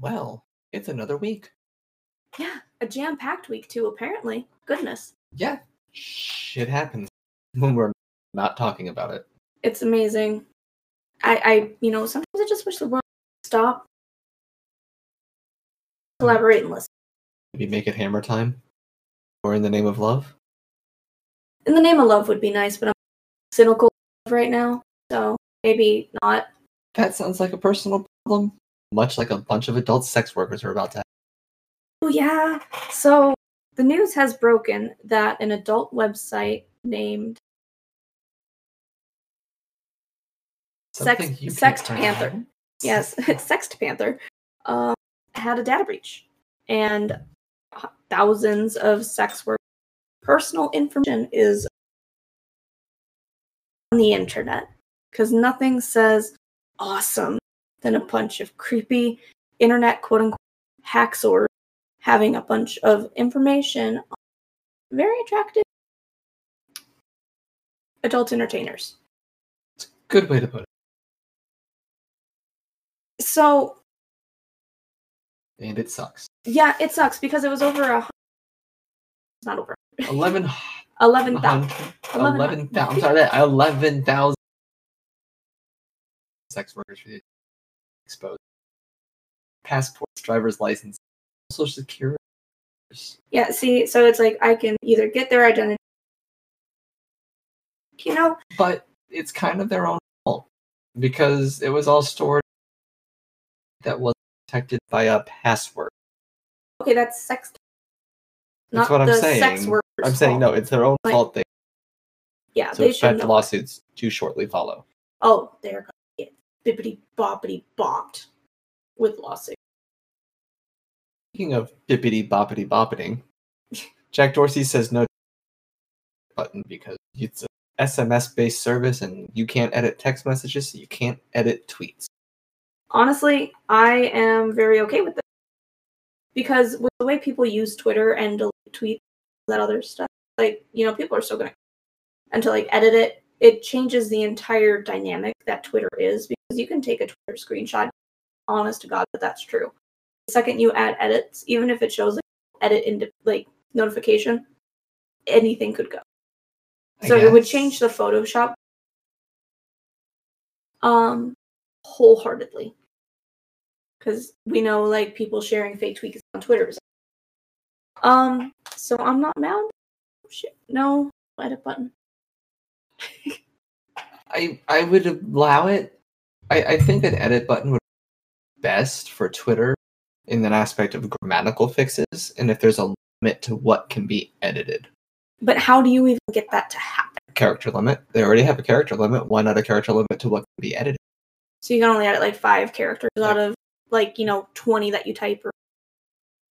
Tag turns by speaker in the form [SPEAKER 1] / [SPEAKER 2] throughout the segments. [SPEAKER 1] Well, it's another week.
[SPEAKER 2] Yeah, a jam packed week, too, apparently. Goodness.
[SPEAKER 1] Yeah, shit happens when we're not talking about it.
[SPEAKER 2] It's amazing. I, I, you know, sometimes I just wish the world would stop, collaborate, and listen.
[SPEAKER 1] Maybe make it hammer time or in the name of love.
[SPEAKER 2] In the name of love would be nice, but I'm cynical right now, so maybe not.
[SPEAKER 1] That sounds like a personal problem, much like a bunch of adult sex workers are about to have.
[SPEAKER 2] Oh, yeah. So the news has broken that an adult website named
[SPEAKER 1] Something
[SPEAKER 2] Sex-
[SPEAKER 1] you keep
[SPEAKER 2] Sex
[SPEAKER 1] bringing
[SPEAKER 2] Panther.
[SPEAKER 1] up.
[SPEAKER 2] yes, Sext Panther, um, had a data breach, and thousands of sex work personal information is on the internet because nothing says awesome than a bunch of creepy internet quote unquote hacks or having a bunch of information on very attractive adult entertainers.
[SPEAKER 1] Good way to put
[SPEAKER 2] So
[SPEAKER 1] it. And it sucks.
[SPEAKER 2] Yeah, it sucks because it was over a. hun- It's not over.
[SPEAKER 1] 11
[SPEAKER 2] Eleven thousand.
[SPEAKER 1] 11,000. I'm sorry, that 11,000 sex workers for the exposed. Passports, driver's license, social security.
[SPEAKER 2] Yeah. See, so it's like I can either get their identity. You know,
[SPEAKER 1] But it's kind of their own fault because it was all stored that was protected by a password.
[SPEAKER 2] okay, that's sex.
[SPEAKER 1] That's what I'm
[SPEAKER 2] the
[SPEAKER 1] saying.
[SPEAKER 2] Sex workers.
[SPEAKER 1] I'm saying, no,
[SPEAKER 2] fault.
[SPEAKER 1] it's their own
[SPEAKER 2] Like,
[SPEAKER 1] fault. They,
[SPEAKER 2] Yeah,
[SPEAKER 1] so
[SPEAKER 2] they
[SPEAKER 1] expect
[SPEAKER 2] should. Lost-
[SPEAKER 1] lawsuits to shortly follow.
[SPEAKER 2] oh, they're gonna get bippity boppity bopped with lawsuit.
[SPEAKER 1] Speaking of bippity boppity boppeting, Jack Dorsey says no button because it's an SMS based service and you can't edit text messages, so you can't edit tweets.
[SPEAKER 2] Honestly, I am very okay with this because with the way people use Twitter and delete tweets, that other stuff, like you know, people are still gonna and to like edit it, it changes the entire dynamic that Twitter is because you can take a Twitter screenshot. Honest to God, that that's true. The second you add edits, even if it shows like edit into like notification, anything could go.
[SPEAKER 1] I
[SPEAKER 2] So it would
[SPEAKER 1] guess.
[SPEAKER 2] change the Photoshop um wholeheartedly. Cause we know like people sharing fake tweets on Twitter is um so I'm not mad. Oh, Shit. No edit button.
[SPEAKER 1] I, I would allow it. I, I think an edit button would be best for Twitter in that aspect of grammatical fixes and if there's a limit to what can be edited.
[SPEAKER 2] But how do you even get that to happen?
[SPEAKER 1] Character limit. They already have a character limit. Why not a character limit to what can be edited?
[SPEAKER 2] So you can only edit like five characters out of like, you know, twenty that you type or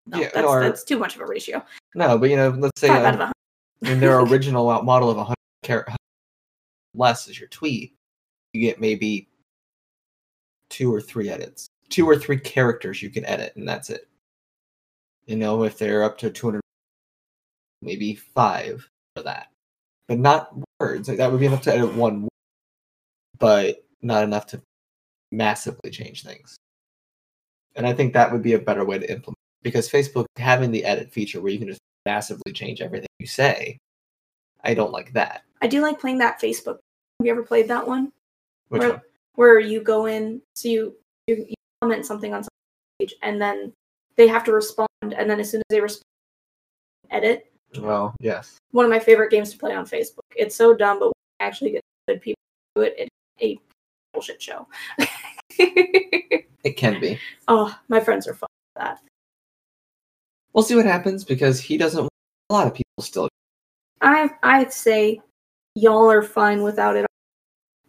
[SPEAKER 2] no,
[SPEAKER 1] Yeah,
[SPEAKER 2] that's
[SPEAKER 1] or-
[SPEAKER 2] that's too much of a ratio.
[SPEAKER 1] No, but you know, let's say
[SPEAKER 2] Five out
[SPEAKER 1] um,
[SPEAKER 2] of a
[SPEAKER 1] in their original out- model of 100 characters less is your tweet, you get maybe two or three edits, two or three characters you can edit, and that's it. You know, if they're up to 200, maybe five for that, but not words. Like that would be enough to edit one, word, but not enough to massively change things. And I think that would be a better way to implement because Facebook having the edit feature where you can just massively change everything you say. I don't like that.
[SPEAKER 2] I do like playing that Facebook. Have you ever played that one?
[SPEAKER 1] Which
[SPEAKER 2] Where-
[SPEAKER 1] one?
[SPEAKER 2] where you go in so you, you you comment something on some page and then they have to respond and then as soon as they respond edit
[SPEAKER 1] Well, yes.
[SPEAKER 2] one of my favorite games to play on facebook it's so dumb but when you actually get good people to do it it's a bullshit show
[SPEAKER 1] It can be.
[SPEAKER 2] oh my friends are fun
[SPEAKER 1] We'll see what happens because he doesn't want a lot of people still.
[SPEAKER 2] i i say y'all are fine without it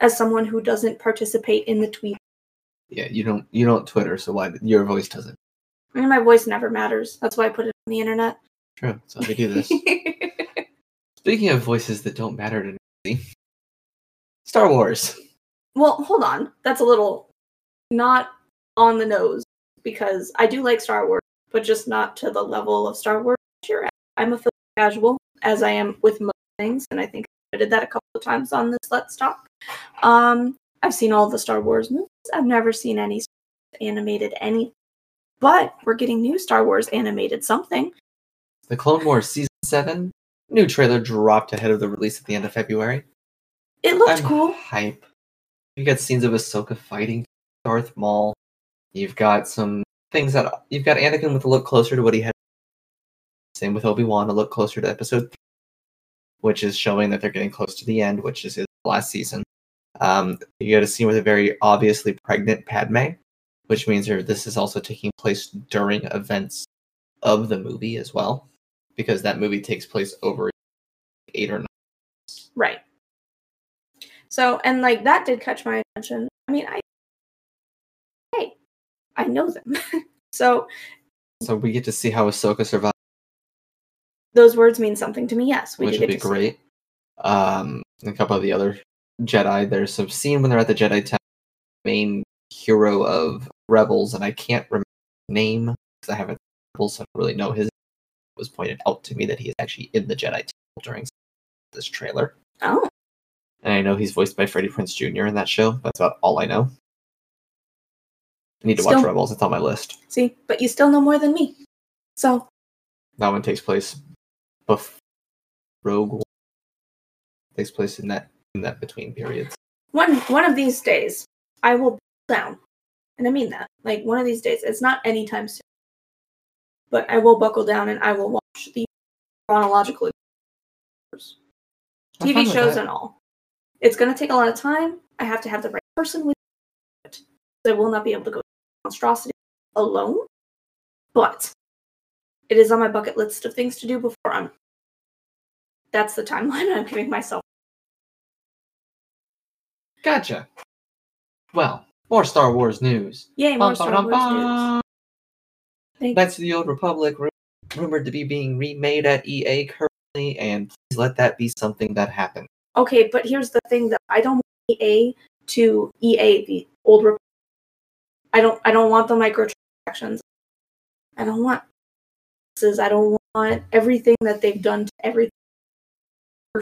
[SPEAKER 2] as someone who doesn't participate in the tweet
[SPEAKER 1] Yeah, you don't you don't Twitter, so why your voice doesn't.
[SPEAKER 2] i mean my voice never matters that's why i put it on the internet
[SPEAKER 1] True. So we do this. Speaking of voices that don't matter to me, Star Wars.
[SPEAKER 2] Well, hold on. That's a little not on the nose because I do like Star Wars, but just not to the level of Star Wars you're at. I'm a film casual, as I am with most things, and I think I did that a couple of times on this Let's Talk. Um, I've seen all the Star Wars movies. I've never seen any animated any. But we're getting new Star Wars animated something.
[SPEAKER 1] The Clone Wars season seven new trailer dropped ahead of the release at the end of February.
[SPEAKER 2] It looked
[SPEAKER 1] I'm
[SPEAKER 2] cool.
[SPEAKER 1] Hype. You got scenes of Ahsoka fighting Darth Maul. You've got some things that you've got Anakin with a look closer to what he had. Same with Obi Wan, a look closer to Episode, three, which is showing that they're getting close to the end, which is his last season. Um, you got a scene with a very obviously pregnant Padme, which means there- this is also taking place during events of the movie as well, because that movie takes place over eight or nine.
[SPEAKER 2] Right. So, and like that did catch my attention. I mean, I hey, I know them. so
[SPEAKER 1] So we get to see how Ahsoka survives.
[SPEAKER 2] those words mean something to me. Yes, we
[SPEAKER 1] which
[SPEAKER 2] did
[SPEAKER 1] would
[SPEAKER 2] get
[SPEAKER 1] be
[SPEAKER 2] to see-
[SPEAKER 1] great. Um, and a couple of the other Jedi. There's some scene when they're at the Jedi Temple, main hero of Rebels, and I can't remember his name because I haven't Rebels, so I don't really know his. It was pointed out to me that he is actually in the Jedi Temple during this trailer,
[SPEAKER 2] Oh,
[SPEAKER 1] and I know he's voiced by Freddie Prince Jr. in that show. That's about all I know. I need to watch
[SPEAKER 2] Still-
[SPEAKER 1] Rebels. It's on my list.
[SPEAKER 2] see, but you still know more than me. So
[SPEAKER 1] That one takes place before Rogue One. Takes place in that in that between periods.
[SPEAKER 2] one one of these days, I will buckle down, and I mean that. Like one of these days, it's not anytime soon, but I will buckle down and I will watch the chronological
[SPEAKER 1] I'm fine
[SPEAKER 2] TV
[SPEAKER 1] with
[SPEAKER 2] shows
[SPEAKER 1] that.
[SPEAKER 2] and all. It's going to take a lot of time. I have to have the right person with it. I will not be able to go to monstrosity alone, but it is on my bucket list of things to do before I'm. That's the timeline I'm giving myself.
[SPEAKER 1] Gotcha. Well, more Star Wars news.
[SPEAKER 2] Yay, more
[SPEAKER 1] Bum,
[SPEAKER 2] Star
[SPEAKER 1] bum,
[SPEAKER 2] Wars news.
[SPEAKER 1] bum, bum.
[SPEAKER 2] Thank-
[SPEAKER 1] Knights of the Old Republic ru- rumored to be being remade at EA currently, and please let that be something that happens.
[SPEAKER 2] Okay, but here's the thing that I don't want EA to EA the old. Rep- I don't. I don't want the microtransactions. I don't want. Says I don't want everything that they've done to everything.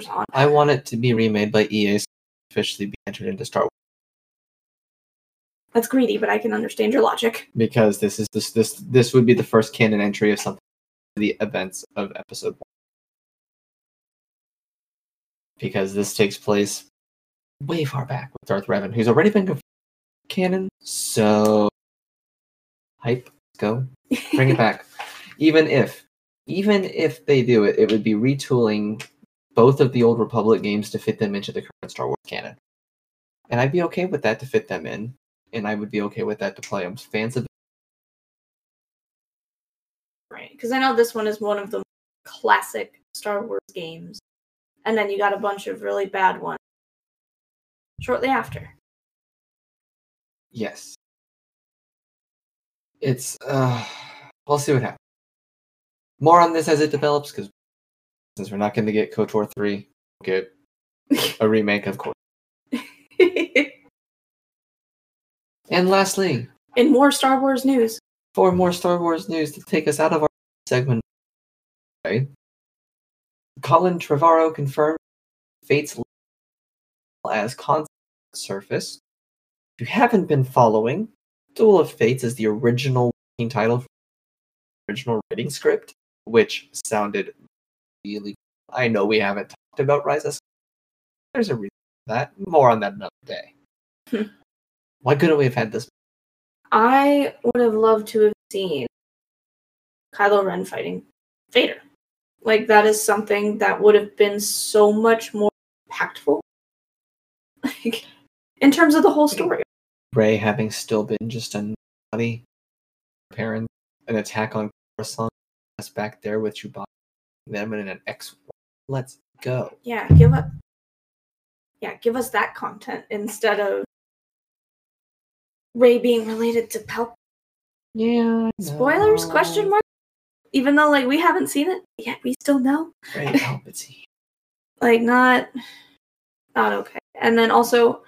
[SPEAKER 2] On
[SPEAKER 1] I want it to be remade by EA so it can officially be entered into Star Wars
[SPEAKER 2] that's greedy, but I can understand your logic.
[SPEAKER 1] because this is this this this would be the first canon entry of something the events of episode one. Because this takes place way far back with Darth Revan, who's already been confirmed canon, so hype, let's go. Bring it back. even if even if they do it, it would be retooling both of the old Republic games to fit them into the current Star Wars canon. And I'd be okay with that to fit them in. And I would be okay with that to play. I'm fans of
[SPEAKER 2] right? Because I know this one is one of the classic Star Wars games, and then you got a bunch of really bad ones shortly after.
[SPEAKER 1] yes. It's uh we'll see what happens. More on this as it develops, because since we're not gonna get KOTOR three, we'll get a remake of course. And lastly,
[SPEAKER 2] In more Star Wars news,
[SPEAKER 1] four more Star Wars news to take us out of our segment. Okay. Colin Trevorrow confirmed Fate's Legal as concept surface. If you haven't been following, Duel of Fates is the original working title, for the original writing script, which sounded really. I know we haven't talked about Rise of. Skywalker. There's a reason for that. More on that another day.
[SPEAKER 2] Hmm.
[SPEAKER 1] Why couldn't we have had this?
[SPEAKER 2] I would have loved to have seen Kylo Ren fighting Vader. Like that is something that would have been so much more impactful. Like in terms of the whole story.
[SPEAKER 1] Ray having still been just a nobody, her parents, an attack on Coruscant, us back there with Chewbacca, them in an X. Let's go.
[SPEAKER 2] Yeah, give up. Yeah, give us that content instead of Ray being related to Palp.
[SPEAKER 1] Yeah.
[SPEAKER 2] Spoilers? Question mark. Even though like we haven't seen it yet, we still know.
[SPEAKER 1] Ray Palpatine.
[SPEAKER 2] like not not okay and then also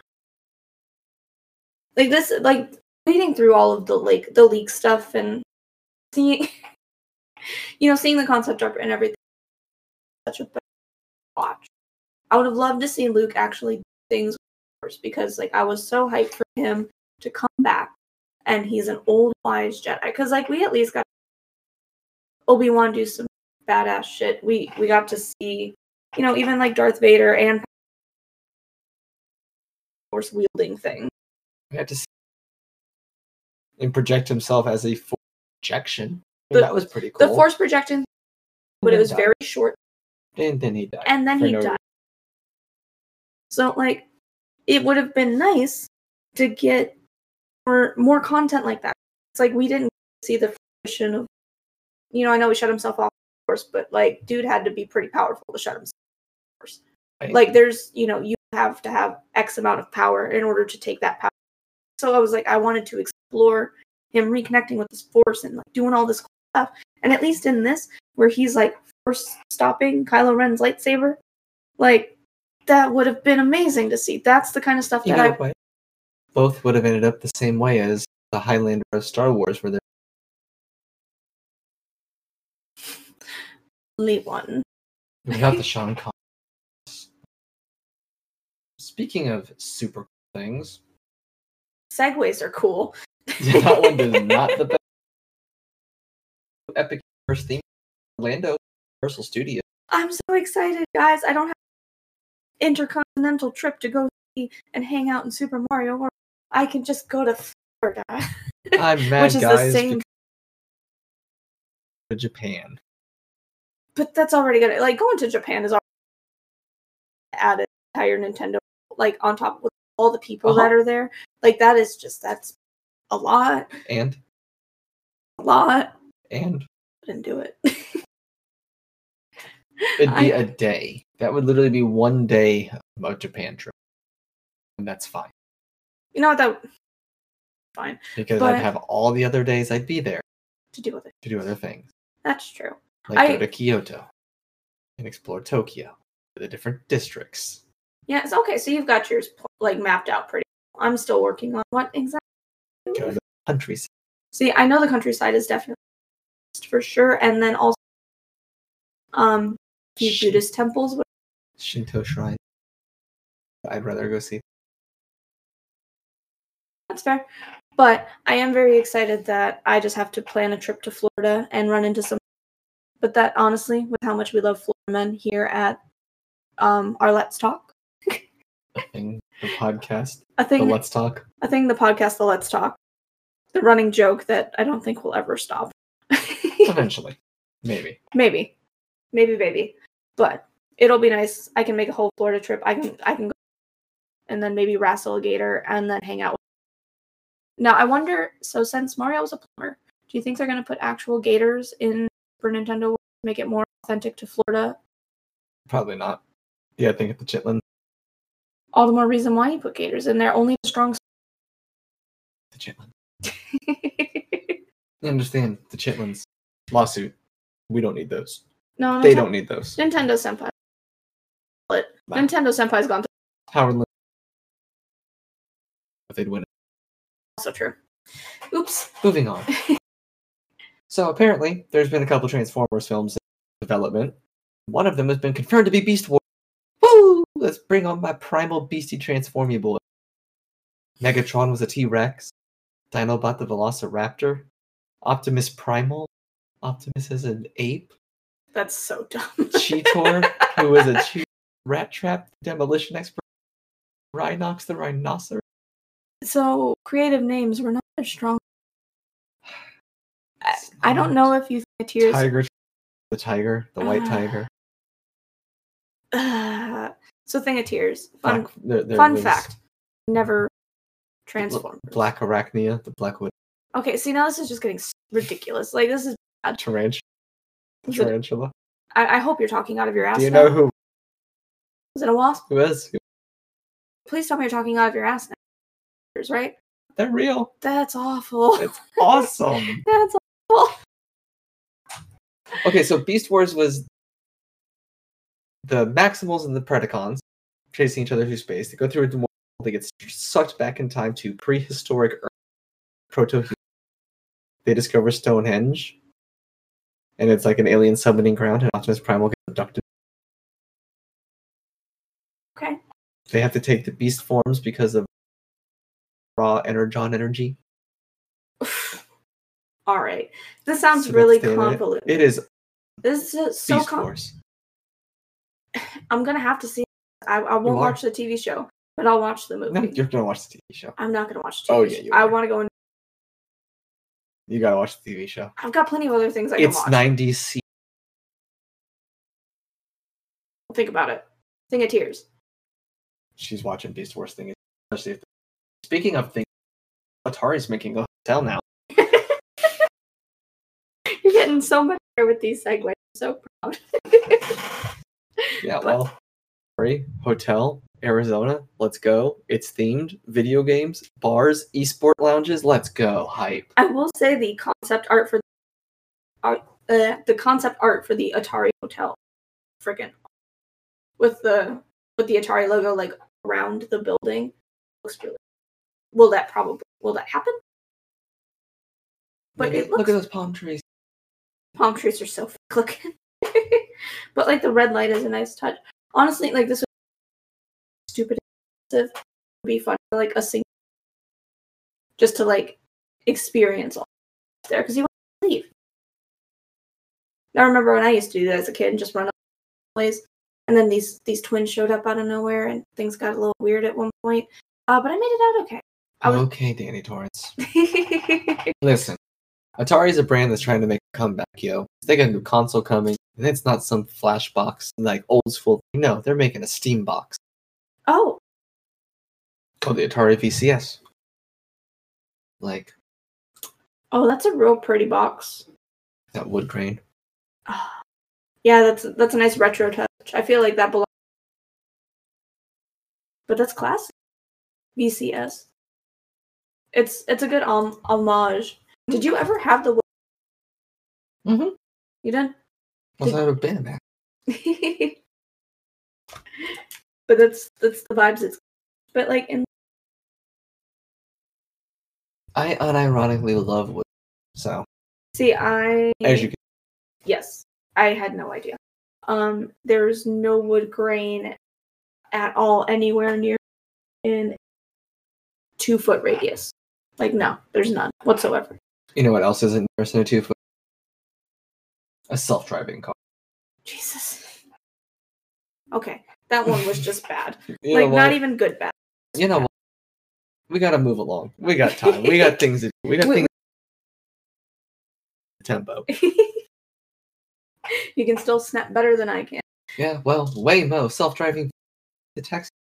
[SPEAKER 2] like this like reading through all of the like the leak stuff and seeing you know seeing the concept art and everything such a better watch i would have loved to see luke actually do things first because like i was so hyped for him to come back and he's an old wise Jedi. Because like we at least got Obi Wan do some badass shit. We we got to see, you know, even like Darth Vader and force wielding thing.
[SPEAKER 1] We had to see and project himself as a force projection.
[SPEAKER 2] The-
[SPEAKER 1] that was pretty cool.
[SPEAKER 2] The force projection, but it was very short,
[SPEAKER 1] And then he died.
[SPEAKER 2] and then
[SPEAKER 1] For
[SPEAKER 2] he
[SPEAKER 1] no-
[SPEAKER 2] died. So like, it would have been nice to get more more content like that. It's like we didn't see the fruition of, you know, I know he shut himself off, of course, but like, dude had to be pretty powerful to shut himself.
[SPEAKER 1] Right.
[SPEAKER 2] like there's you know you have to have x amount of power in order to take that power so i was like i wanted to explore him reconnecting with this force and like doing all this cool stuff and at least in this where he's like force stopping kylo ren's lightsaber like that would have been amazing to see that's the kind of stuff that
[SPEAKER 1] Either way, both would have ended up the same way as the Highlander of Star Wars, where they're
[SPEAKER 2] i really want
[SPEAKER 1] without the Sean Connery. Speaking of super cool things,
[SPEAKER 2] segways are cool
[SPEAKER 1] that one is not the best. Epic Universe theme, Orlando, Universal Studios.
[SPEAKER 2] i'm so excited guys i don't have intercontinental trip to go see and hang out in super mario world i can just go to florida
[SPEAKER 1] I'm mad,
[SPEAKER 2] which is
[SPEAKER 1] guys.
[SPEAKER 2] the same
[SPEAKER 1] because of Japan.
[SPEAKER 2] but that's already gonna like going to japan is already added entire nintendo like on top with all the people that
[SPEAKER 1] Uh-huh.
[SPEAKER 2] are there like that is just that's a lot
[SPEAKER 1] And
[SPEAKER 2] a lot
[SPEAKER 1] and
[SPEAKER 2] didn't do it
[SPEAKER 1] it'd be
[SPEAKER 2] I-
[SPEAKER 1] a day. That would literally be one day of a Japan trip, and that's fine
[SPEAKER 2] you know what that fine
[SPEAKER 1] because
[SPEAKER 2] But-
[SPEAKER 1] I'd have all the other days I'd be there
[SPEAKER 2] to deal with it
[SPEAKER 1] to do other things.
[SPEAKER 2] that's true
[SPEAKER 1] Like
[SPEAKER 2] I-
[SPEAKER 1] go to Kyoto and explore Tokyo, the different districts.
[SPEAKER 2] yeah it's okay so you've got yours pl- like mapped out pretty i'm still working on what exactly
[SPEAKER 1] Go to the countryside.
[SPEAKER 2] See, I know the countryside is definitely for sure, and then also um a few
[SPEAKER 1] Shin-
[SPEAKER 2] Buddhist temples. which-
[SPEAKER 1] Shinto shrine. I'd rather go see.
[SPEAKER 2] That's fair, but I am very excited that I just have to plan a trip to Florida and run into some. But that honestly, with how much we love Florida men here at um our Let's Talk,
[SPEAKER 1] the thing, the podcast,
[SPEAKER 2] I
[SPEAKER 1] the
[SPEAKER 2] think
[SPEAKER 1] Let's Talk.
[SPEAKER 2] I think the podcast, the Let's Talk, the running joke that I don't think will ever stop.
[SPEAKER 1] Eventually, maybe.
[SPEAKER 2] maybe maybe baby but it'll be nice i can make a whole florida trip i can i can go and then maybe wrestle a gator and then hang out with now i wonder so since mario was a plumber do you think they're going to put actual gators in for nintendo World to make it more authentic to florida
[SPEAKER 1] Probably not. Yeah, I think at the Chitlin,
[SPEAKER 2] all the more reason why you put gators in there only the strong
[SPEAKER 1] the Chitlin. You understand the Chitlins lawsuit. We don't need those.
[SPEAKER 2] no
[SPEAKER 1] They
[SPEAKER 2] Ninten-
[SPEAKER 1] don't need those.
[SPEAKER 2] nintendo senpai But
[SPEAKER 1] Nah.
[SPEAKER 2] nintendo senpai's gone through
[SPEAKER 1] Howard Lin. But they'd win. it.
[SPEAKER 2] also true oops
[SPEAKER 1] Moving on. so apparently, there's been a couple Transformers films in development. One of them has been confirmed to be Beast Wars. Woo! Let's bring on my primal beastie transform you boy. Megatron was a T Rex. Dinobot the Velociraptor. Optimus Primal. Optimus is an ape.
[SPEAKER 2] that's so dumb
[SPEAKER 1] Cheetor, who is a cheat. Rat Trap, the demolition expert. Rhinox the rhinoceros.
[SPEAKER 2] So creative names were not their strong. I,
[SPEAKER 1] It's
[SPEAKER 2] I don't know
[SPEAKER 1] not.
[SPEAKER 2] if you think Tears.
[SPEAKER 1] Tiger, the tiger, the white
[SPEAKER 2] Ah.
[SPEAKER 1] tiger.
[SPEAKER 2] Uh, so Thing of Tears. Fun
[SPEAKER 1] Black- there- there
[SPEAKER 2] fun
[SPEAKER 1] was
[SPEAKER 2] fact. Never transformed.
[SPEAKER 1] Black arachnea, the blackwood
[SPEAKER 2] Okay, see now this is just getting s- ridiculous. Like this is.
[SPEAKER 1] tarantula. The
[SPEAKER 2] Is it-
[SPEAKER 1] tarantula.
[SPEAKER 2] I, I hope you're talking out of your ass.
[SPEAKER 1] Do you
[SPEAKER 2] now.
[SPEAKER 1] know who
[SPEAKER 2] Is it a wasp?
[SPEAKER 1] who is?
[SPEAKER 2] Please tell me you're talking out of your ass now. Tears, Right?
[SPEAKER 1] They're real.
[SPEAKER 2] That's awful.
[SPEAKER 1] It's awesome.
[SPEAKER 2] That's awful.
[SPEAKER 1] okay, so Beast Wars was the Maximals and the Predacons chasing each other through space. They go through a wormhole. They get sucked back in time to prehistoric proto. They discover Stonehenge, and it's like an alien summoning ground. And Optimus Primal gets abducted.
[SPEAKER 2] Okay.
[SPEAKER 1] They have to take the beast forms because of raw energon energy.
[SPEAKER 2] All right. This sounds
[SPEAKER 1] So that's
[SPEAKER 2] really
[SPEAKER 1] the end of it.
[SPEAKER 2] convoluted.
[SPEAKER 1] It is
[SPEAKER 2] This is so
[SPEAKER 1] Beast
[SPEAKER 2] com-
[SPEAKER 1] Wars.
[SPEAKER 2] I'm gonna have to see. I, I
[SPEAKER 1] You are.
[SPEAKER 2] won't watch the TV show, but I'll watch the movie.
[SPEAKER 1] No, you're gonna watch the TV show.
[SPEAKER 2] I'm not gonna watch the TV.
[SPEAKER 1] Oh, yeah,
[SPEAKER 2] show.
[SPEAKER 1] you
[SPEAKER 2] I
[SPEAKER 1] are.
[SPEAKER 2] want to go and
[SPEAKER 1] You gotta watch the TV show.
[SPEAKER 2] I've got plenty of other things I
[SPEAKER 1] It's
[SPEAKER 2] can watch.
[SPEAKER 1] 90s C.
[SPEAKER 2] Think about it. Think of tears.
[SPEAKER 1] She's watching Beast Wars thing. Especially if speaking of things, Atari's making a hotel now.
[SPEAKER 2] You're getting so much better with these segues. I'm so proud.
[SPEAKER 1] Yeah,
[SPEAKER 2] But-
[SPEAKER 1] well, free hotel, Arizona. Let's go. It's themed. Video games, bars, esport lounges. Let's go. Hype.
[SPEAKER 2] I will say the concept art for art, uh, the concept art for the Atari Hotel, freaking with the with the Atari logo like around the building looks really. Will that probably will that happen? But
[SPEAKER 1] Look at-
[SPEAKER 2] it
[SPEAKER 1] look
[SPEAKER 2] looks-
[SPEAKER 1] at those palm trees.
[SPEAKER 2] palm trees are so thick looking. but like the red light is a nice touch. Honestly, like this would be stupid expensive. It would be fun for like a single just to like experience all there because you want to leave. I remember when I used to do that as a kid and just run up ways. And then these these twins showed up out of nowhere and things got a little weird at one point. Uh, but I made it out okay. I was-
[SPEAKER 1] Okay, Danny Torrance. Listen, Atari is a brand that's trying to make a comeback, yo. They got a new console coming, and it's not some flash box like old school. No, they're making a Steam box
[SPEAKER 2] oh,
[SPEAKER 1] called the Atari VCS. Like
[SPEAKER 2] oh, that's a real pretty box.
[SPEAKER 1] that wood grain.
[SPEAKER 2] Ah. yeah, that's that's a nice retro touch. I feel like that belongs. But that's classic. VCS. It's it's a good om- homage. Did you ever have the?
[SPEAKER 1] Mhm.
[SPEAKER 2] You done?
[SPEAKER 1] Plus, I have a band back.
[SPEAKER 2] but that's that's the vibes. It's but like in
[SPEAKER 1] I unironically love wood. So,
[SPEAKER 2] see I
[SPEAKER 1] as you can,
[SPEAKER 2] yes I had no idea. Um, there's no wood grain at all anywhere near in two foot radius. Like no, there's none whatsoever.
[SPEAKER 1] you know what else isn't Arizona two foot? A self-driving car.
[SPEAKER 2] Jesus. Okay, that one was just bad.
[SPEAKER 1] You
[SPEAKER 2] like
[SPEAKER 1] know
[SPEAKER 2] not
[SPEAKER 1] what?
[SPEAKER 2] even good bad.
[SPEAKER 1] You know what? We gotta move along. We got time. we got things. To, we got
[SPEAKER 2] Wait,
[SPEAKER 1] things. Tempo.
[SPEAKER 2] you can still snap better than I can.
[SPEAKER 1] Yeah, well, Waymo, self-driving the Texas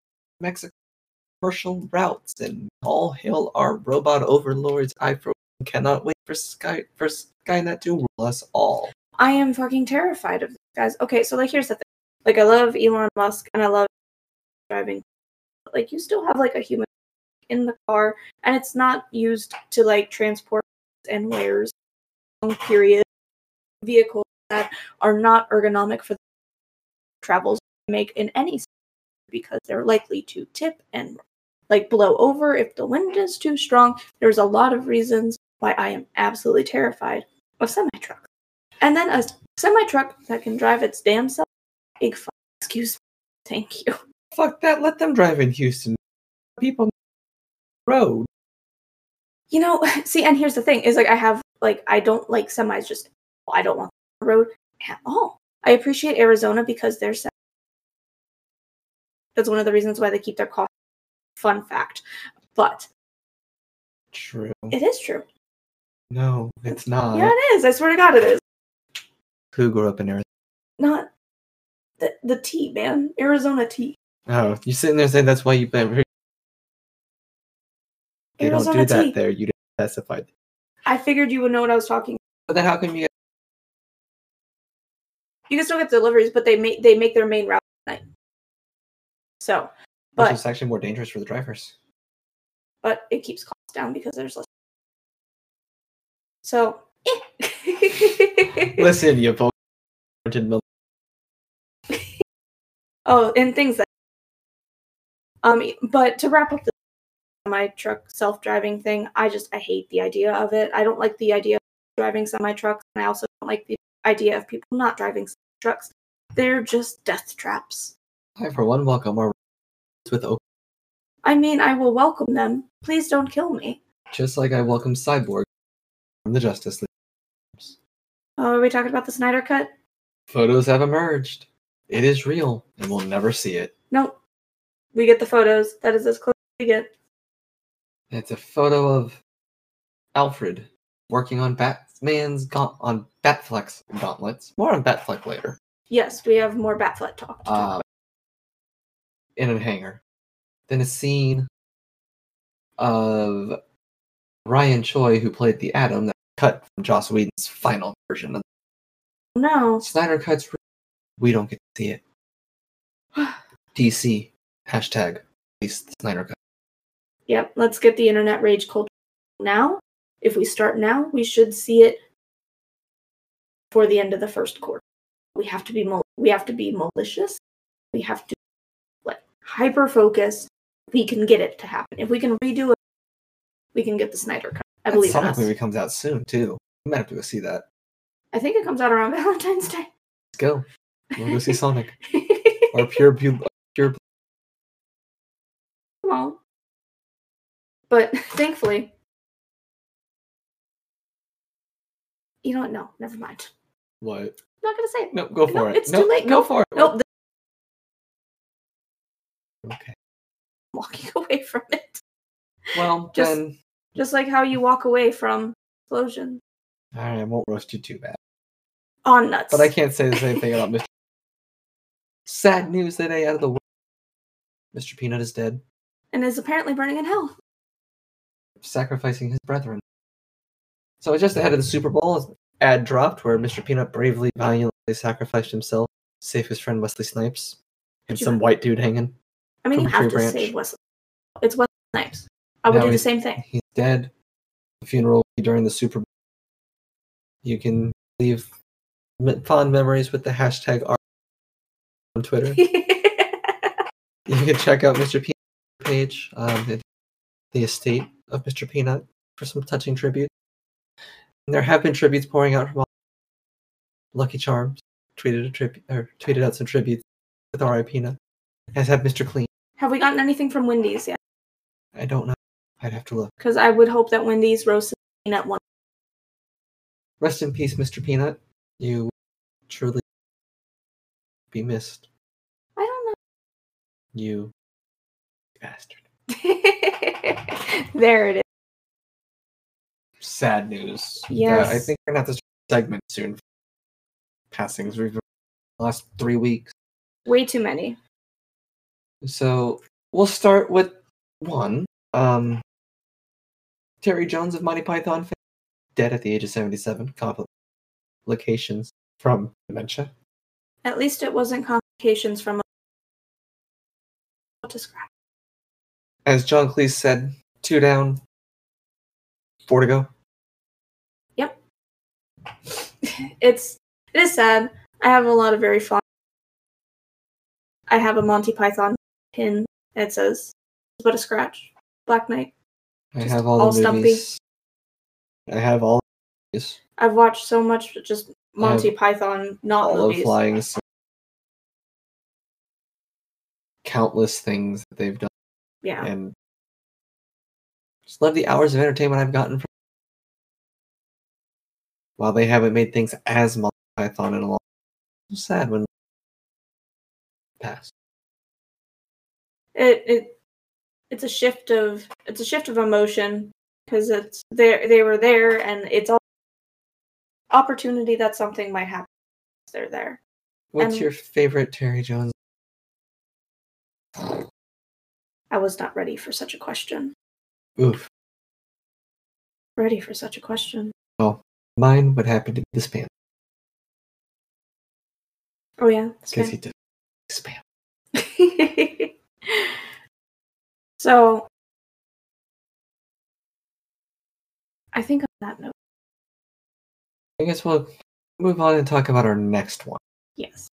[SPEAKER 1] Mexico commercial routes, and all hail our robot overlords. I for one cannot wait for Sky for Skynet to rule us all.
[SPEAKER 2] I am fucking terrified of these guys. Okay, so like here's the thing. Like I love Elon Musk and I love driving, but like you still have like a human in the car and it's not used to like transport and wares long period vehicles that are not ergonomic for the travels they make in any s- because they're likely to tip and like blow over if the wind is too strong. There's a lot of reasons why I am absolutely terrified of semi trucks. And then a semi truck that can drive its damn self. Big fu- Excuse me. Thank you.
[SPEAKER 1] Fuck that! Let them drive in Houston. People on the road.
[SPEAKER 2] You know, see, and here's the thing is like, I have, like, I don't like semis just, I don't want the road at all. I appreciate Arizona because they're sem- That's one of the reasons why they keep their cost. Fun fact. But
[SPEAKER 1] True.
[SPEAKER 2] it is true.
[SPEAKER 1] No, it's not.
[SPEAKER 2] Yeah, it is. I swear to God, it is.
[SPEAKER 1] Who grew up in Arizona?
[SPEAKER 2] Not the, the tea, man. Arizona tea.
[SPEAKER 1] Oh, you're sitting there saying that's why you've been. They don't do
[SPEAKER 2] Arizona
[SPEAKER 1] that
[SPEAKER 2] tea.
[SPEAKER 1] there. You didn't specify.
[SPEAKER 2] I figured you would know what I was talking
[SPEAKER 1] But then how come you?
[SPEAKER 2] you can still get deliveries, but they make they make their main route at night. So,
[SPEAKER 1] Which
[SPEAKER 2] But-
[SPEAKER 1] is actually more dangerous for the drivers.
[SPEAKER 2] but it keeps costs down because there's less. So, eh.
[SPEAKER 1] Listen, you both. Mill-
[SPEAKER 2] oh, and things that. Um, but to wrap up the semi truck self driving thing, I just I hate the idea of it. I don't like the idea of driving semi trucks, and I also don't like the idea of people not driving semi trucks. They're just death traps.
[SPEAKER 1] I, for one, welcome our with open,
[SPEAKER 2] I mean, I will welcome them. Please don't kill me.
[SPEAKER 1] just like I welcome Cyborg from the Justice League.
[SPEAKER 2] Oh, are we talking about the Snyder cut?
[SPEAKER 1] Photos have emerged. It is real, and we'll never see it.
[SPEAKER 2] No. We get the photos. That is as close as we get.
[SPEAKER 1] It's a photo of Alfred working on Batman's gaunt- on Batfleck's gauntlets. More on Batfleck later.
[SPEAKER 2] Yes, we have more Batfleck talk. To talk
[SPEAKER 1] Um, in a hangar. Then a scene of Ryan Choi, who played the Atom, that cut from Joss Whedon's final version of
[SPEAKER 2] about. No.
[SPEAKER 1] Snyder cuts. We don't get to see it. DC hashtag release the Snyder cut.
[SPEAKER 2] Yep, let's get the internet rage culture now. If we start now, we should see it for the end of the first quarter. We have to be mal- we have to be malicious. We have to like hyper focus. We can get it to happen. If we can redo it, we can get the Snyder cut. I believe in
[SPEAKER 1] Sonic
[SPEAKER 2] us.
[SPEAKER 1] movie comes out soon too. We might have to go see that.
[SPEAKER 2] I think it comes out around Valentine's Day.
[SPEAKER 1] Let's go. We'll go see Sonic or Pure Bu- Pure. Blue.
[SPEAKER 2] well, but thankfully, you know what? No, never mind.
[SPEAKER 1] What?
[SPEAKER 2] I'm not gonna say it.
[SPEAKER 1] No, go
[SPEAKER 2] No,
[SPEAKER 1] for it.
[SPEAKER 2] it's
[SPEAKER 1] No,
[SPEAKER 2] too late.
[SPEAKER 1] Go
[SPEAKER 2] No,
[SPEAKER 1] for it.
[SPEAKER 2] Nope, th-
[SPEAKER 1] Okay.
[SPEAKER 2] I'm walking away from it.
[SPEAKER 1] Well,
[SPEAKER 2] Just-
[SPEAKER 1] then.
[SPEAKER 2] Just like how you walk away from explosion
[SPEAKER 1] All right, I won't roast you too bad.
[SPEAKER 2] on nuts.
[SPEAKER 1] But I can't say the same thing about Mr. Sad news today out of the world. Mr. Peanut is dead,
[SPEAKER 2] and is apparently burning in hell.
[SPEAKER 1] sacrificing his brethren. So just ahead of the Super Bowl, his ad dropped where Mr. Peanut bravely, valiantly sacrificed himself, save his friend Wesley Snipes, and
[SPEAKER 2] Would you-
[SPEAKER 1] some white dude hanging.
[SPEAKER 2] I mean,
[SPEAKER 1] From
[SPEAKER 2] you have
[SPEAKER 1] Tree
[SPEAKER 2] to
[SPEAKER 1] Branch.
[SPEAKER 2] save Wesley. It's Wesley Snipes. I would
[SPEAKER 1] Now
[SPEAKER 2] do the
[SPEAKER 1] he's-
[SPEAKER 2] same thing.
[SPEAKER 1] He's dead. The funeral will be during the Super Bowl. You can leave me- fond memories with the hashtag R on Twitter. you can check out Mr. Peanut page, um, the, the estate of Mr. Peanut, for some touching tribute. And there have been tributes pouring out from all. Lucky Charms tweeted a tribute or tweeted out some tributes with R.I. Peanut, as have Mr. Clean.
[SPEAKER 2] have we gotten anything from Wendy's yet?
[SPEAKER 1] I don't know. I'd have to look.
[SPEAKER 2] Because I would hope that Wendy's roasted peanut one.
[SPEAKER 1] Rest in peace, Mr. Peanut. You will truly be missed.
[SPEAKER 2] I don't know.
[SPEAKER 1] You bastard.
[SPEAKER 2] there it is.
[SPEAKER 1] Sad news.
[SPEAKER 2] Yes.
[SPEAKER 1] I think we're gonna have to start a segment soon. Passings. We've lost three weeks.
[SPEAKER 2] Way too many.
[SPEAKER 1] So we'll start with one. Um, Terry Jones of Monty Python fame, dead at the age of 77. Complications from dementia.
[SPEAKER 2] At least it wasn't complications from. What to scrap?
[SPEAKER 1] As John Cleese said, two down, four to go.
[SPEAKER 2] It's it is sad. I have a lot of very fond. I have a Monty Python pin that says "But a scratch." Black Knight.
[SPEAKER 1] I
[SPEAKER 2] Just
[SPEAKER 1] have all,
[SPEAKER 2] all
[SPEAKER 1] the
[SPEAKER 2] stumpy.
[SPEAKER 1] movies. I have all the movies.
[SPEAKER 2] I've watched so much just Monty Python not
[SPEAKER 1] all
[SPEAKER 2] movies.
[SPEAKER 1] of flying s- countless things that they've done
[SPEAKER 2] yeah.
[SPEAKER 1] and just love the hours of entertainment I've gotten from while they haven't made things as Monty Python in a long it's sad when passed.
[SPEAKER 2] it it it's a shift of it's a shift of emotion because it's there they were there and it's all opportunity that something might happen if they're there
[SPEAKER 1] What's
[SPEAKER 2] And-
[SPEAKER 1] your favorite Terry Jones?
[SPEAKER 2] i was not ready for such a question
[SPEAKER 1] Oof.
[SPEAKER 2] ready for such a question
[SPEAKER 1] Mine would happen to be the spam.
[SPEAKER 2] oh yeah that's
[SPEAKER 1] Because he
[SPEAKER 2] fair.
[SPEAKER 1] did spam.
[SPEAKER 2] so i think on that note
[SPEAKER 1] I guess we'll move on and talk about our next one.
[SPEAKER 2] yes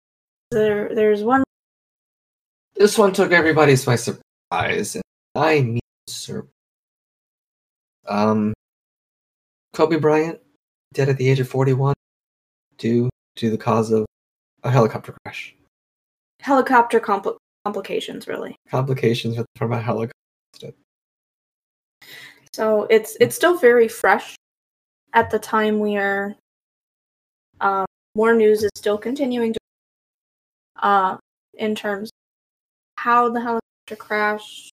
[SPEAKER 2] there there's one
[SPEAKER 1] This one took everybody's by surprise, and I mean surprise. Um, Kobe Bryant, dead at the age of 41, due to the cause of a helicopter crash.
[SPEAKER 2] helicopter compli complications really
[SPEAKER 1] Complications with- from a helicopter.
[SPEAKER 2] So it's it's still very fresh. at the time we are um, more news is still continuing to uh, in terms of how the helicopter crashed.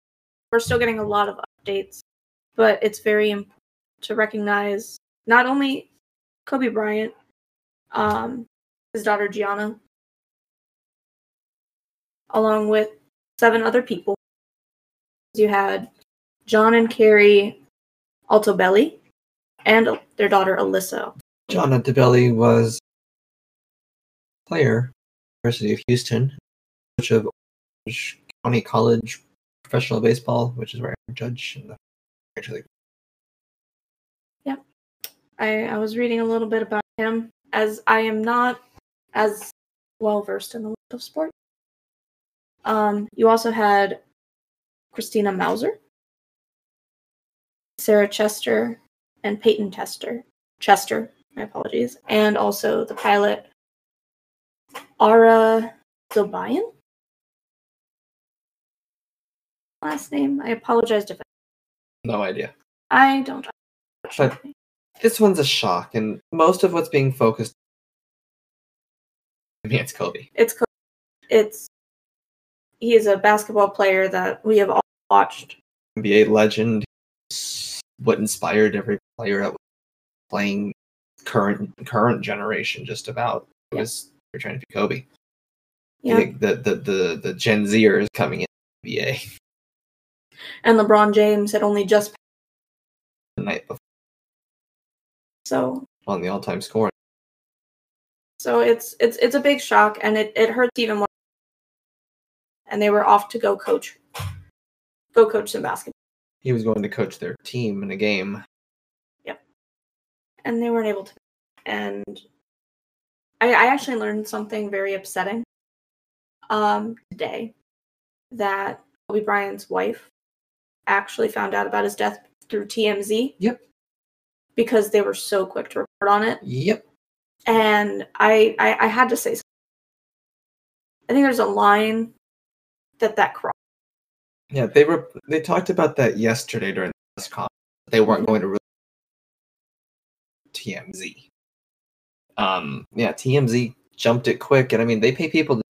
[SPEAKER 2] We're still getting a lot of updates, but it's very important to recognize not only Kobe Bryant, um, his daughter Gianna, along with seven other people. You had John and Carrie Altobelli and their daughter Alyssa.
[SPEAKER 1] John Altobelli was a player, University of Houston, coach of Orange County College professional baseball, which is where I'm judge in the actually.
[SPEAKER 2] I, I was reading a little bit about him as I am not as well versed in the world of sport. Um, you also had Christina Mauser, Sarah Chester, and Peyton Tester. Chester, my apologies, and also the pilot Ara Zobayan. Last name. I apologize if
[SPEAKER 1] No idea.
[SPEAKER 2] I don't. unfortunately.
[SPEAKER 1] This one's a shock, and most of what's being focused. I mean, it's Kobe.
[SPEAKER 2] it's co- it's he is a basketball player that we have all watched.
[SPEAKER 1] NBA legend, what inspired every player that was playing current current generation just about
[SPEAKER 2] Yeah.
[SPEAKER 1] was they're trying to be Kobe.
[SPEAKER 2] Yeah,
[SPEAKER 1] I think the the the the Gen Zers coming in the NBA
[SPEAKER 2] and LeBron James had only just
[SPEAKER 1] the night before
[SPEAKER 2] so
[SPEAKER 1] on the all time scoring.
[SPEAKER 2] so it's it's it's a big shock and it it hurts even more. And they were off to go coach, go coach some basketball,
[SPEAKER 1] He was going to coach their team in a game.
[SPEAKER 2] and they weren't able to. And I I actually learned something very upsetting um today that Kobe Bryant's wife actually found out about his death through TMZ.
[SPEAKER 1] Yep.
[SPEAKER 2] Because they were so quick to report on it.
[SPEAKER 1] Yep.
[SPEAKER 2] and I, I I had to say something. I think there's a line that that crossed.
[SPEAKER 1] Yeah, they were they talked about that yesterday during the press conference. They weren't going to release TMZ. Um yeah, TMZ jumped it quick and I mean they pay people to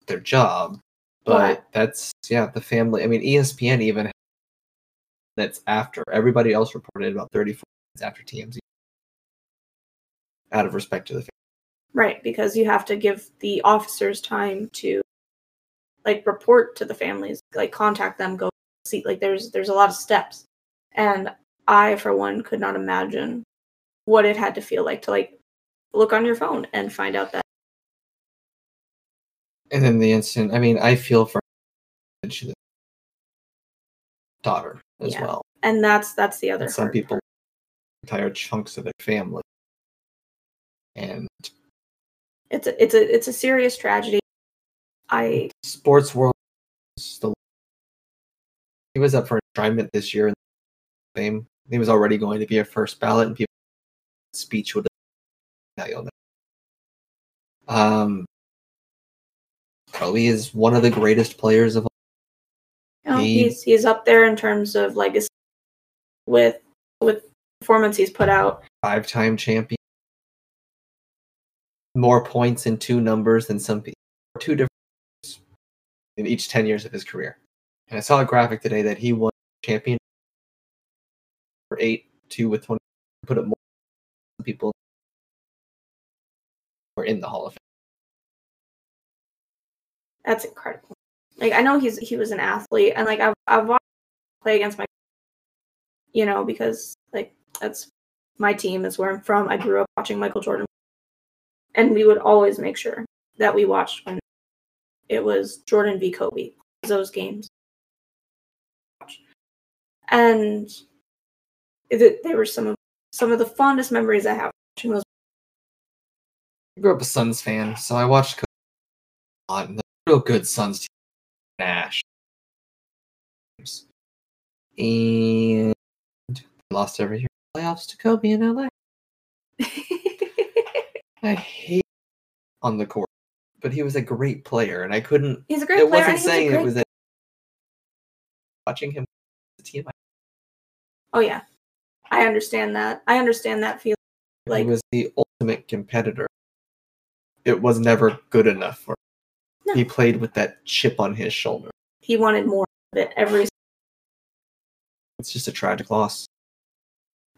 [SPEAKER 1] do their job, but that's yeah, the family I mean E ESPN even that's after everybody else reported about 34 minutes after TMZ out of respect to the family.
[SPEAKER 2] Right, because you have to give the officers time to like report to the families, like contact them, go see like there's there's a lot of steps. And I for one could not imagine what it had to feel like to like look on your phone and find out that
[SPEAKER 1] And then the instant I mean I feel for the daughter as
[SPEAKER 2] Yeah.
[SPEAKER 1] well.
[SPEAKER 2] and that's that's the other
[SPEAKER 1] And some
[SPEAKER 2] hard
[SPEAKER 1] people
[SPEAKER 2] part.
[SPEAKER 1] entire chunks of their family and
[SPEAKER 2] it's a, it's a it's a serious tragedy. I
[SPEAKER 1] sports world still he was up for enshrinement this year in the game he was already going to be a first ballot and people speech would now you'll know um Kobe is one of the greatest players of all
[SPEAKER 2] No,
[SPEAKER 1] He-
[SPEAKER 2] he's he's up there in terms of legacy with with performance he's put out.
[SPEAKER 1] five-time champion more points in two numbers than some people two different in each 10 years of his career and i saw a graphic today that he won champion for eight two with 20 put up more people who are in the hall of fame
[SPEAKER 2] That's incredible. Like I know he's he was an athlete and like I've I've watched him play against my you know, because like that's my team is where I'm from. I grew up watching Michael Jordan. And we would always make sure that we watched when it was Jordan v. Kobe, those games. And it, they were some of some of the fondest memories I have watching those.
[SPEAKER 1] i grew up a suns fan so i watched Kobe a lot and the real good suns team nash and lost every year in the playoffs to kobe in la I hate on the court, but he was a great player, and I couldn't.
[SPEAKER 2] he's a great
[SPEAKER 1] it
[SPEAKER 2] player. and
[SPEAKER 1] wasn't
[SPEAKER 2] he's a
[SPEAKER 1] saying
[SPEAKER 2] great-
[SPEAKER 1] it was a, watching him. The team,
[SPEAKER 2] Oh yeah, I understand that. I understand that feeling.
[SPEAKER 1] he
[SPEAKER 2] Like-
[SPEAKER 1] was the ultimate competitor. It was never good enough for him.
[SPEAKER 2] No.
[SPEAKER 1] He played with that chip on his shoulder.
[SPEAKER 2] He wanted more of it every.
[SPEAKER 1] It's just a tragic loss.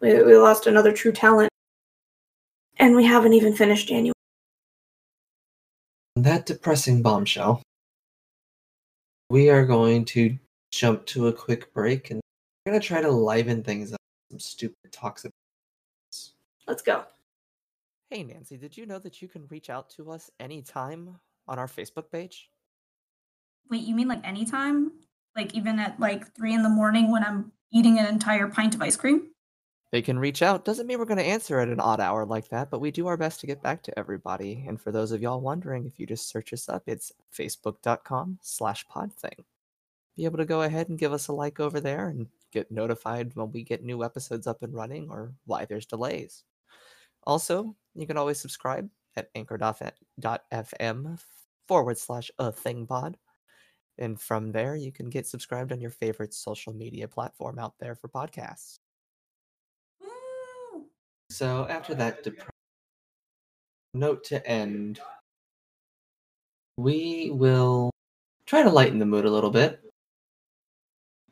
[SPEAKER 2] We, we lost another true talent, and we haven't even finished January.
[SPEAKER 1] On that depressing bombshell, we are going to jump to a quick break and we're going to try to liven things up with some stupid toxic.
[SPEAKER 2] Let's go.
[SPEAKER 3] Hey, Nancy, did you know that you can reach out to us anytime on our Facebook page?
[SPEAKER 4] Wait, you mean like anytime? Like even at like three in the morning when I'm eating an entire pint of ice cream?
[SPEAKER 3] They can reach out. Doesn't mean we're going to answer at an odd hour like that, but we do our best to get back to everybody. And for those of y'all wondering, if you just search us up, it's facebook.com slash podthing. Be able to go ahead and give us a like over there and get notified when we get new episodes up and running or why there's delays. Also, you can always subscribe at anchor.fm forward slash a thing pod. And from there, you can get subscribed on your favorite social media platform out there for podcasts.
[SPEAKER 4] Woo!
[SPEAKER 1] So after that depressing note to end, we will try to lighten the mood a little bit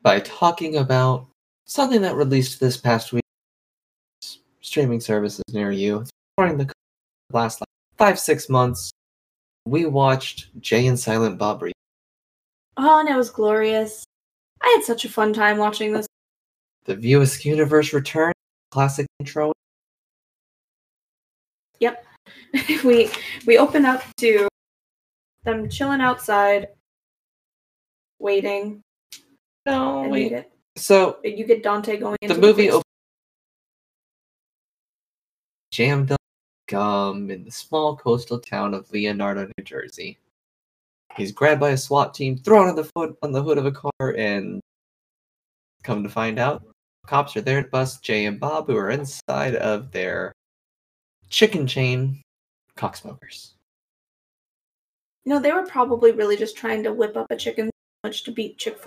[SPEAKER 1] by talking about something that released this past week. S- Streaming services near you. During the last like, five six months, we watched Jay and Silent Bob. Re-
[SPEAKER 2] Oh, and it was glorious. I had such a fun time watching this.
[SPEAKER 1] the View Askew universe return. Classic intro.
[SPEAKER 2] we we open up to them chilling outside, waiting.
[SPEAKER 1] No,
[SPEAKER 2] and you
[SPEAKER 1] wait.
[SPEAKER 2] get,
[SPEAKER 1] So
[SPEAKER 2] you get Dante going.
[SPEAKER 1] the
[SPEAKER 2] Into
[SPEAKER 1] movie
[SPEAKER 2] basement.
[SPEAKER 1] op- jammed up gum in the small coastal town of Leonardo, New Jersey. He's grabbed by a SWAT team, thrown on the foot on the hood of a car, and come to find out, cops are there to bust Jay and Bob, who are inside of their chicken chain cocksmokers.
[SPEAKER 2] No, they were probably really just trying to whip up a chicken sandwich to beat Chick fil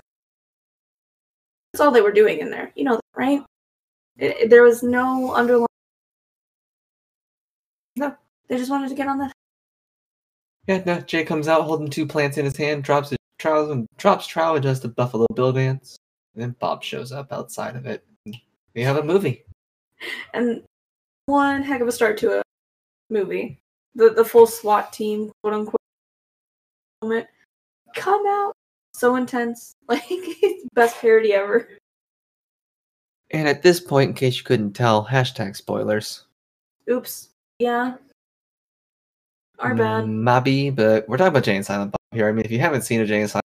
[SPEAKER 2] That's all they were doing in there. You know that, right? It, it- there was no underlying. No. They just wanted to get on that.
[SPEAKER 1] Yeah, no, Jay comes out holding two plants in his hand, drops his trowel and drops trowel and does the Buffalo Bill dance. And then Bob shows up outside of it. and We have a movie.
[SPEAKER 2] And one heck of a start to a movie. The, the full SWAT team, quote unquote, moment come out so intense. Like, it's the best parody ever.
[SPEAKER 1] And at this point, in case you couldn't tell, hashtag spoilers.
[SPEAKER 2] Oops. Yeah. Our
[SPEAKER 1] Mm.
[SPEAKER 2] bad.
[SPEAKER 1] Maybe, but we're talking about Jay and Silent Bob here. I mean, if you haven't seen a Jay and Silent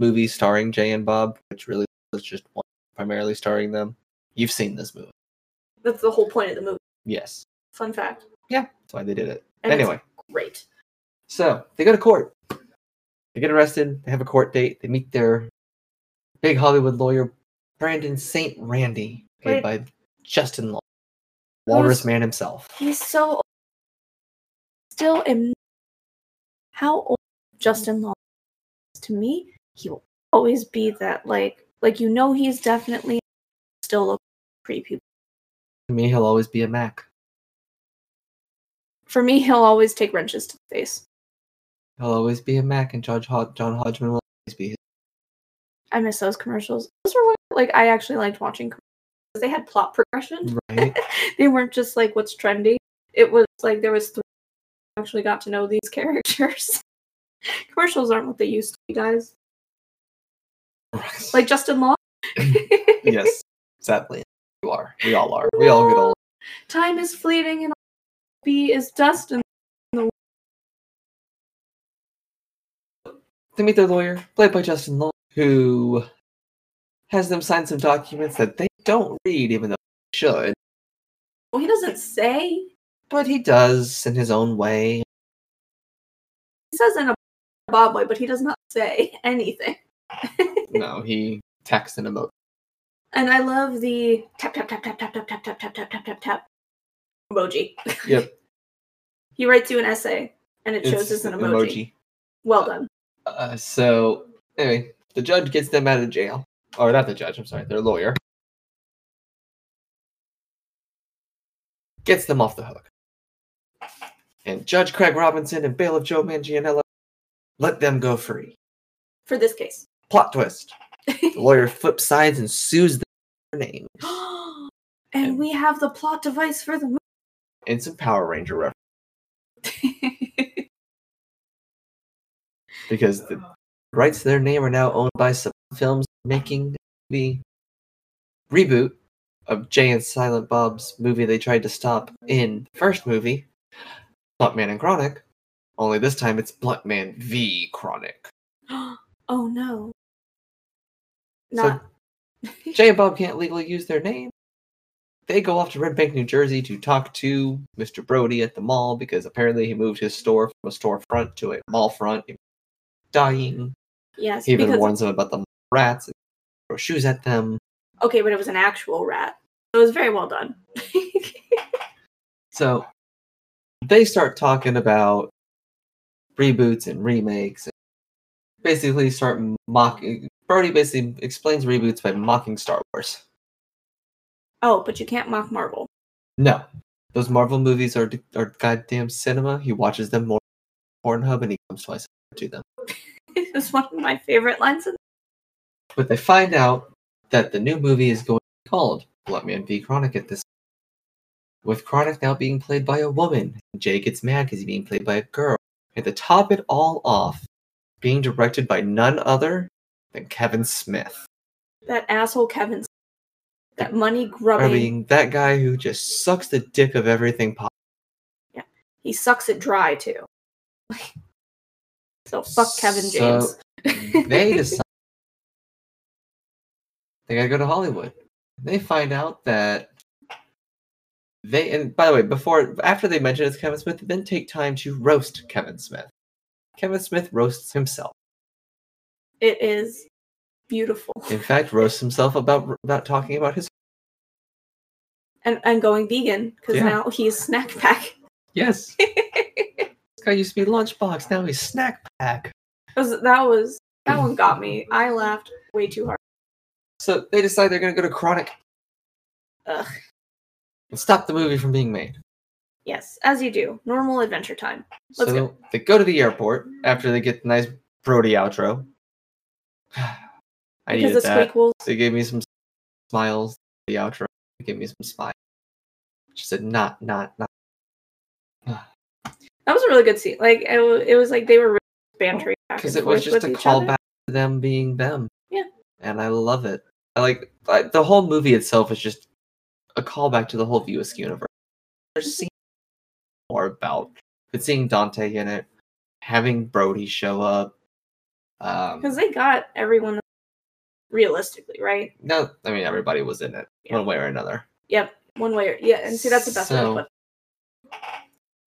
[SPEAKER 1] movie starring Jay and Bob, which really was just one primarily starring them, you've seen this movie.
[SPEAKER 2] That's the whole point of the movie.
[SPEAKER 1] Yes.
[SPEAKER 2] Fun fact.
[SPEAKER 1] Yeah, that's why they did it.
[SPEAKER 2] And it's
[SPEAKER 1] anyway.
[SPEAKER 2] Great.
[SPEAKER 1] So they go to court. They get arrested. They have a court date. They meet their big Hollywood lawyer, Brandon St. Randy, played by
[SPEAKER 2] Wait.
[SPEAKER 1] Justin Long,
[SPEAKER 2] Who's-
[SPEAKER 1] Walrus Man himself.
[SPEAKER 2] He's so old. still am. How old Justin Long is to me, he will always be that like like you know he's definitely still look creepy.
[SPEAKER 1] To me, he'll always be a Mac.
[SPEAKER 2] For me, he'll always take wrenches to the face.
[SPEAKER 1] He'll always be a Mac, and Judge Hod- John Hodgman will always be his.
[SPEAKER 2] I miss those commercials. Those were what, like I actually liked watching commercials. They had plot progression.
[SPEAKER 1] Right?
[SPEAKER 2] they weren't just like what's trendy. It was like there was three actually got to know these characters. commercials aren't what they used to be, guys. Like Justin Long.
[SPEAKER 1] yes, sadly, you are. We all are. We all get old.
[SPEAKER 2] Time is fleeting and all be is dust and
[SPEAKER 1] They meet their lawyer, played by Justin Long, who has them sign some documents that they don't read, even though they should.
[SPEAKER 2] well, he doesn't say. He
[SPEAKER 1] but he does in his own way.
[SPEAKER 2] says in a Bob way, but he does not say anything.
[SPEAKER 1] No, he texts and emote.
[SPEAKER 2] And I love the tap tap tap tap tap tap tap tap tap tap tap tap tap emoji.
[SPEAKER 1] Yep.
[SPEAKER 2] he writes you an essay and it shows as an emoji. Well done.
[SPEAKER 1] Uh, so anyway, the judge gets them out of jail, or not the judge. I'm sorry, their lawyer. gets them off the hook. And Judge Craig Robinson and Bailiff Joe Manganiello let them go free.
[SPEAKER 2] for this case.
[SPEAKER 1] Plot twist. The lawyer flips sides and sues them for name
[SPEAKER 2] and we have the plot device for the
[SPEAKER 1] and some Power Ranger reference
[SPEAKER 2] movie.
[SPEAKER 1] because the rights to their name are now owned by some films making the reboot of Jay and Silent Bob's movie they tried to stop in the first movie, Bluntman and Chronic. Only this time it's Bluntman v Chronic.
[SPEAKER 2] oh no.
[SPEAKER 1] So-
[SPEAKER 2] Not
[SPEAKER 1] Jay and Bob can't legally use their name. They go off to Red Bank, New Jersey to talk to Mr. Brody at the mall because apparently he moved his store from a storefront to a mall front. He was Dying.
[SPEAKER 2] yes,
[SPEAKER 1] He even
[SPEAKER 2] because
[SPEAKER 1] warns them about the rats and throw shoes at them.
[SPEAKER 2] okay, but it was an actual rat. So it was very well done.
[SPEAKER 1] So they start talking about reboots and remakes. And basically, start mocking. Brody basically explains reboots by mocking Star Wars.
[SPEAKER 2] oh, but you can't mock Marvel.
[SPEAKER 1] No, those Marvel movies are are goddamn cinema. He watches them more on Pornhub, and he comes twice to them.
[SPEAKER 2] it was one of my favorite lines. In-
[SPEAKER 1] But they find out that the new movie is going to be called Bloodman v Chronic at this. With Chronic now being played by a woman, Jay gets mad because he's being played by a girl. And to top it all off, being directed by none other than Kevin Smith.
[SPEAKER 2] that asshole Kevin. That money grubbing.
[SPEAKER 1] I mean, that guy who just sucks the dick of everything possible.
[SPEAKER 2] He sucks it dry too. so fuck Kevin
[SPEAKER 1] So-
[SPEAKER 2] James.
[SPEAKER 1] they decide they gotta go to Hollywood. They find out that they and by the way, before after they mention it's Kevin Smith, they then take time to roast Kevin Smith. Kevin Smith roasts himself.
[SPEAKER 2] it is beautiful
[SPEAKER 1] In fact, roasts himself about about talking about his
[SPEAKER 2] and and going vegan because
[SPEAKER 1] Yeah.
[SPEAKER 2] now he's snack pack.
[SPEAKER 1] yes. this guy used to be lunchbox, now he's snack pack.
[SPEAKER 2] 'Cause That was that one got me. I laughed way too hard.
[SPEAKER 1] So they decide they're gonna go to Chronic
[SPEAKER 2] Ugh.
[SPEAKER 1] and stop the movie from being made.
[SPEAKER 2] Yes, as you do. Normal adventure time. Let's
[SPEAKER 1] so they go to the airport after they get the nice Brody outro. I
[SPEAKER 2] because
[SPEAKER 1] needed
[SPEAKER 2] it's
[SPEAKER 1] that.
[SPEAKER 2] prequels.
[SPEAKER 1] They gave me some smiles. The outro. They gave me some smiles. She said, "Not, not, not."
[SPEAKER 2] That was a really good scene. Like it, wa- it was like they were really bantering back
[SPEAKER 1] Because it
[SPEAKER 2] and
[SPEAKER 1] was
[SPEAKER 2] forth
[SPEAKER 1] just a
[SPEAKER 2] with each other.
[SPEAKER 1] callback to them being them.
[SPEAKER 2] Yeah.
[SPEAKER 1] And I love it. I like I, the whole movie itself is just a callback to the whole Viewisk universe. There's seeing more about, but seeing Dante in it, having Brody show up. Um,
[SPEAKER 2] because they got everyone realistically right.
[SPEAKER 1] No, I mean everybody was in it
[SPEAKER 2] Yeah.
[SPEAKER 1] one way or another.
[SPEAKER 2] Yep, one way or yeah. And see, that's the best way. to
[SPEAKER 1] So-
[SPEAKER 2] put it.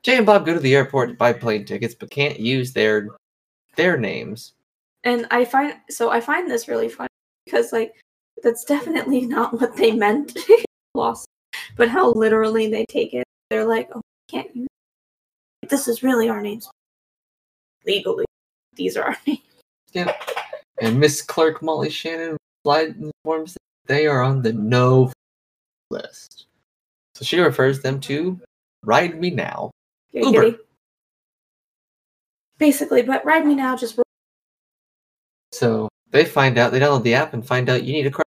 [SPEAKER 1] Jay and Bob go to the airport to buy plane tickets, but can't use their their names.
[SPEAKER 2] and i find so i find this really fun because like that's definitely not what they meant lost but how literally they take it they're like oh we can't you this is really our names legally these are our names
[SPEAKER 1] And Miss Clerk Molly Shannon replied and informs them they are on the no list. So she refers them to Ride Me Now.
[SPEAKER 2] Here,
[SPEAKER 1] Uber.
[SPEAKER 2] kitty. basically but ride me now just
[SPEAKER 1] So they find out they download the app and find out you need a credit.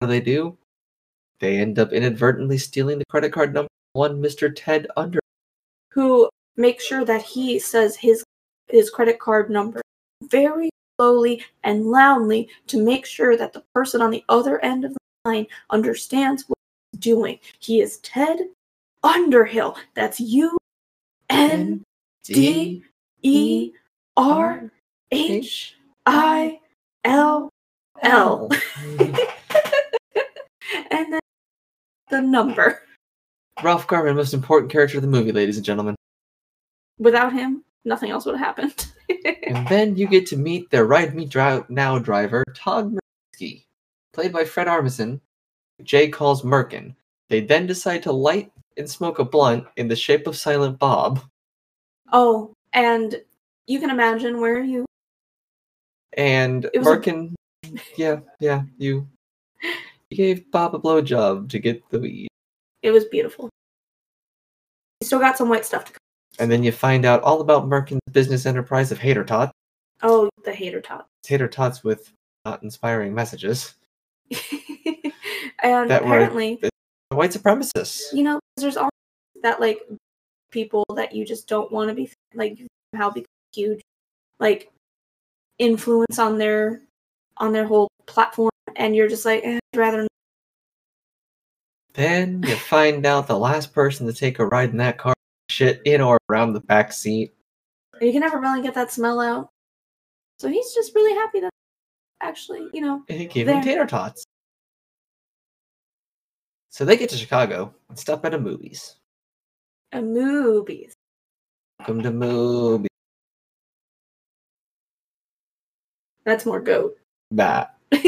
[SPEAKER 1] What do they do? They end up inadvertently stealing the credit card number one, Mr. Ted Under.
[SPEAKER 2] who makes sure that he says his his credit card number very slowly and loudly to make sure that the person on the other end of the line understands what he's doing. He is Ted Underhill. That's U N D E R H I L L. And then the number.
[SPEAKER 1] Ralph Garman, most important character of the movie, ladies and gentlemen.
[SPEAKER 2] Without him, nothing else would have happened.
[SPEAKER 1] And then you get to meet their Ride Me Dri- Now driver, Todd Murkowski, played by Fred Armisen, who Jay calls Merkin. They then decide to light and smoke a blunt in the shape of Silent Bob,
[SPEAKER 2] Oh, and you can imagine where you
[SPEAKER 1] and
[SPEAKER 2] It was a-
[SPEAKER 1] Merkin, yeah, yeah, you, you gave Bob a blowjob to get the weed.
[SPEAKER 2] it was beautiful. You still got some white stuff to come.
[SPEAKER 1] And then you find out all about Merkin's business enterprise of Hater Tot.
[SPEAKER 2] Oh, the hater top.
[SPEAKER 1] It's Hater Tots with not inspiring messages.
[SPEAKER 2] and
[SPEAKER 1] That word.
[SPEAKER 2] apparently,
[SPEAKER 1] White supremacists.
[SPEAKER 2] you know, 'cause there's all that like people that you just don't want to be like you somehow become huge like influence on their on their whole platform, and you're just like eh, I'd rather. Not.
[SPEAKER 1] Then you find out the last person to take a ride in that car shit in or around the back seat.
[SPEAKER 2] You can never really get that smell out. So he's just really happy that actually, you know,
[SPEAKER 1] And he gave them
[SPEAKER 2] There.
[SPEAKER 1] tater tots. So they get to Chicago and stop at a movies.
[SPEAKER 2] a movies.
[SPEAKER 1] Welcome to movies.
[SPEAKER 2] That's more goat.
[SPEAKER 1] Nah,
[SPEAKER 2] That's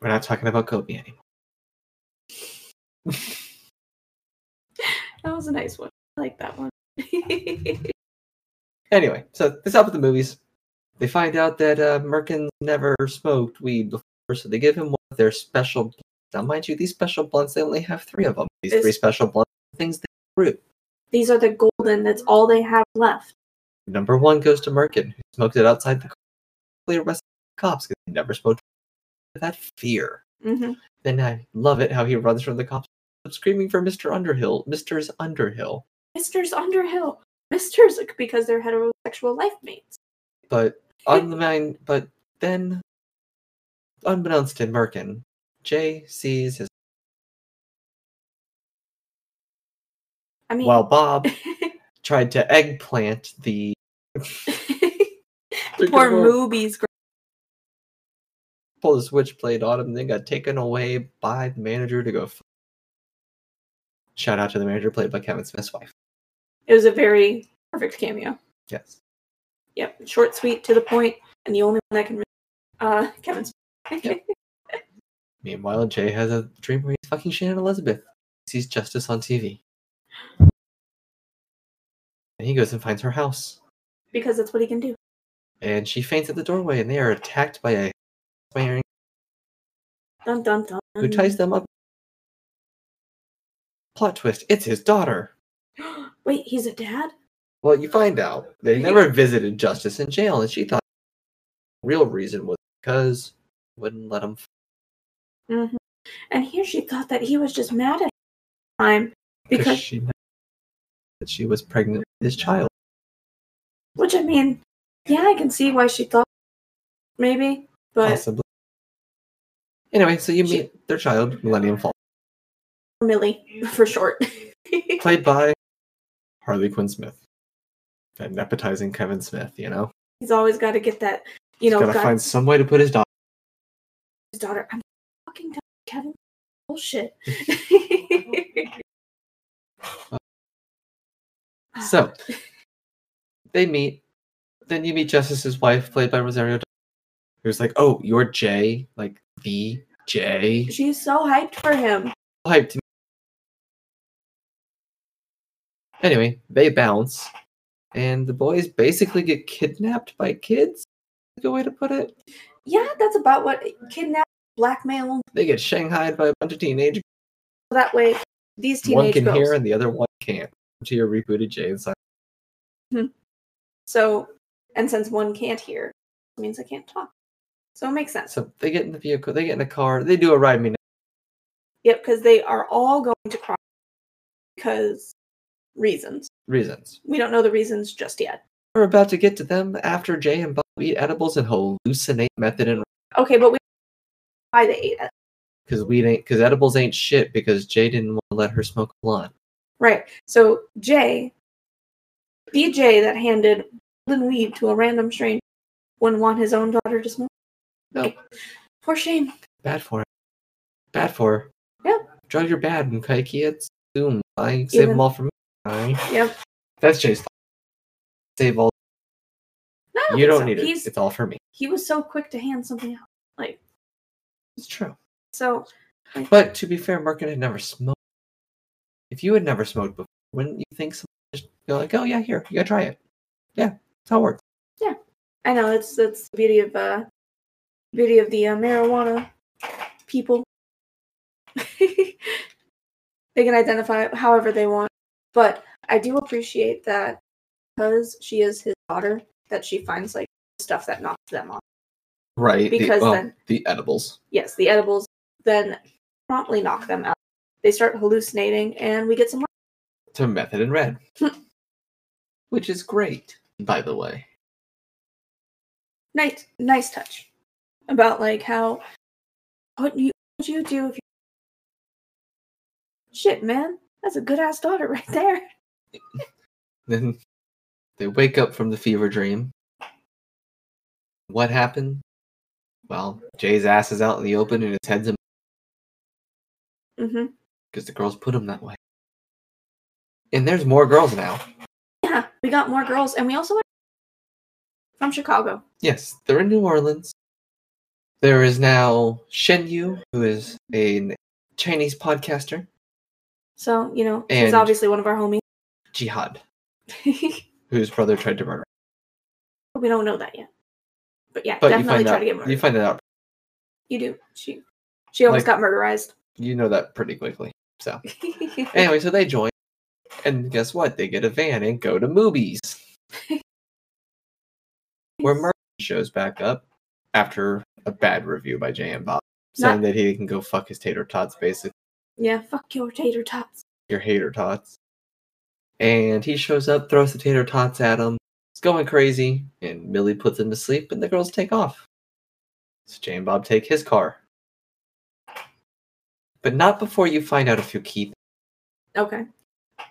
[SPEAKER 1] we're not talking about Kobe anymore.
[SPEAKER 2] That was a nice one. I like that one.
[SPEAKER 1] Anyway, so they stop at the movies. They find out that uh, Merkin never smoked weed before, so they give him one of their special blunts. Now, mind you, these special blunts, they only have three of them. These
[SPEAKER 2] This-
[SPEAKER 1] three special blunts are things they grew.
[SPEAKER 2] These are the golden. That's all they have left.
[SPEAKER 1] Number one goes to Merkin, who smoked it outside the car. They arrested the cops because he never smoked that fear.
[SPEAKER 2] hmm
[SPEAKER 1] Then I love it how he runs from the cops screaming for Mr. Underhill. Mr.'s Underhill.
[SPEAKER 2] Misters Underhill. Misters because they're heterosexual life mates.
[SPEAKER 1] But on the mind, but then, unbeknownst to Merkin, Jay sees his
[SPEAKER 2] I mean,
[SPEAKER 1] while Bob tried to eggplant the
[SPEAKER 2] poor Moobies. gr-
[SPEAKER 1] Pull the switchblade on him, then got taken away by the manager to go. F- Shout out to the manager played by Kevin Smith's wife.
[SPEAKER 2] It was a very perfect cameo.
[SPEAKER 1] Yes.
[SPEAKER 2] Yep, short, sweet, to the point, and the only one that can. Re- uh, Kevin's.
[SPEAKER 1] Meanwhile, Jay has a dream where he's fucking Shannon Elizabeth. He sees justice on TV. And he goes and finds her house.
[SPEAKER 2] because that's what he can do.
[SPEAKER 1] And she faints at the doorway, and they are attacked by a swearing
[SPEAKER 2] Dun dun dun.
[SPEAKER 1] who ties them up. Plot twist it's his daughter.
[SPEAKER 2] Wait, he's a dad.
[SPEAKER 1] Well, you find out they never visited Justice in jail, and she thought the real reason was because he wouldn't let him.
[SPEAKER 2] hmm And here she thought that he was just mad at her time because,
[SPEAKER 1] she kn- that she was pregnant with his child.
[SPEAKER 2] which I mean, yeah, I can see why she thought maybe, but
[SPEAKER 1] Possibly. Anyway, so you
[SPEAKER 2] She-
[SPEAKER 1] meet their child, Millennium Falcon,
[SPEAKER 2] Millie for short.
[SPEAKER 1] played by Harley Quinn Smith. An appetizing Kevin Smith, you know.
[SPEAKER 2] he's always got to get that, you know,
[SPEAKER 1] He's gotta
[SPEAKER 2] got
[SPEAKER 1] find some way to put his daughter.
[SPEAKER 2] his daughter. I'm fucking done, with Kevin. Bullshit.
[SPEAKER 1] So they meet. Then you meet Justice's wife, played by Rosario, Dawson, who's like, "Oh, you're Jay, like the Jay."
[SPEAKER 2] she's so hyped for him.
[SPEAKER 1] hyped. to me. Anyway, they bounce, and the boys basically get kidnapped by kids. Is that A good way to put it.
[SPEAKER 2] Yeah, that's about what kidnap, blackmail.
[SPEAKER 1] They get shanghaied by a bunch of teenage.
[SPEAKER 2] That way, these
[SPEAKER 1] one
[SPEAKER 2] teenage
[SPEAKER 1] can
[SPEAKER 2] girls.
[SPEAKER 1] hear and the other one can't. To your rebooted Jay and Silent.
[SPEAKER 2] So, and since one can't hear, it means I can't talk. So it makes sense.
[SPEAKER 1] So they get in the vehicle. They get in the car. They do a ride me. Now.
[SPEAKER 2] Yep, because they are all going to cry because reasons.
[SPEAKER 1] Reasons.
[SPEAKER 2] We don't know the reasons just yet.
[SPEAKER 1] We're about to get to them after Jay and Bob eat edibles and hallucinate method and
[SPEAKER 2] Okay, but we why they ate it.
[SPEAKER 1] because we ain't because edibles ain't shit because Jay didn't want to let her smoke a blunt.
[SPEAKER 2] Right. So Jay, DJ that handed golden weed to a random stranger, wouldn't want his own daughter to smoke.
[SPEAKER 1] No,
[SPEAKER 2] Poor Shane.
[SPEAKER 1] bad for it. Bad for. her.
[SPEAKER 2] Yeah.
[SPEAKER 1] Drugs are bad, and okay, kids. Boom. I save
[SPEAKER 2] Even-
[SPEAKER 1] them all from. I.
[SPEAKER 2] Yep.
[SPEAKER 1] That's Jay's. thought. Save all.
[SPEAKER 2] No, I
[SPEAKER 1] you
[SPEAKER 2] think
[SPEAKER 1] don't
[SPEAKER 2] so.
[SPEAKER 1] need it.
[SPEAKER 2] He's,
[SPEAKER 1] It's all for me.
[SPEAKER 2] He was so quick to hand something out.
[SPEAKER 1] It's true.
[SPEAKER 2] So
[SPEAKER 1] But to be fair, Merkin had never smoked. If you had never smoked before, wouldn't you think someone just go like, "Oh yeah, here, you gotta try it." Yeah, that's how it works.
[SPEAKER 2] I know that's that's the beauty of uh beauty of the uh, marijuana people. they can identify it however they want. But I do appreciate that because she is his daughter, that she finds like stuff that knocks them off.
[SPEAKER 1] Right.
[SPEAKER 2] Because
[SPEAKER 1] the, well,
[SPEAKER 2] then-
[SPEAKER 1] the edibles.
[SPEAKER 2] Yes, the edibles then promptly knock them out. They start hallucinating, and we get some.
[SPEAKER 1] To Method and Red.
[SPEAKER 2] Hmm.
[SPEAKER 1] Which is great, by the way.
[SPEAKER 2] nice nice touch about like how what you would you do if you shit man that's a good ass daughter right there
[SPEAKER 1] Then they wake up from the fever dream. What happened? Well, Jay's ass is out in the open and his head's in
[SPEAKER 2] mm-hmm.
[SPEAKER 1] because the girls put him that way. And there's more girls now.
[SPEAKER 2] yeah we got more girls and we also from chicago
[SPEAKER 1] Yes, they're in New Orleans. There is now Shen Yu, who is a Chinese podcaster,
[SPEAKER 2] so you know she's
[SPEAKER 1] And-
[SPEAKER 2] obviously one of our homies
[SPEAKER 1] Jihad,
[SPEAKER 2] we
[SPEAKER 1] whose brother tried to murder. him.
[SPEAKER 2] don't know that yet but yeah
[SPEAKER 1] But
[SPEAKER 2] definitely
[SPEAKER 1] you find
[SPEAKER 2] try
[SPEAKER 1] out,
[SPEAKER 2] to get murdered
[SPEAKER 1] you
[SPEAKER 2] you,
[SPEAKER 1] find it out.
[SPEAKER 2] do she she almost
[SPEAKER 1] Like-
[SPEAKER 2] got murderized
[SPEAKER 1] You know that pretty quickly. So anyway, so they join, and guess what? They get a van and go to movies, where Murray shows back up after a bad review by J and Bob, saying that he can go fuck his tater tots, basically.
[SPEAKER 2] yeah fuck your tater tots
[SPEAKER 1] your hater tots. And he shows up, throws the tater tots at him. It's going crazy, and Millie puts him to sleep, and the girls take off. So Jay and Bob take his car. But not before you find out a few key things.
[SPEAKER 2] okay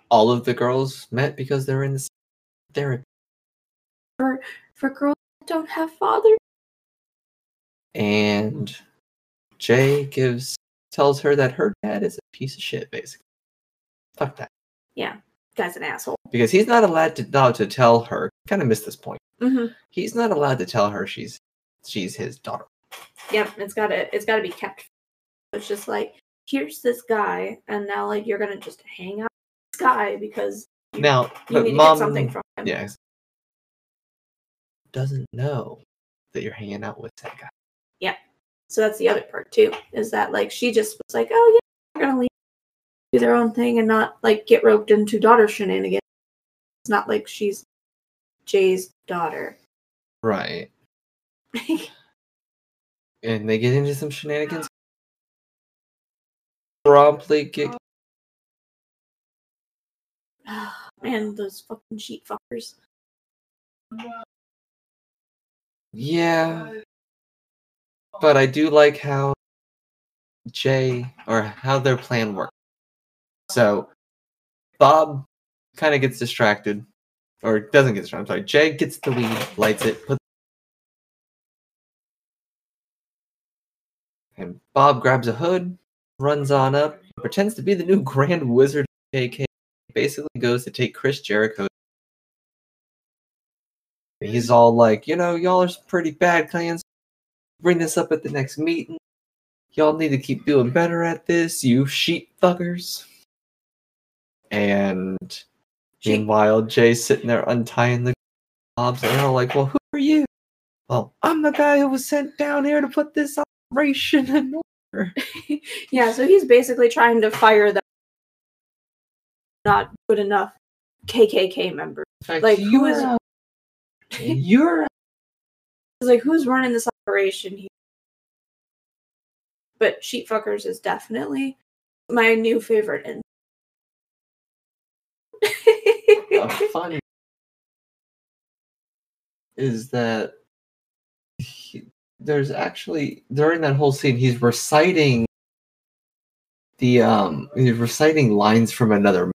[SPEAKER 1] All of the girls met because they're in the same therapy.
[SPEAKER 2] for girls that don't have fathers
[SPEAKER 1] And Jay gives tells her that her dad is a piece of shit, basically. Fuck that.
[SPEAKER 2] guy's an asshole
[SPEAKER 1] Because he's not allowed to allowed to tell her. Kind of missed this point.
[SPEAKER 2] mm-hmm
[SPEAKER 1] he's not allowed to tell her she's she's his daughter.
[SPEAKER 2] Yep, it's gotta it's gotta be kept. It's just like here's this guy, and now like you're gonna just hang out with this guy because
[SPEAKER 1] Now,
[SPEAKER 2] you
[SPEAKER 1] but
[SPEAKER 2] need
[SPEAKER 1] mom
[SPEAKER 2] to get something from him.
[SPEAKER 1] yeah, doesn't know that you're hanging out with that guy.
[SPEAKER 2] So that's the other part too, is that like she just was like, oh yeah, they're gonna leave, do their own thing, and not like get roped into daughter shenanigans. It's not like she's Jay's daughter.
[SPEAKER 1] Right. And they get into some shenanigans. Promptly get
[SPEAKER 2] Man, those fucking sheet fuckers.
[SPEAKER 1] yeah. But I do like how Jay or how their plan worked. So Bob kind of gets distracted. Or doesn't get distracted. I'm sorry. Jay gets the weed, lights it, puts And Bob grabs a hood, runs on up, pretends to be the new Grand Wizard JK, basically goes to take Chris Jericho. And He's all like, you know, y'all are some pretty bad clans. Bring this up at the next meeting. Y'all need to keep doing better at this, you sheep fuckers. And
[SPEAKER 2] She,
[SPEAKER 1] meanwhile, Jay's sitting there untying the knobs, and they're all like, well, who are you? Well, I'm the guy who was sent down here to put this operation in
[SPEAKER 2] yeah, so he's basically trying to fire the not good enough KKK member. Like, who
[SPEAKER 1] you
[SPEAKER 2] is-
[SPEAKER 1] are- you're
[SPEAKER 2] It's like, who's running this operation here? But Sheetfuckers is definitely my new favorite. And
[SPEAKER 1] a funny is that he, there's actually during that whole scene he's reciting the um he's reciting lines from another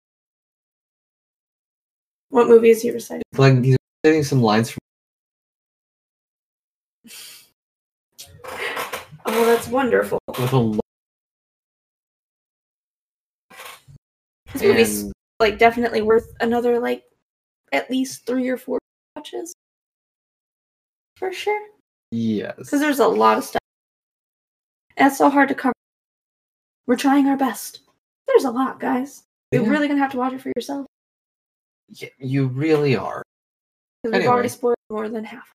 [SPEAKER 2] what movie is he reciting?
[SPEAKER 1] like he's reciting some lines from
[SPEAKER 2] Oh, that's wonderful.
[SPEAKER 1] with a lo-
[SPEAKER 2] This movie's
[SPEAKER 1] and
[SPEAKER 2] like definitely worth another like at least three or four watches for sure.
[SPEAKER 1] yes
[SPEAKER 2] Because there's a lot of stuff. And it's so hard to cover. We're trying our best. There's a lot, guys. You're
[SPEAKER 1] Yeah.
[SPEAKER 2] really gonna have to watch it for yourself.
[SPEAKER 1] Y- you really are
[SPEAKER 2] Because we've
[SPEAKER 1] Anyway.
[SPEAKER 2] already spoiled more than half.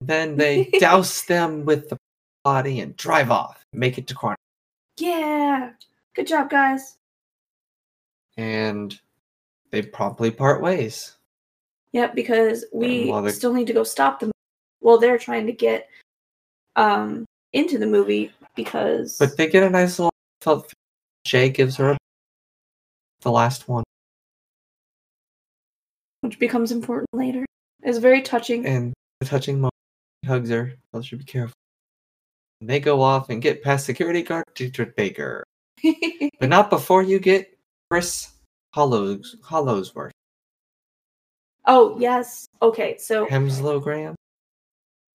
[SPEAKER 1] then they douse them with the body and drive off make it to corner
[SPEAKER 2] Yeah. Good job, guys.
[SPEAKER 1] and They promptly part ways.
[SPEAKER 2] Yep, because we
[SPEAKER 1] Well, they-
[SPEAKER 2] still need to go stop them while they're trying to get um into the movie because
[SPEAKER 1] But they get a nice little felt. Jay gives her a, the last one,
[SPEAKER 2] which becomes important later. It's very touching.
[SPEAKER 1] and the touching moment he hugs her. Tells her to be careful. And they go off and get past security guard Dietrich Baker, but not before you get Chris Hollows Hollowsworth
[SPEAKER 2] oh yes. Okay, so
[SPEAKER 1] Hemslowgram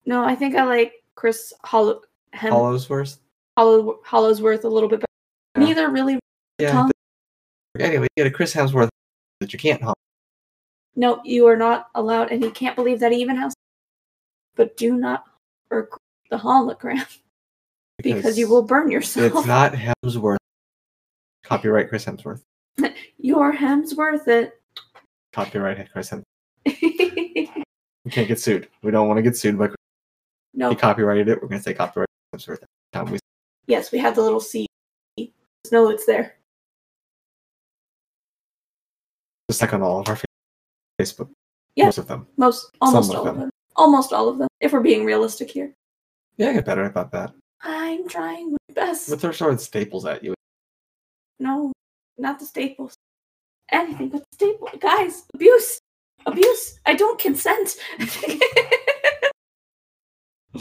[SPEAKER 2] no, I think I like Chris Hollow Hem-
[SPEAKER 1] Hollowsworth.
[SPEAKER 2] Hollow Hollowsworth a little bit better.
[SPEAKER 1] Yeah.
[SPEAKER 2] Neither really
[SPEAKER 1] Yeah.
[SPEAKER 2] Tom?
[SPEAKER 1] the- anyway, you get a Chris Hemsworth that you can't hump.
[SPEAKER 2] no, you are not allowed and he can't believe that he even has but do not or the hologram because, you will burn yourself.
[SPEAKER 1] It's not Hemsworth. Copyright Chris Hemsworth.
[SPEAKER 2] Your hem's worth it.
[SPEAKER 1] Copyright Chris Hemsworth. We can't get sued. We don't want to get sued by
[SPEAKER 2] no.
[SPEAKER 1] He copyrighted it. We're gonna say copyright Chris Hemsworth. every Time we
[SPEAKER 2] Yes, we had the little C. Just know it's there.
[SPEAKER 1] just like on all of our fa- Facebook,
[SPEAKER 2] Yeah.
[SPEAKER 1] most of them.
[SPEAKER 2] Most
[SPEAKER 1] Some
[SPEAKER 2] almost
[SPEAKER 1] of
[SPEAKER 2] all of
[SPEAKER 1] them.
[SPEAKER 2] them. Almost all of them. If we're being realistic here.
[SPEAKER 1] Yeah, I get better about that.
[SPEAKER 2] I'm trying my best.
[SPEAKER 1] But they're throwing staples at you.
[SPEAKER 2] no, not the staples. Anything but the staple. Guys, abuse. Abuse. I don't consent.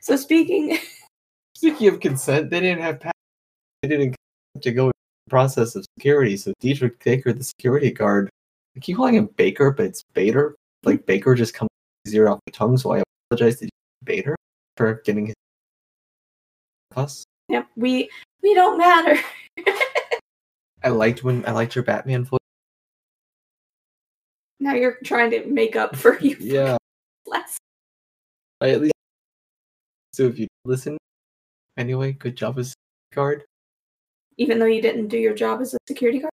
[SPEAKER 2] so speaking
[SPEAKER 1] Speaking of consent, they didn't have. pa- They didn't have to go through the process of security. So Dietrich Baker, the security guard, I keep calling him Baker, but it's Bader. Like Baker just comes zero off the tongue. So I apologize to Bader for getting his plus.
[SPEAKER 2] yep, we we don't matter.
[SPEAKER 1] I liked when I liked your Batman voice.
[SPEAKER 2] Now you're trying to make up for you
[SPEAKER 1] Yeah.
[SPEAKER 2] less.
[SPEAKER 1] I at least. So if you listen, anyway, good job as guard.
[SPEAKER 2] Even though you didn't do your job as a security guard.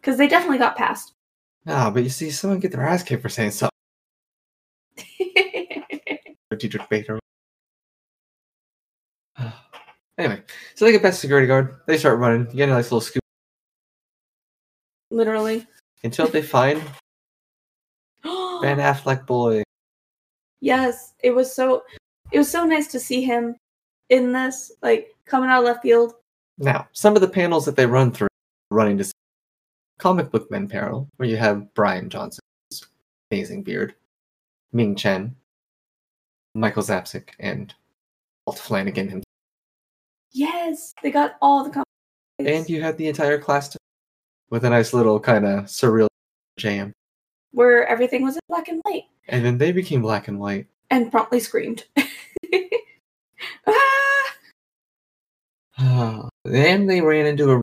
[SPEAKER 2] Because they definitely got passed.
[SPEAKER 1] Nah, but you see, someone get their ass kicked for saying something. Or Dietrich Baker. anyway, so they get past the security guard. They start running. You get a nice little scoop
[SPEAKER 2] Literally.
[SPEAKER 1] until they find Ben Affleck boy.
[SPEAKER 2] yes, it was so it was so nice to see him in this, like coming out of left field.
[SPEAKER 1] Now, some of the panels that they run through, running to comic book men panel, where you have Brian Johnson's amazing beard, Ming Chen, Michael Zapsik, and Walt Flanagan himself.
[SPEAKER 2] Yes, they got all the comments.
[SPEAKER 1] And you had the entire class to- with a nice little kind of surreal jam.
[SPEAKER 2] where everything was in black and white
[SPEAKER 1] And then they became black and white.
[SPEAKER 2] and promptly screamed. ah!
[SPEAKER 1] then they ran into a.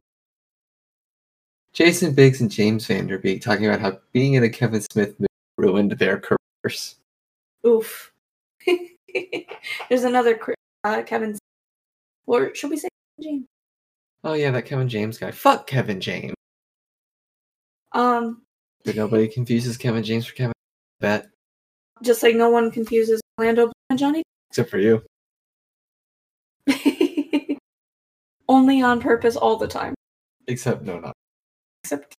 [SPEAKER 1] Jason Biggs and James Vanderbeek talking about how being in a Kevin Smith movie ruined their careers.
[SPEAKER 2] Oof. There's another cr- uh, Kevin's or should we say James?
[SPEAKER 1] Oh yeah, that Kevin James guy. Fuck Kevin James.
[SPEAKER 2] Um
[SPEAKER 1] But nobody confuses Kevin James for Kevin. Bet
[SPEAKER 2] just like no one confuses Orlando Bloom and Johnny
[SPEAKER 1] except for you.
[SPEAKER 2] Only on purpose all the time.
[SPEAKER 1] Except no, not
[SPEAKER 2] Except,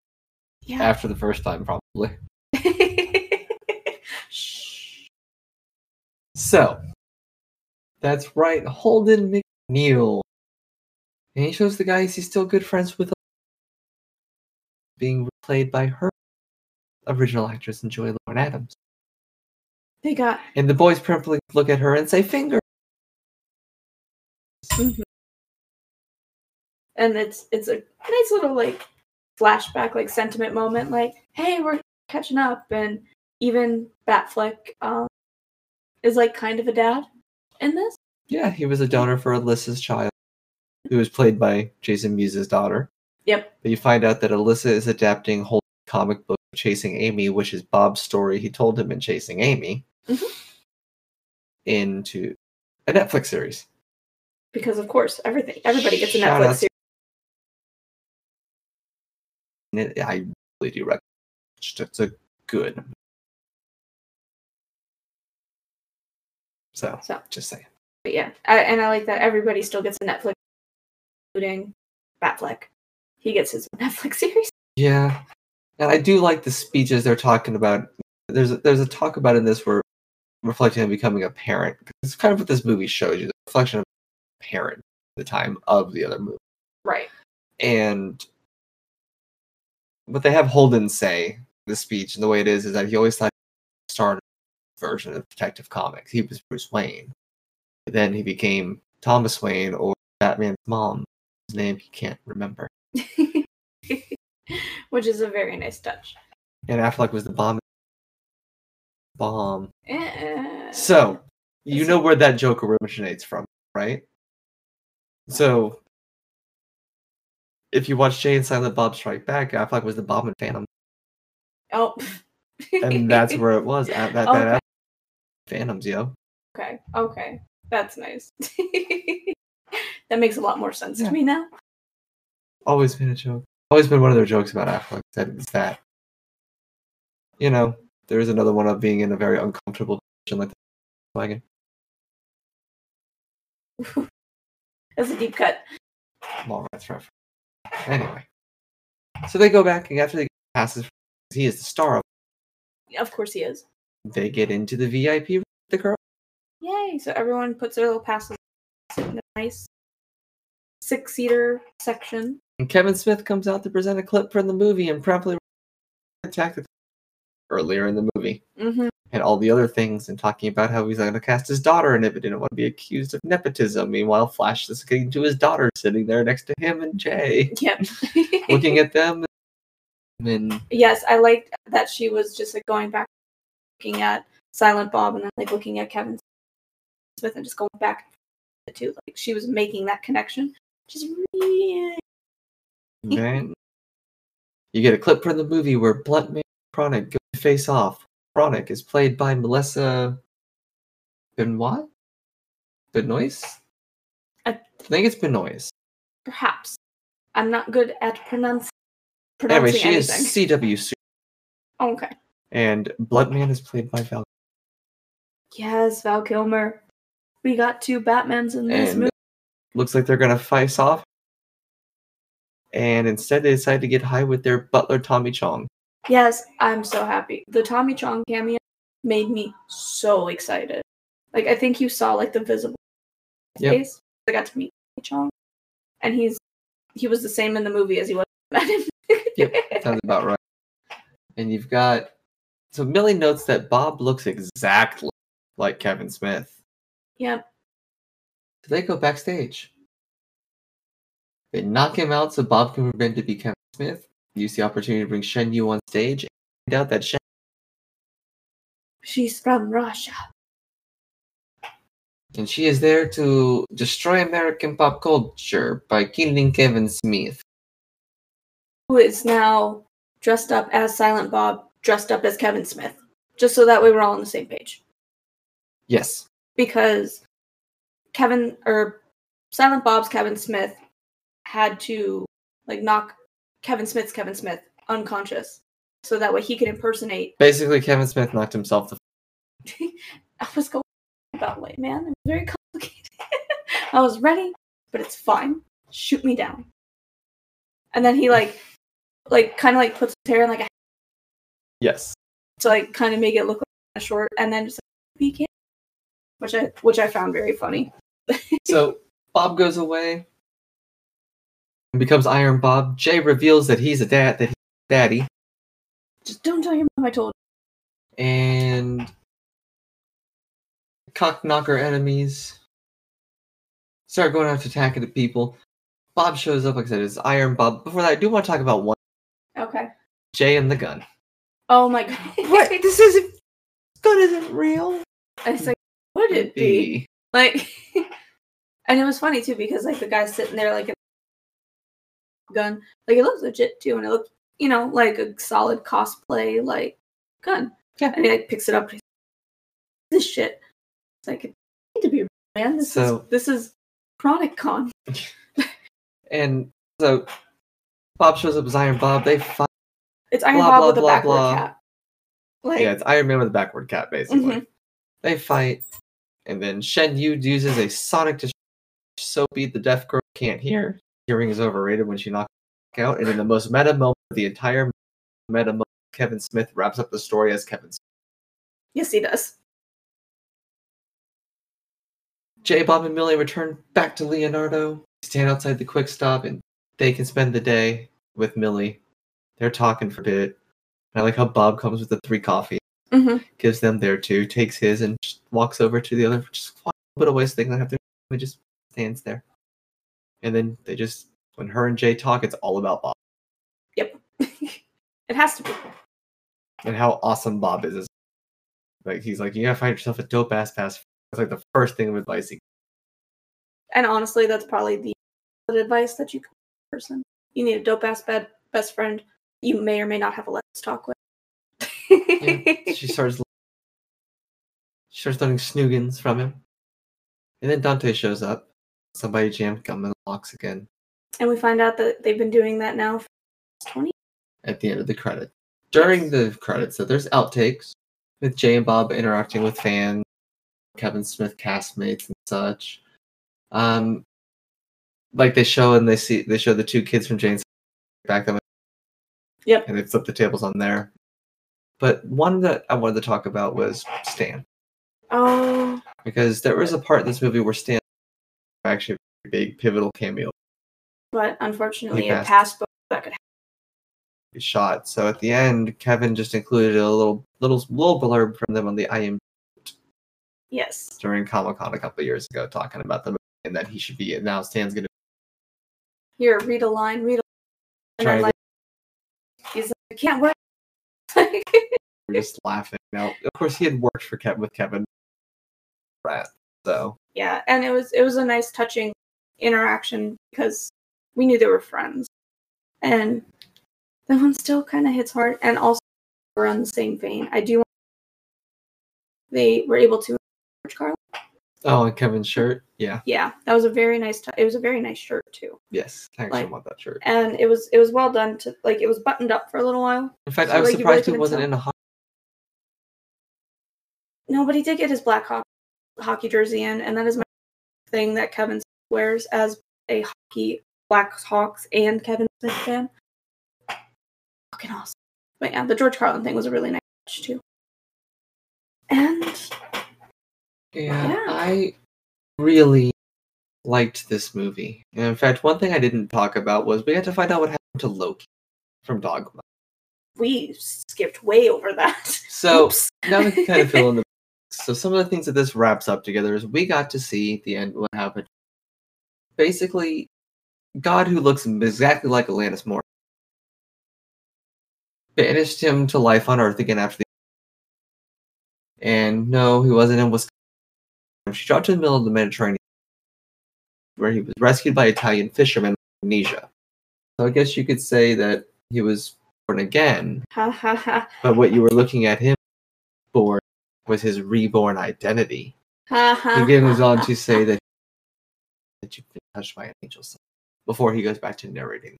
[SPEAKER 2] yeah.
[SPEAKER 1] after the first time probably.
[SPEAKER 2] Shh.
[SPEAKER 1] So that's right, Holden McNeil. And he shows the guys he's still good friends with, being played by her original actress and Joy Lauren Adams.
[SPEAKER 2] They got.
[SPEAKER 1] And the boys promptly look at her and say, "Finger."
[SPEAKER 2] mhm. And it's it's a nice little like flashback, like sentiment moment, like hey, we're catching up, and even Batfleck um, is like kind of a dad in this.
[SPEAKER 1] Yeah, he was a donor for Alyssa's child, who was played by Jason Mewes' daughter.
[SPEAKER 2] Yep.
[SPEAKER 1] But you find out that Alyssa is adapting whole comic book Chasing Amy, which is Bob's story he told him in Chasing Amy,
[SPEAKER 2] Mhm.
[SPEAKER 1] into a Netflix series.
[SPEAKER 2] Because of course, everything everybody gets a
[SPEAKER 1] Shout
[SPEAKER 2] Netflix
[SPEAKER 1] outs.
[SPEAKER 2] series.
[SPEAKER 1] And it- I really do recommend it. It's a good. So,
[SPEAKER 2] So.
[SPEAKER 1] just saying.
[SPEAKER 2] But yeah, I, and I like that everybody still gets a Netflix, including Batfleck. He gets his Netflix series.
[SPEAKER 1] Yeah, and I do like the speeches they're talking about. There's a, there's a talk about in this where reflecting on becoming a parent. It's kind of what this movie shows you: the reflection of a parent at the time of the other movie,
[SPEAKER 2] Right.
[SPEAKER 1] and what they have Holden say the speech and the way it is is that he always thought he started version of Detective Comics. He was Bruce Wayne, but then he became Thomas Wayne or Batman's mom. His name he can't remember.
[SPEAKER 2] Which is a very nice touch.
[SPEAKER 1] And Affleck was the bomb. Bomb.
[SPEAKER 2] Eh.
[SPEAKER 1] So, you know where that joke originates from, right? So, if you watch Jay and Silent Bob Strike Back, Affleck was the bomb and Phantom,
[SPEAKER 2] Oh.
[SPEAKER 1] and that's where it was. At that, that
[SPEAKER 2] Okay.
[SPEAKER 1] Phantoms, yo.
[SPEAKER 2] Okay. Okay. That's nice. that makes a lot more sense
[SPEAKER 1] Yeah.
[SPEAKER 2] to me now.
[SPEAKER 1] Always been a joke. Always been one of their jokes about Affleck. That it's that. You know, there is another one of being in a very uncomfortable position like the wagon.
[SPEAKER 2] That's a deep cut.
[SPEAKER 1] Mallrats reference. Anyway, so they go back and after they get passes, he is the star. of
[SPEAKER 2] Of course he is.
[SPEAKER 1] it. They get into the VIP with the girl.
[SPEAKER 2] Yay! So everyone puts their little passes in the nice six seater section.
[SPEAKER 1] And Kevin Smith comes out to present a clip from the movie and promptly attacked the earlier in the movie
[SPEAKER 2] Mm-hmm.
[SPEAKER 1] and all the other things and talking about how he's going to cast his daughter in it but didn't want to be accused of nepotism. Meanwhile, Flash is getting to his daughter sitting there next to him and Jay,
[SPEAKER 2] Yep.
[SPEAKER 1] looking at them. And
[SPEAKER 2] yes, I liked that she was just like going back, looking at Silent Bob, and then like looking at Kevin Smith, and just going back to the two. Like she was making that connection. Just really
[SPEAKER 1] Right. You get a clip from the movie where Blunt Man and Chronic go to face off. Chronic is played by Melissa Benoit? Benoist?
[SPEAKER 2] I-
[SPEAKER 1] I think it's Benoist.
[SPEAKER 2] perhaps. I'm not good at pronounce
[SPEAKER 1] Anyway,
[SPEAKER 2] pronouncing
[SPEAKER 1] she is
[SPEAKER 2] anything.
[SPEAKER 1] CW Super,
[SPEAKER 2] Oh, okay.
[SPEAKER 1] and Blunt Man is played by Val.
[SPEAKER 2] Yes, Val Kilmer. We got two Batmans in this
[SPEAKER 1] And
[SPEAKER 2] movie.
[SPEAKER 1] looks like they're gonna face off. And instead, they decide to get high with their butler Tommy Chong.
[SPEAKER 2] Yes, I'm so happy. The Tommy Chong cameo made me so excited. Like I think you saw like the visible
[SPEAKER 1] Yep.
[SPEAKER 2] face. I got to meet Tommy Chong, and he's he was the same in the movie as he was.
[SPEAKER 1] Yep. Sounds about right. And you've got so Millie notes that Bob looks exactly like Kevin Smith.
[SPEAKER 2] Yep.
[SPEAKER 1] So they go backstage. They knock him out so Bob can pretend to be Kevin Smith. Use the opportunity to bring Shen Yu on stage and find out that Shen
[SPEAKER 2] She's from Russia.
[SPEAKER 1] and she is there to destroy American pop culture by killing Kevin Smith.
[SPEAKER 2] who is now dressed up as Silent Bob, dressed up as Kevin Smith. Just so that way we're all on the same page.
[SPEAKER 1] Yes.
[SPEAKER 2] Because Kevin or Silent Bob's Kevin Smith had to like knock Kevin Smith's Kevin Smith unconscious. So that way he could impersonate
[SPEAKER 1] Basically Kevin Smith knocked himself the
[SPEAKER 2] I was going about way, man. It's very complicated. I was ready, but it's fine. Shoot me down. And then he like like kinda like puts his hair in like a
[SPEAKER 1] Yes.
[SPEAKER 2] to like kind of make it look like a short and then just like, be can which I which I found very funny.
[SPEAKER 1] So Bob goes away and becomes Iron Bob. Jay reveals that he's a dad, that he's daddy,
[SPEAKER 2] Just don't tell your mom I told
[SPEAKER 1] and cock knocker enemies start going out to attack the people. Bob shows up, like I said, it's Iron Bob. Before that, I do want to talk about one
[SPEAKER 2] you. Okay.
[SPEAKER 1] Jay and the gun.
[SPEAKER 2] Oh my god.
[SPEAKER 1] This isn't gun isn't real.
[SPEAKER 2] It's like would it be? Like and it was funny too because like the guy's sitting there like a gun. Like it looks legit too and it looked you know, like a solid cosplay like gun.
[SPEAKER 1] Yeah.
[SPEAKER 2] And he like picks it up and he's like, this shit. It's like it need to be real, man. This
[SPEAKER 1] So-
[SPEAKER 2] is this is chronic con.
[SPEAKER 1] And so Bob shows up as Iron Bob. They fight.
[SPEAKER 2] It's Iron
[SPEAKER 1] Blah,
[SPEAKER 2] Bob
[SPEAKER 1] blah,
[SPEAKER 2] with a
[SPEAKER 1] blah,
[SPEAKER 2] backward
[SPEAKER 1] blah.
[SPEAKER 2] cap. Like
[SPEAKER 1] yeah, it's Iron Man with a backward cap, basically.
[SPEAKER 2] Mhm.
[SPEAKER 1] They fight, and then Shen Yu uses a sonic to so beat the deaf girl can't hear. Hearing is overrated when she knocks out, and in the most meta moment of the entire meta moment, Kevin Smith wraps up the story as Kevin. Smith.
[SPEAKER 2] Yes, he does.
[SPEAKER 1] J. Bob and Millie return back to Leonardo. Stand outside the quick stop, and they can spend the day with Millie. They're talking for a bit. And I like how Bob comes with the three coffee,
[SPEAKER 2] hmm
[SPEAKER 1] gives them their two, takes his, and just walks over to the other, just a little bit away so they don't have to. He just stands there. And then they just, when her and Jay talk, it's all about Bob
[SPEAKER 2] Yep. it has to be.
[SPEAKER 1] and how awesome Bob is. Like, he's like, you gotta find yourself a dope ass pass. That's like the first thing of advice he
[SPEAKER 2] And honestly, that's probably the good advice that you can give a person. You need a dope ass bed best friend you may or may not have a let's talk with.
[SPEAKER 1] she starts she starts learning snoogans from him. And then Dante shows up. Somebody jammed gum in the locks again
[SPEAKER 2] and we find out that they've been doing that now for 20
[SPEAKER 1] at the end of the credit. During the credits, so there's outtakes with Jay and Bob interacting with fans, Kevin Smith castmates and such. Um, like they show and they see they show the two kids from Jane's back them.
[SPEAKER 2] Yep.
[SPEAKER 1] And they flip the tables on there. But one that I wanted to talk about was Stan.
[SPEAKER 2] Oh,
[SPEAKER 1] because there was a part in this movie where Stan actually a big pivotal cameo
[SPEAKER 2] but unfortunately,
[SPEAKER 1] He
[SPEAKER 2] it
[SPEAKER 1] passed.
[SPEAKER 2] passed before that could happen.
[SPEAKER 1] is shot. So at the end, Kevin just included a little little little blurb from them on the IM
[SPEAKER 2] Yes.
[SPEAKER 1] during Comic Con a couple years ago, talking about the movie and that he should be now Stan's gonna
[SPEAKER 2] Here, read a line, read a line. And
[SPEAKER 1] Try
[SPEAKER 2] then,
[SPEAKER 1] to-
[SPEAKER 2] like, he's like, I can't wait.
[SPEAKER 1] be just laughing. Now, of course, he had worked for Kevin with Kevin Pratt, so
[SPEAKER 2] yeah and it was it was a nice touching interaction because we knew they were friends and that one still kind of hits hard and also we're on the same vein i do they were able to George Carlin.
[SPEAKER 1] oh, and Kevin's shirt, yeah,
[SPEAKER 2] yeah that was a very nice tou- it was a very nice shirt too
[SPEAKER 1] yes, I actually
[SPEAKER 2] Like- eh,
[SPEAKER 1] want that shirt.
[SPEAKER 2] and it was it was well done to like it was buttoned up for a little while
[SPEAKER 1] In fact,
[SPEAKER 2] so,
[SPEAKER 1] I was
[SPEAKER 2] like, you
[SPEAKER 1] surprised
[SPEAKER 2] really
[SPEAKER 1] he wasn't
[SPEAKER 2] couldn't
[SPEAKER 1] in a hot.
[SPEAKER 2] no but he did get his black ho- hockey jersey in and that is my thing that kevin wears as a hockey Black Hawks and Kevin Smith fan. Fucking awesome. But yeah, the George Carlin thing was a really nice touch too. And
[SPEAKER 1] Yeah,
[SPEAKER 2] Yeah.
[SPEAKER 1] I really liked this movie. And in fact, one thing I didn't talk about was we had to find out what happened to Loki from Dogma.
[SPEAKER 2] we skipped way over that.
[SPEAKER 1] So
[SPEAKER 2] Oops.
[SPEAKER 1] now we can kind of fill in the so some of the things that this wraps up together is we got to see at the end what happened. Basically, God who looks exactly like Alanis Moore banished him to life on Earth again after the and no, he wasn't in Wisconsin. She dropped in the middle of the Mediterranean where he was rescued by Italian fishermen in Indonesia. So I guess you could say that he was born again
[SPEAKER 2] ha ha ha
[SPEAKER 1] but what you were looking at him for was his reborn identity.
[SPEAKER 2] ha ha.
[SPEAKER 1] The game goes
[SPEAKER 2] ha,
[SPEAKER 1] on
[SPEAKER 2] ha.
[SPEAKER 1] to say that that you've been touched by an angel son before he goes back to narrating.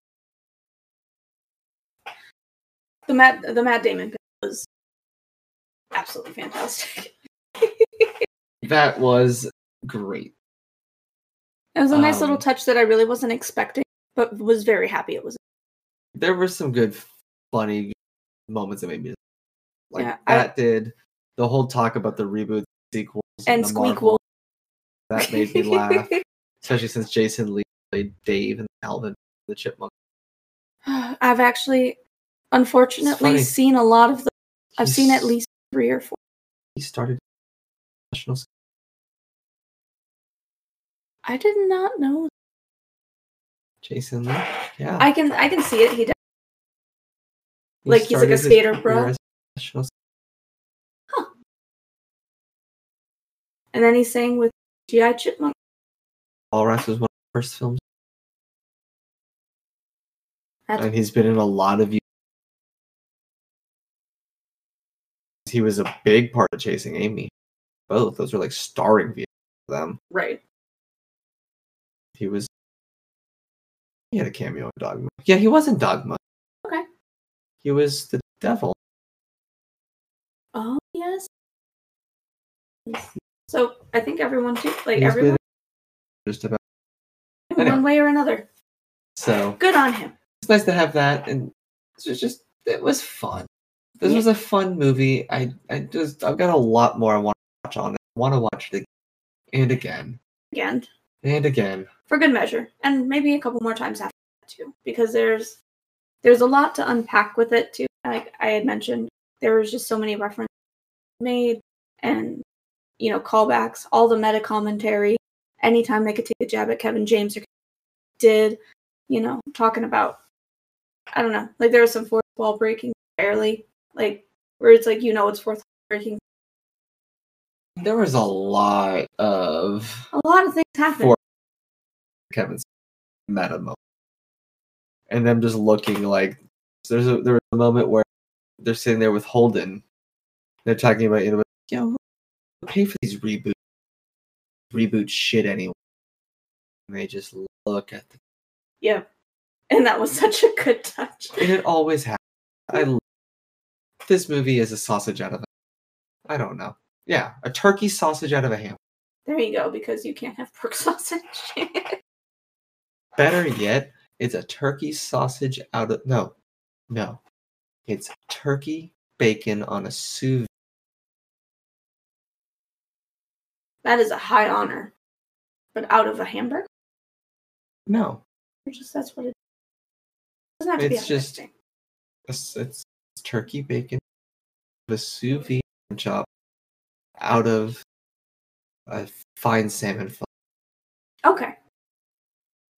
[SPEAKER 2] the Matt the Matt Damon bit was absolutely fantastic.
[SPEAKER 1] That was great.
[SPEAKER 2] It was a nice little
[SPEAKER 1] Um,
[SPEAKER 2] touch that I really wasn't expecting, but was very happy it was.
[SPEAKER 1] There were some good, funny moments that made me like
[SPEAKER 2] Yeah, I-
[SPEAKER 1] that. did the whole talk about the reboot sequels
[SPEAKER 2] And
[SPEAKER 1] the
[SPEAKER 2] Squeak
[SPEAKER 1] Marvel,
[SPEAKER 2] Wolf.
[SPEAKER 1] that made me laugh, especially since Jason Lee played Dave and Alvin the Chipmunk.
[SPEAKER 2] I've actually unfortunately
[SPEAKER 1] funny.
[SPEAKER 2] seen a lot of the I've seen at
[SPEAKER 1] He's-
[SPEAKER 2] least three or four.
[SPEAKER 1] he started national
[SPEAKER 2] I did not know.
[SPEAKER 1] Jason Lee. Yeah.
[SPEAKER 2] I can I can see it. He does.
[SPEAKER 1] He
[SPEAKER 2] Like, he's like
[SPEAKER 1] started
[SPEAKER 2] a
[SPEAKER 1] his
[SPEAKER 2] skater, bro.
[SPEAKER 1] career as a professional
[SPEAKER 2] And then he sang with GI Chipmunk.
[SPEAKER 1] All Rats was one of the first films,
[SPEAKER 2] That's-
[SPEAKER 1] and he's been in a lot of. He was a big part of Chasing Amy. Both those were like starring vehicles for them.
[SPEAKER 2] Right.
[SPEAKER 1] He was. He had a cameo in Dogma. Yeah, he was in Dogma.
[SPEAKER 2] Okay.
[SPEAKER 1] He was the devil.
[SPEAKER 2] Oh yes. So I think everyone too, like
[SPEAKER 1] He's
[SPEAKER 2] everyone,
[SPEAKER 1] been- Just about
[SPEAKER 2] in one way or another.
[SPEAKER 1] so.
[SPEAKER 2] Good on him.
[SPEAKER 1] it's nice to have that, and it was just it was fun. This was a fun movie. I I just I've got a lot more I want to watch on it. I want to watch it again and again
[SPEAKER 2] again
[SPEAKER 1] and again.
[SPEAKER 2] for good measure, and maybe a couple more times after that too, because there's there's a lot to unpack with it too. Like I had mentioned, there was just so many references made, and you know callbacks, all the meta commentary. Anytime they could take a jab at Kevin James or did, you know, talking about I don't know, like there was some fourth wall breaking barely, like where it's like you know it's fourth wall breaking.
[SPEAKER 1] There was a lot of
[SPEAKER 2] A lot of things happen.
[SPEAKER 1] for Kevin's meta moment. And them just looking like there's a there was a moment where they're sitting there with Holden. They're talking about you know, yo, who would pay for these reboot reboot shit anyway. And they just look at the
[SPEAKER 2] Yeah. And that was such a good touch.
[SPEAKER 1] and it always happens. I love this movie is a sausage out of a I don't know. Yeah, a turkey sausage out of a ham.
[SPEAKER 2] There you go, because you can't have pork sausage.
[SPEAKER 1] Better yet, it's a turkey sausage out of no, no, it's turkey bacon on a sous vide.
[SPEAKER 2] that is a high honor. But out of a hamburger?
[SPEAKER 1] No,
[SPEAKER 2] Or just that's what it doesn't have to be
[SPEAKER 1] It's just-
[SPEAKER 2] everything.
[SPEAKER 1] it's, it's turkey bacon, the sous vide chop out of a fine salmon. Fl-
[SPEAKER 2] Okay.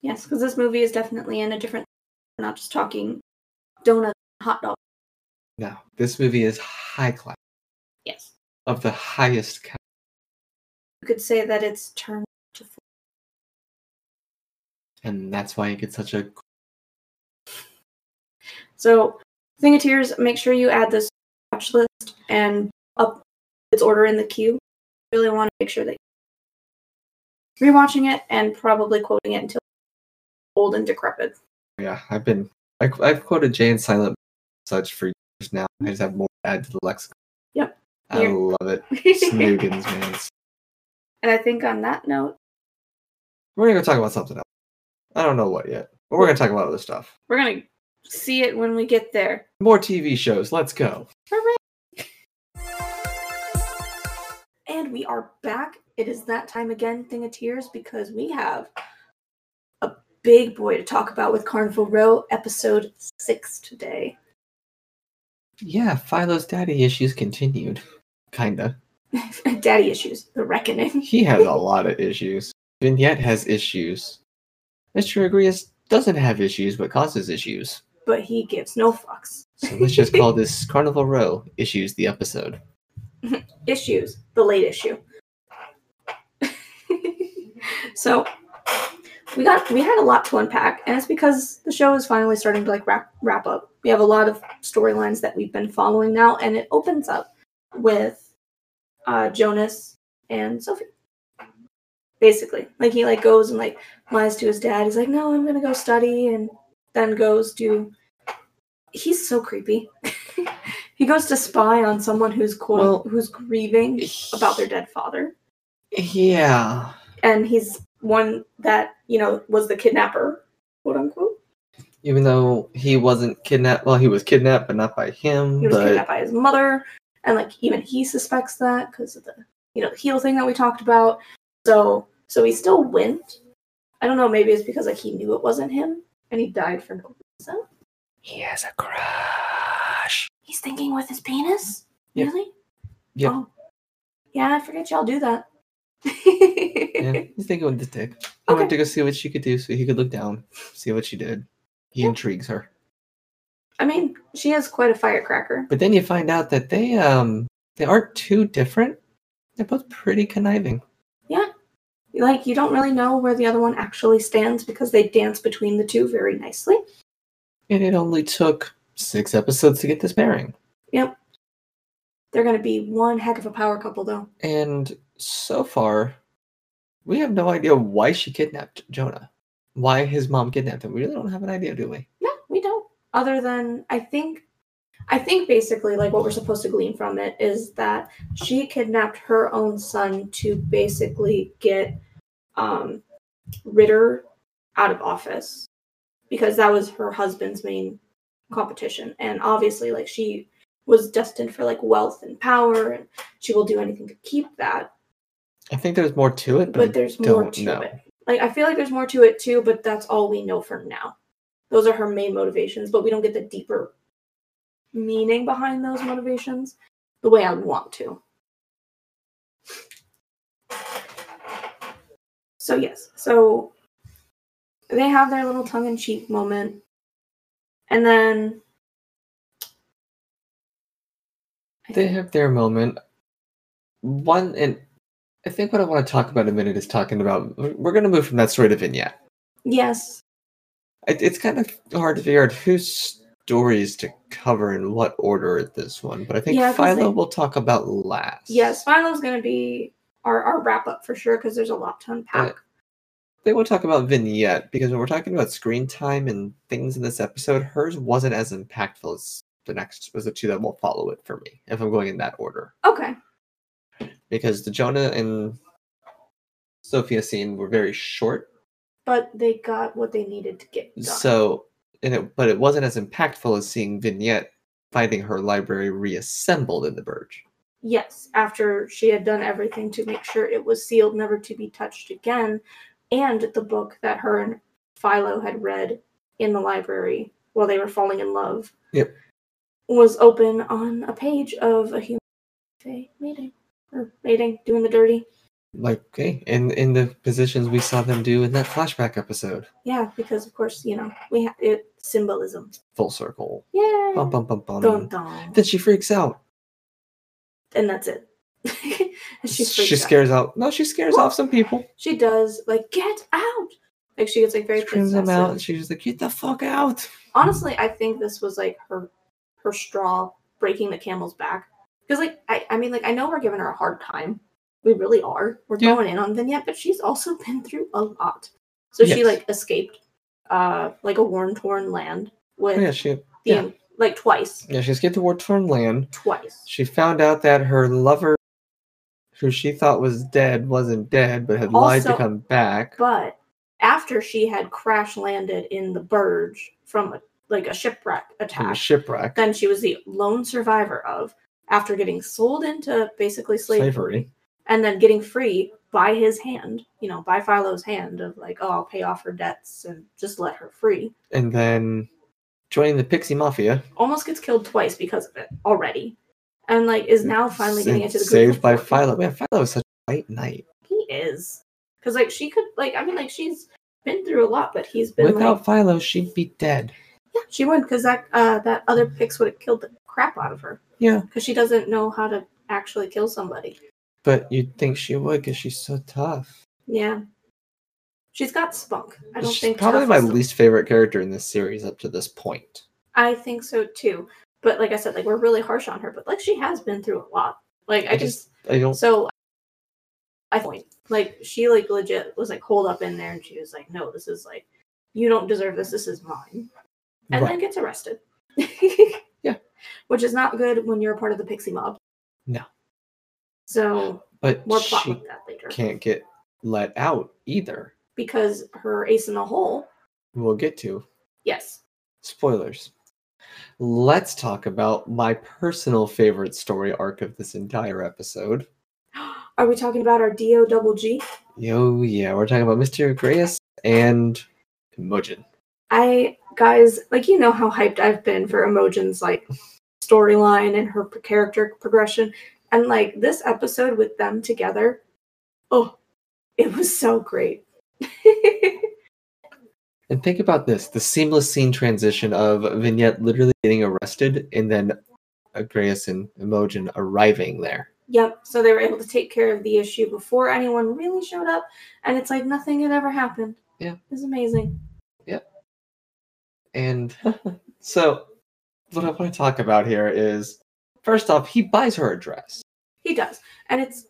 [SPEAKER 2] Yes, because this movie is definitely in a different we're not just talking donut hot dog.
[SPEAKER 1] No, this movie is high class
[SPEAKER 2] Yes.
[SPEAKER 1] of the highest class.
[SPEAKER 2] You could say that it's turned to
[SPEAKER 1] and that's why it gets such a
[SPEAKER 2] So, Thing of Tears, make sure you add this watch list and up its order in the queue. Really want to make sure that you're rewatching it and probably quoting it until old and decrepit.
[SPEAKER 1] yeah. I've been I, I've quoted Jay and Silent such for years now. I just have more to add to the lexicon.
[SPEAKER 2] Yep.
[SPEAKER 1] I
[SPEAKER 2] Here.
[SPEAKER 1] love it.
[SPEAKER 2] and
[SPEAKER 1] Snoogans, man.
[SPEAKER 2] I think on that note,
[SPEAKER 1] We're gonna go talk about something else. I don't know what yet, but we're gonna talk about other stuff.
[SPEAKER 2] we're going to see it when we get there.
[SPEAKER 1] More TV shows. Let's go.
[SPEAKER 2] Hooray! And we are back. It is that time again, Thing of Tears, because we have a big boy to talk about with Carnival Row, episode six today.
[SPEAKER 1] Yeah, Philo's daddy issues continued. Kinda.
[SPEAKER 2] Daddy issues, the reckoning.
[SPEAKER 1] He has a lot of issues. Vignette has issues. Mr. Agrius doesn't have issues, but causes issues.
[SPEAKER 2] But he gives no fucks.
[SPEAKER 1] So let's just call this Carnival Row issues the episode.
[SPEAKER 2] Issues, the late issue. so we got we had a lot to unpack, and it's because the show is finally starting to like wrap wrap up. We have a lot of storylines that we've been following now, and it opens up with uh, Jonas and Sophie. Basically, like he like goes and like lies to his dad. He's like, "No, I'm gonna go study," and then goes to. He's so creepy. he goes to spy on someone who's quote
[SPEAKER 1] Well-
[SPEAKER 2] who's grieving about their dead father.
[SPEAKER 1] Yeah.
[SPEAKER 2] And he's one that, you know, was the kidnapper, quote unquote.
[SPEAKER 1] Even though he wasn't kidnapped, well, he was kidnapped, but not by him.
[SPEAKER 2] He was
[SPEAKER 1] but
[SPEAKER 2] kidnapped by his mother. And like even he suspects that because of the you know the heel thing that we talked about. So so he still went. I don't know, maybe it's because like he knew it wasn't him and he died for no reason.
[SPEAKER 1] he has a crush.
[SPEAKER 2] He's thinking with his penis?
[SPEAKER 1] Yep.
[SPEAKER 2] Really?
[SPEAKER 1] Yep.
[SPEAKER 2] Oh. Yeah, I forget y'all do that.
[SPEAKER 1] Yeah, he's thinking with his dick. He
[SPEAKER 2] Okay.
[SPEAKER 1] went to go see what she could do, so he could look down, see what she did. He
[SPEAKER 2] Yeah.
[SPEAKER 1] intrigues her,
[SPEAKER 2] I mean, she is quite a firecracker.
[SPEAKER 1] but then you find out that they um they aren't too different. They're both pretty conniving.
[SPEAKER 2] like you don't really know where the other one actually stands because they dance between the two very nicely.
[SPEAKER 1] And it only took six episodes to get this pairing.
[SPEAKER 2] Yep. They're going to be one heck of a power couple though.
[SPEAKER 1] And so far, we have no idea why she kidnapped Jonah. Why his mom kidnapped him. We really don't have an idea, do we?
[SPEAKER 2] No, we don't. Other than I think I think basically like what we're supposed to glean from it is that she kidnapped her own son to basically get um Ritter out of office because that was her husband's main competition and obviously like she was destined for like wealth and power and she will do anything to keep that
[SPEAKER 1] I think there's more to it, but,
[SPEAKER 2] but there's more
[SPEAKER 1] don't
[SPEAKER 2] to
[SPEAKER 1] know.
[SPEAKER 2] it like i feel like there's more to it too but that's all we know for now those are her main motivations but we don't get the deeper meaning behind those motivations the way i want to so yes so they have their little tongue-in-cheek moment and then I
[SPEAKER 1] They
[SPEAKER 2] think-
[SPEAKER 1] have their moment. One and I think what I want to talk about in a minute is talking about we're we're gonna move from that story to vignette.
[SPEAKER 2] yes
[SPEAKER 1] It, it's kind of hard to figure out whose stories to cover in what order at this one, but I think
[SPEAKER 2] Yeah, 'cause
[SPEAKER 1] Philo
[SPEAKER 2] they-
[SPEAKER 1] will talk about last.
[SPEAKER 2] yes final's gonna be our, our wrap up for sure because there's a lot to unpack
[SPEAKER 1] they will talk about vignette because when we're talking about screen time and things in this episode, hers wasn't as impactful as the next as the two that will follow it for me, if I'm going in that order.
[SPEAKER 2] okay
[SPEAKER 1] Because the Jonah and Sophia scene were very short.
[SPEAKER 2] but they got what they needed to get done
[SPEAKER 1] So and it but it wasn't as impactful as seeing Vignette finding her library reassembled in the Burge.
[SPEAKER 2] Yes, after she had done everything to make sure it was sealed, never to be touched again, and the book that her and Philo had read in the library while they were falling in love.
[SPEAKER 1] Yep.
[SPEAKER 2] Was open on a page of a human cafe mating or mating, doing the dirty.
[SPEAKER 1] Like okay, in in the positions we saw them do in that flashback episode.
[SPEAKER 2] Yeah, because of course you know we ha- it symbolism.
[SPEAKER 1] Full circle.
[SPEAKER 2] Yeah.
[SPEAKER 1] Bum bum bum bum.
[SPEAKER 2] Dun, dun.
[SPEAKER 1] Then she freaks out.
[SPEAKER 2] and that's it. And she
[SPEAKER 1] she
[SPEAKER 2] freaks out.
[SPEAKER 1] scares out. No, she scares off some people.
[SPEAKER 2] She does like get out. Like she gets like very
[SPEAKER 1] Screams them out,
[SPEAKER 2] possessive.
[SPEAKER 1] and she's just like, "Get the fuck out!"
[SPEAKER 2] honestly i think this was like her her straw breaking the camel's back because like I, I mean like i know we're giving her a hard time we really are we're
[SPEAKER 1] Yeah.
[SPEAKER 2] going in on vignette but she's also been through a lot so she
[SPEAKER 1] Yes.
[SPEAKER 2] like escaped uh like a worn torn land with
[SPEAKER 1] Oh, yeah, she
[SPEAKER 2] the
[SPEAKER 1] yeah.
[SPEAKER 2] like twice
[SPEAKER 1] yeah she escaped the war torn land.
[SPEAKER 2] twice
[SPEAKER 1] She found out that her lover, who she thought was dead, wasn't dead, but had lied to
[SPEAKER 2] Also-
[SPEAKER 1] come back.
[SPEAKER 2] but after she had crash landed in the burge from a, like a shipwreck
[SPEAKER 1] From a
[SPEAKER 2] attack
[SPEAKER 1] shipwreck,
[SPEAKER 2] then she was the lone survivor of after getting sold into basically slavery.
[SPEAKER 1] slavery.
[SPEAKER 2] and then getting free by his hand, you know, by Philo's hand of like, oh, I'll pay off her debts and just let her free.
[SPEAKER 1] and then joining the Pixie Mafia.
[SPEAKER 2] Almost gets killed twice because of it already, and like is now finally getting
[SPEAKER 1] and
[SPEAKER 2] into the group
[SPEAKER 1] saved
[SPEAKER 2] of
[SPEAKER 1] by
[SPEAKER 2] four people.
[SPEAKER 1] Philo. Man, Philo is such a white knight.
[SPEAKER 2] He is because like she could like I mean like she's been through a lot, but he's been
[SPEAKER 1] Without
[SPEAKER 2] like
[SPEAKER 1] Philo, she'd be dead.
[SPEAKER 2] yeah, she would because that uh that other pix would have killed the crap out of her.
[SPEAKER 1] Yeah.
[SPEAKER 2] because she doesn't know how to actually kill somebody.
[SPEAKER 1] But you'd think she would, because she's so tough.
[SPEAKER 2] Yeah. She's got spunk. I don't
[SPEAKER 1] She's
[SPEAKER 2] think
[SPEAKER 1] probably
[SPEAKER 2] tough
[SPEAKER 1] my
[SPEAKER 2] is the-
[SPEAKER 1] least favorite character in this series up to this point.
[SPEAKER 2] I think so too. But like I said, like we're really harsh on her, but like she has been through a lot. Like I,
[SPEAKER 1] I
[SPEAKER 2] just,
[SPEAKER 1] just I don't
[SPEAKER 2] so I think like she like legit was like holed up in there and she was like, No, this is like you don't deserve this, this is mine. And
[SPEAKER 1] right.
[SPEAKER 2] then gets arrested.
[SPEAKER 1] Yeah.
[SPEAKER 2] Which is not good when you're a part of the pixie mob.
[SPEAKER 1] No.
[SPEAKER 2] So
[SPEAKER 1] but
[SPEAKER 2] more plot
[SPEAKER 1] she
[SPEAKER 2] with that later.
[SPEAKER 1] can't get let out either.
[SPEAKER 2] Because her ace in the hole,
[SPEAKER 1] We'll get to
[SPEAKER 2] yes.
[SPEAKER 1] spoilers. Let's talk about my personal favorite story arc of this entire episode.
[SPEAKER 2] Are we talking about our DO double G?
[SPEAKER 1] Yo, Oh, yeah, we're talking about Mr. Grace and Mojin.
[SPEAKER 2] I guys, like you know how hyped I've been for Emojin's like storyline and her p- character progression, and like this episode with them together, oh, it was so great.
[SPEAKER 1] And think about this the seamless scene transition of Vignette literally getting arrested and then Grace and Emojin arriving there.
[SPEAKER 2] yep. So they were able to take care of the issue before anyone really showed up, and it's like nothing had ever happened.
[SPEAKER 1] Yeah.
[SPEAKER 2] it's amazing.
[SPEAKER 1] And so, what I want to talk about here is first off, he buys her a dress.
[SPEAKER 2] He does, and it's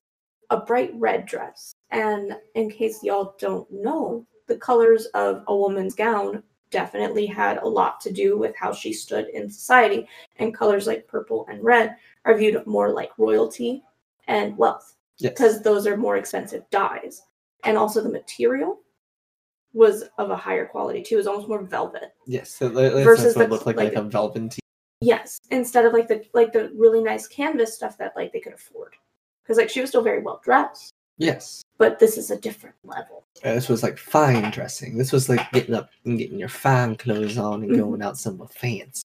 [SPEAKER 2] a bright red dress. And in case y'all don't know, the colors of a woman's gown definitely had a lot to do with how she stood in society. And colors like purple and red are viewed more like royalty and wealth
[SPEAKER 1] Yes.
[SPEAKER 2] because those are more expensive dyes. And also the material was of a higher quality too. It was almost more velvet.
[SPEAKER 1] Yes, so that, that's
[SPEAKER 2] Versus
[SPEAKER 1] what it
[SPEAKER 2] the-
[SPEAKER 1] looked like, like,
[SPEAKER 2] like-
[SPEAKER 1] a velvet tee.
[SPEAKER 2] Yes, instead of like the like the really nice canvas stuff that like they could afford, because like she was still very well dressed,
[SPEAKER 1] Yes,
[SPEAKER 2] but this is a different level.
[SPEAKER 1] Uh, this was like fine dressing. This was like getting up and getting your fine clothes on and
[SPEAKER 2] Mhm.
[SPEAKER 1] going out somewhere fancy.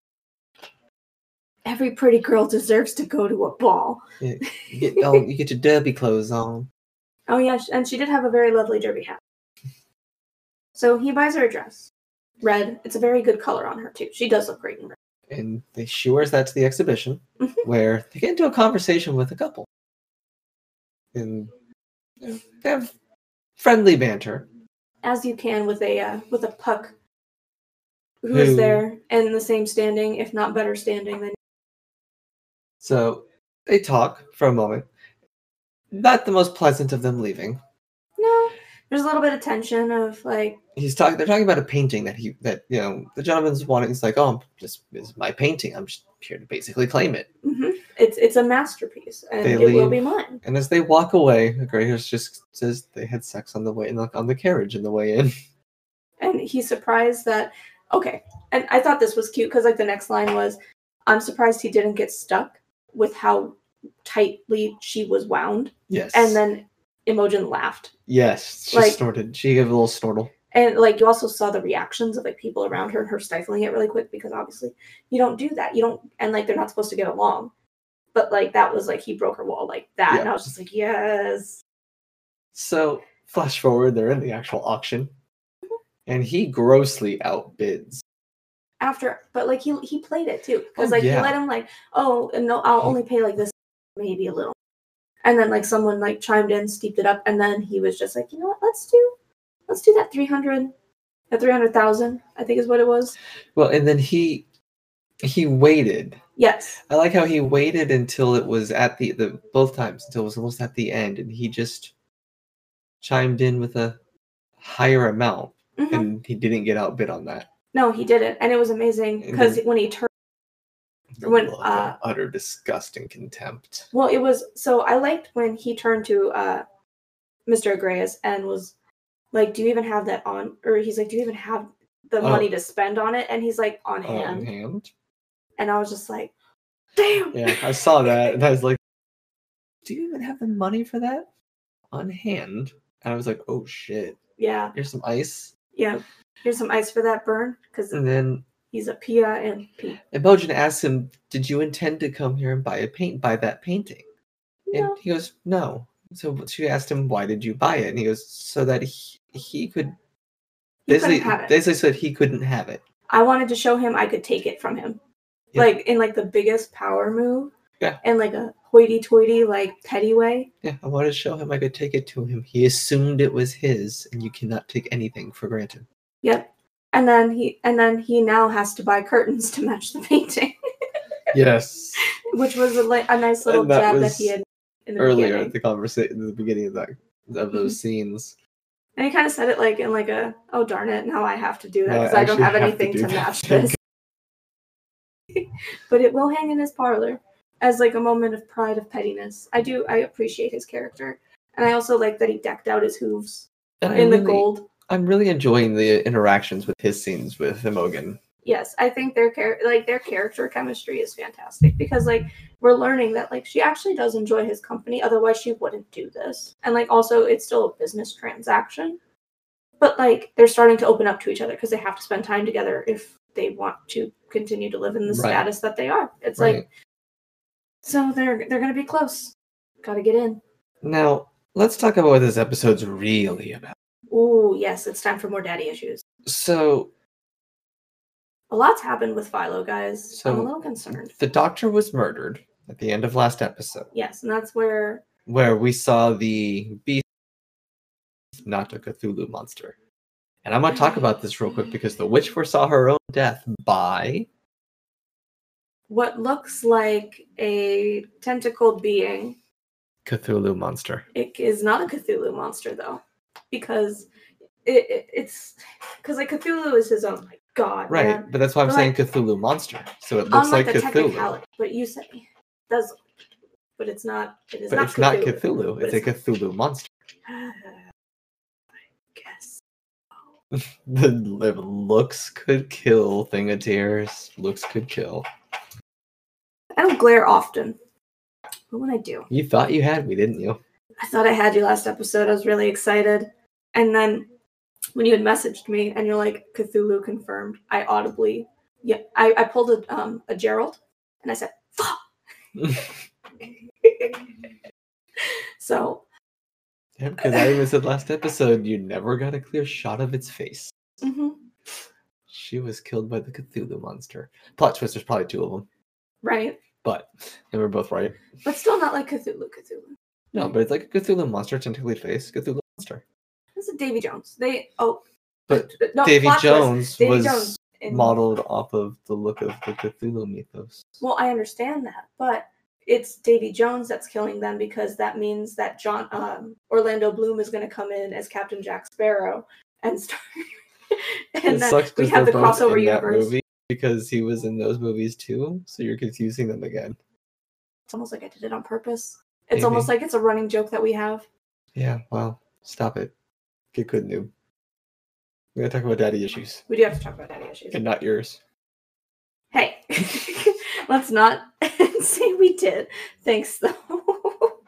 [SPEAKER 2] Every pretty girl deserves to go to a ball.
[SPEAKER 1] You get all, you get your derby clothes on.
[SPEAKER 2] Oh yeah, sh- and she did have a very lovely derby hat. So he buys her a dress, red. It's a very good color on her too. She does look great in red.
[SPEAKER 1] and they, she wears that to the exhibition
[SPEAKER 2] Mhm.
[SPEAKER 1] where they get into a conversation with a couple and you know, they have friendly banter
[SPEAKER 2] as you can with a uh, with a puck who
[SPEAKER 1] Who-
[SPEAKER 2] is there in the same standing, if not better standing than.
[SPEAKER 1] so they talk for a moment not the most pleasant of them leaving
[SPEAKER 2] No, there's a little bit of tension of like,
[SPEAKER 1] he's talking they're talking about a painting that he that you know the gentleman's wanting he's like oh I'm just this is my painting i'm just here to basically claim it
[SPEAKER 2] mhm, it's it's a masterpiece and
[SPEAKER 1] They
[SPEAKER 2] it will
[SPEAKER 1] leave.
[SPEAKER 2] be mine.
[SPEAKER 1] and as they walk away the gray horse just says they had sex on the way in like, on the carriage on the way in
[SPEAKER 2] And he's surprised that okay. And I thought this was cute because like the next line was, I'm surprised he didn't get stuck with how tightly she was wound.
[SPEAKER 1] yes
[SPEAKER 2] And then Imogen laughed.
[SPEAKER 1] yes she
[SPEAKER 2] like-
[SPEAKER 1] snorted she gave a little snortle
[SPEAKER 2] and like you also saw the reactions of like people around her and her stifling it really quick because obviously you don't do that you don't and like they're not supposed to get along but like that was like he broke her wall like that and i was just like yes
[SPEAKER 1] So, flash forward, they're in the actual auction, and he grossly outbids.
[SPEAKER 2] after but like he he played it too because
[SPEAKER 1] Oh,
[SPEAKER 2] like
[SPEAKER 1] yeah.
[SPEAKER 2] he let him like oh and no i'll only pay like this maybe a little and then like someone like chimed in steeped it up and then he was just like you know what let's do let's do that 300 that 300000 i think is what it was
[SPEAKER 1] Well, and then he he waited.
[SPEAKER 2] yes
[SPEAKER 1] I like how he waited until it was at the the both times until it was almost at the end, and he just chimed in with a higher amount,
[SPEAKER 2] Mhm.
[SPEAKER 1] and he didn't get outbid on that.
[SPEAKER 2] No, he did it, and it was amazing
[SPEAKER 1] And
[SPEAKER 2] because
[SPEAKER 1] then-
[SPEAKER 2] when he turned, When,
[SPEAKER 1] Look,
[SPEAKER 2] uh,
[SPEAKER 1] utter disgust and contempt.
[SPEAKER 2] well, it was so. I liked when he turned to uh, Mr. Agrayas and was like, "Do you even have that on?" Or he's like, "Do you even have the
[SPEAKER 1] Oh.
[SPEAKER 2] money to spend on it?" And he's like, "On
[SPEAKER 1] On
[SPEAKER 2] hand,"
[SPEAKER 1] hand.
[SPEAKER 2] and I was just like, "Damn!"
[SPEAKER 1] Yeah, I saw that, and I was like, "Do you even have the money for that?" On hand, and I was like, "Oh shit."
[SPEAKER 2] yeah,
[SPEAKER 1] here's some ice.
[SPEAKER 2] yeah. Here's some ice for that burn because
[SPEAKER 1] And then
[SPEAKER 2] he's a Pia and P.
[SPEAKER 1] Imogen asks him, Did you intend to come here and buy a paint buy that painting? And
[SPEAKER 2] No.
[SPEAKER 1] he goes, No. So she asked him, Why did you buy it? And he goes, So that he, he could
[SPEAKER 2] He couldn't
[SPEAKER 1] basically
[SPEAKER 2] have it.
[SPEAKER 1] basically said he couldn't have it.
[SPEAKER 2] I wanted to show him I could take it from him,
[SPEAKER 1] Yeah.
[SPEAKER 2] like in like the biggest power move,
[SPEAKER 1] Yeah.
[SPEAKER 2] and like a hoity-toity, like petty way.
[SPEAKER 1] Yeah, I wanted to show him I could take it to him. He assumed it was his, and you cannot take anything for granted.
[SPEAKER 2] Yep. And then he and then he now has to buy curtains to match the painting,
[SPEAKER 1] Yes.
[SPEAKER 2] which was a, li- a nice little
[SPEAKER 1] And that
[SPEAKER 2] jab
[SPEAKER 1] was
[SPEAKER 2] that he had in the
[SPEAKER 1] Earlier
[SPEAKER 2] beginning. Mm-hmm.
[SPEAKER 1] at the conversation the beginning of that of those scenes.
[SPEAKER 2] and he kind of said it like in like a oh darn it now I have to do that
[SPEAKER 1] Now I
[SPEAKER 2] because I, don't
[SPEAKER 1] actually
[SPEAKER 2] have
[SPEAKER 1] have to
[SPEAKER 2] anything
[SPEAKER 1] do
[SPEAKER 2] to,
[SPEAKER 1] that
[SPEAKER 2] match
[SPEAKER 1] thing."
[SPEAKER 2] this. but it will hang in his parlor as like a moment of pride of pettiness. I do I appreciate his character, and I also like that he decked out his hooves
[SPEAKER 1] And I
[SPEAKER 2] in the
[SPEAKER 1] really-
[SPEAKER 2] gold.
[SPEAKER 1] I'm really enjoying the interactions with his scenes with Imogen.
[SPEAKER 2] yes i think their char- like their character chemistry is fantastic because like we're learning that like she actually does enjoy his company otherwise she wouldn't do this and like also it's still a business transaction but like they're starting to open up to each other because they have to spend time together if they want to continue to live in the
[SPEAKER 1] Right.
[SPEAKER 2] status that they are it's
[SPEAKER 1] Right.
[SPEAKER 2] like so they're they're gonna be close gotta get in
[SPEAKER 1] Now, let's talk about what this episode's really about.
[SPEAKER 2] oh yes it's time for more daddy issues
[SPEAKER 1] So,
[SPEAKER 2] a lot's happened with philo guys i'm
[SPEAKER 1] So-
[SPEAKER 2] a little concerned
[SPEAKER 1] the doctor was murdered at the end of last episode,
[SPEAKER 2] yes and that's where
[SPEAKER 1] where we saw the beast, not a Cthulhu monster. And I'm going to talk about this real quick because the witch foresaw her own death by.
[SPEAKER 2] what looks like a tentacled being.
[SPEAKER 1] Cthulhu monster.
[SPEAKER 2] It is not a Cthulhu monster though, because it, it it's because like Cthulhu is his own like god,
[SPEAKER 1] Right,
[SPEAKER 2] man.
[SPEAKER 1] but that's why I'm
[SPEAKER 2] But
[SPEAKER 1] saying
[SPEAKER 2] like-
[SPEAKER 1] Cthulhu monster. So it looks
[SPEAKER 2] Unlike
[SPEAKER 1] like
[SPEAKER 2] the
[SPEAKER 1] Cthulhu.
[SPEAKER 2] technicality, but you say it does, but it's not. It is
[SPEAKER 1] But
[SPEAKER 2] not
[SPEAKER 1] it's not
[SPEAKER 2] Cthulhu.
[SPEAKER 1] Cthulhu,
[SPEAKER 2] but
[SPEAKER 1] it's a Cthulhu monster.
[SPEAKER 2] I guess.
[SPEAKER 1] the the looks could kill thing of tears. Looks could kill.
[SPEAKER 2] I don't glare often. But when I do,
[SPEAKER 1] You thought you had me, didn't you?
[SPEAKER 2] I thought I had you last episode. I was really excited. And then when you had messaged me and you're like, Cthulhu confirmed, I audibly, yeah, I, I pulled a, um, a Gerald and I said, fuck. so,
[SPEAKER 1] Because I even said last episode you never got a clear shot of its face.
[SPEAKER 2] mhm,
[SPEAKER 1] She was killed by the Cthulhu monster. Plot twist, there's probably two of them,
[SPEAKER 2] right.
[SPEAKER 1] but and we're both right.
[SPEAKER 2] But still not like Cthulhu, Cthulhu.
[SPEAKER 1] No, but it's like a Cthulhu monster, technically face Cthulhu monster.
[SPEAKER 2] This is Davy Jones. They, oh.
[SPEAKER 1] But
[SPEAKER 2] no,
[SPEAKER 1] Davy
[SPEAKER 2] plot twist,
[SPEAKER 1] Jones
[SPEAKER 2] Davy
[SPEAKER 1] was
[SPEAKER 2] Jones in-
[SPEAKER 1] modeled off of the look of the Cthulhu mythos.
[SPEAKER 2] Well, I understand that, but it's Davy Jones that's killing them because that means that John um, Orlando Bloom is going to come in as Captain Jack Sparrow and start. and then we
[SPEAKER 1] 'cause
[SPEAKER 2] have the
[SPEAKER 1] they're both
[SPEAKER 2] crossover
[SPEAKER 1] in that
[SPEAKER 2] universe.
[SPEAKER 1] movie because he was in those movies too, so you're confusing them again.
[SPEAKER 2] It's almost like I did it on purpose. It's
[SPEAKER 1] Maybe.
[SPEAKER 2] almost like it's a running joke that we have.
[SPEAKER 1] Yeah, well, stop it. Get good, noob. We're gonna talk about daddy issues
[SPEAKER 2] We do have to talk about daddy issues.
[SPEAKER 1] and not yours.
[SPEAKER 2] Hey, let's not say we did. Thanks, though.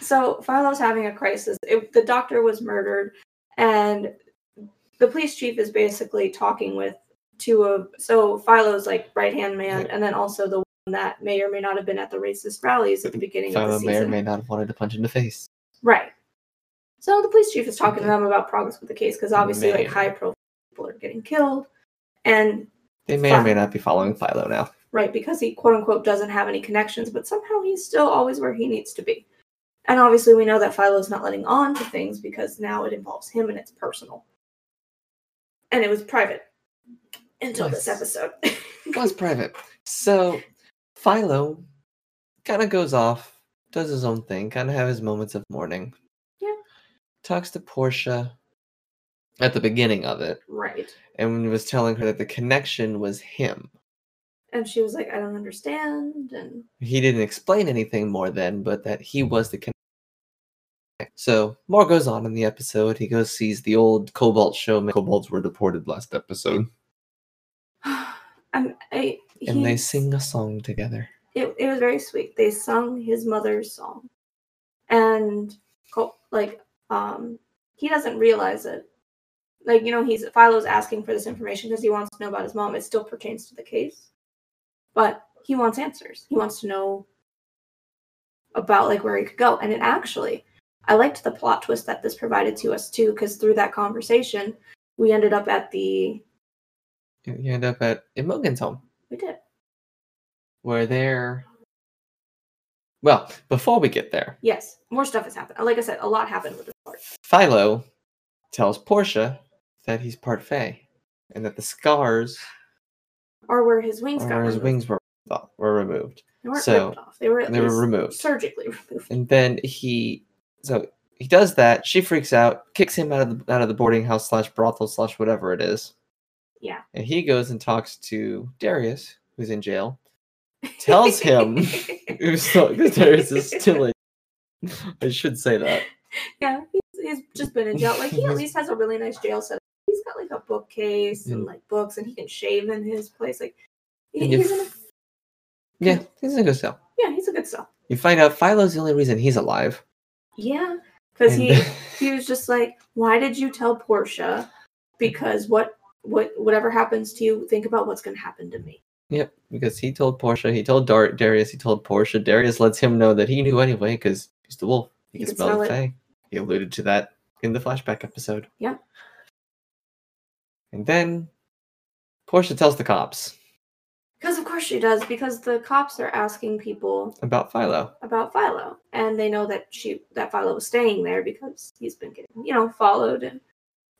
[SPEAKER 2] so Philo's having a crisis. It, the doctor was murdered, and the police chief is basically talking with two of so Philo's like right hand man,
[SPEAKER 1] Yeah.
[SPEAKER 2] and then also the one that may or may not have been at the racist rallies at the beginning of the
[SPEAKER 1] Philo
[SPEAKER 2] season.
[SPEAKER 1] may or may not have wanted to punch in the face.
[SPEAKER 2] Right. So the police chief is talking to them about progress with the case because obviously,
[SPEAKER 1] May.
[SPEAKER 2] like high profile people are getting killed, and
[SPEAKER 1] They may or
[SPEAKER 2] Fuck.
[SPEAKER 1] may not be following Philo now.
[SPEAKER 2] right? Because he quote unquote doesn't have any connections, but somehow he's still always where he needs to be. And obviously, we know that Philo's not letting on to things because now it involves him and it's personal. And it was private until this
[SPEAKER 1] Nice.
[SPEAKER 2] episode.
[SPEAKER 1] It was private. So Philo kind of goes off, does his own thing, kind of have his moments of mourning.
[SPEAKER 2] Yeah.
[SPEAKER 1] Talks to Portia at the beginning of it
[SPEAKER 2] right.
[SPEAKER 1] and was telling her that the connection was him.
[SPEAKER 2] And she was like, I don't understand. And
[SPEAKER 1] he didn't explain anything more then, but that he was the connection. So more goes on in the episode. He goes sees the old Cobalt showman. Cobalts were deported last episode,
[SPEAKER 2] I'm, I,
[SPEAKER 1] and they
[SPEAKER 2] he-
[SPEAKER 1] sing a song together.
[SPEAKER 2] it, it was very sweet. They sung his mother's song, and Col- like um, he doesn't realize it. Like you know, he's Philo's asking for this information because he wants to know about his mom. It still pertains to the case, but he wants answers. He wants to know about like where he could go. And it actually, I liked the plot twist that this provided to us too, because through that conversation, we ended up at the
[SPEAKER 1] And you end up at Imogen's home,
[SPEAKER 2] we did
[SPEAKER 1] where they're. Well, before we get there,
[SPEAKER 2] yes more stuff has happened. Like I said, a lot happened with this part.
[SPEAKER 1] Philo tells Portia that he's part Fey, and that the scars
[SPEAKER 2] or where his wings got
[SPEAKER 1] or his
[SPEAKER 2] removed.
[SPEAKER 1] wings were were removed.
[SPEAKER 2] They weren't
[SPEAKER 1] so,
[SPEAKER 2] ripped off. They were at
[SPEAKER 1] They were
[SPEAKER 2] least
[SPEAKER 1] removed.
[SPEAKER 2] surgically removed.
[SPEAKER 1] and then he so he does that she freaks out kicks him out of the out of the boarding house slash brothel slash whatever it is
[SPEAKER 2] Yeah.
[SPEAKER 1] and he goes and talks to darius who's in jail tells him who's still, 'cause darius is still in i should say that
[SPEAKER 2] Yeah, he's, he's just been in jail. Like he at least has a really nice jail setup. He's got like a bookcase and
[SPEAKER 1] Mm.
[SPEAKER 2] like books, and he can shave in his place. Like he-
[SPEAKER 1] And you
[SPEAKER 2] he's in a,
[SPEAKER 1] f- yeah he's in a good cell
[SPEAKER 2] yeah, he's a good cell.
[SPEAKER 1] you find out philo's the only reason he's alive
[SPEAKER 2] Yeah, because
[SPEAKER 1] and-
[SPEAKER 2] he he was just like, why did you tell Portia? Because what what whatever happens to you, think about what's going to happen to me.
[SPEAKER 1] Yep, because he told Portia, he told Dar- Darius, he told Portia. Darius lets him know that he knew anyway because he's the wolf. He, can, smell, the
[SPEAKER 2] it.
[SPEAKER 1] Fae. He alluded to that in the flashback episode.
[SPEAKER 2] Yeah.
[SPEAKER 1] And then Portia tells the cops
[SPEAKER 2] Because of course she does. Because the cops are asking people
[SPEAKER 1] about Philo.
[SPEAKER 2] about Philo, and they know that she that Philo was staying there because he's been getting you know followed, and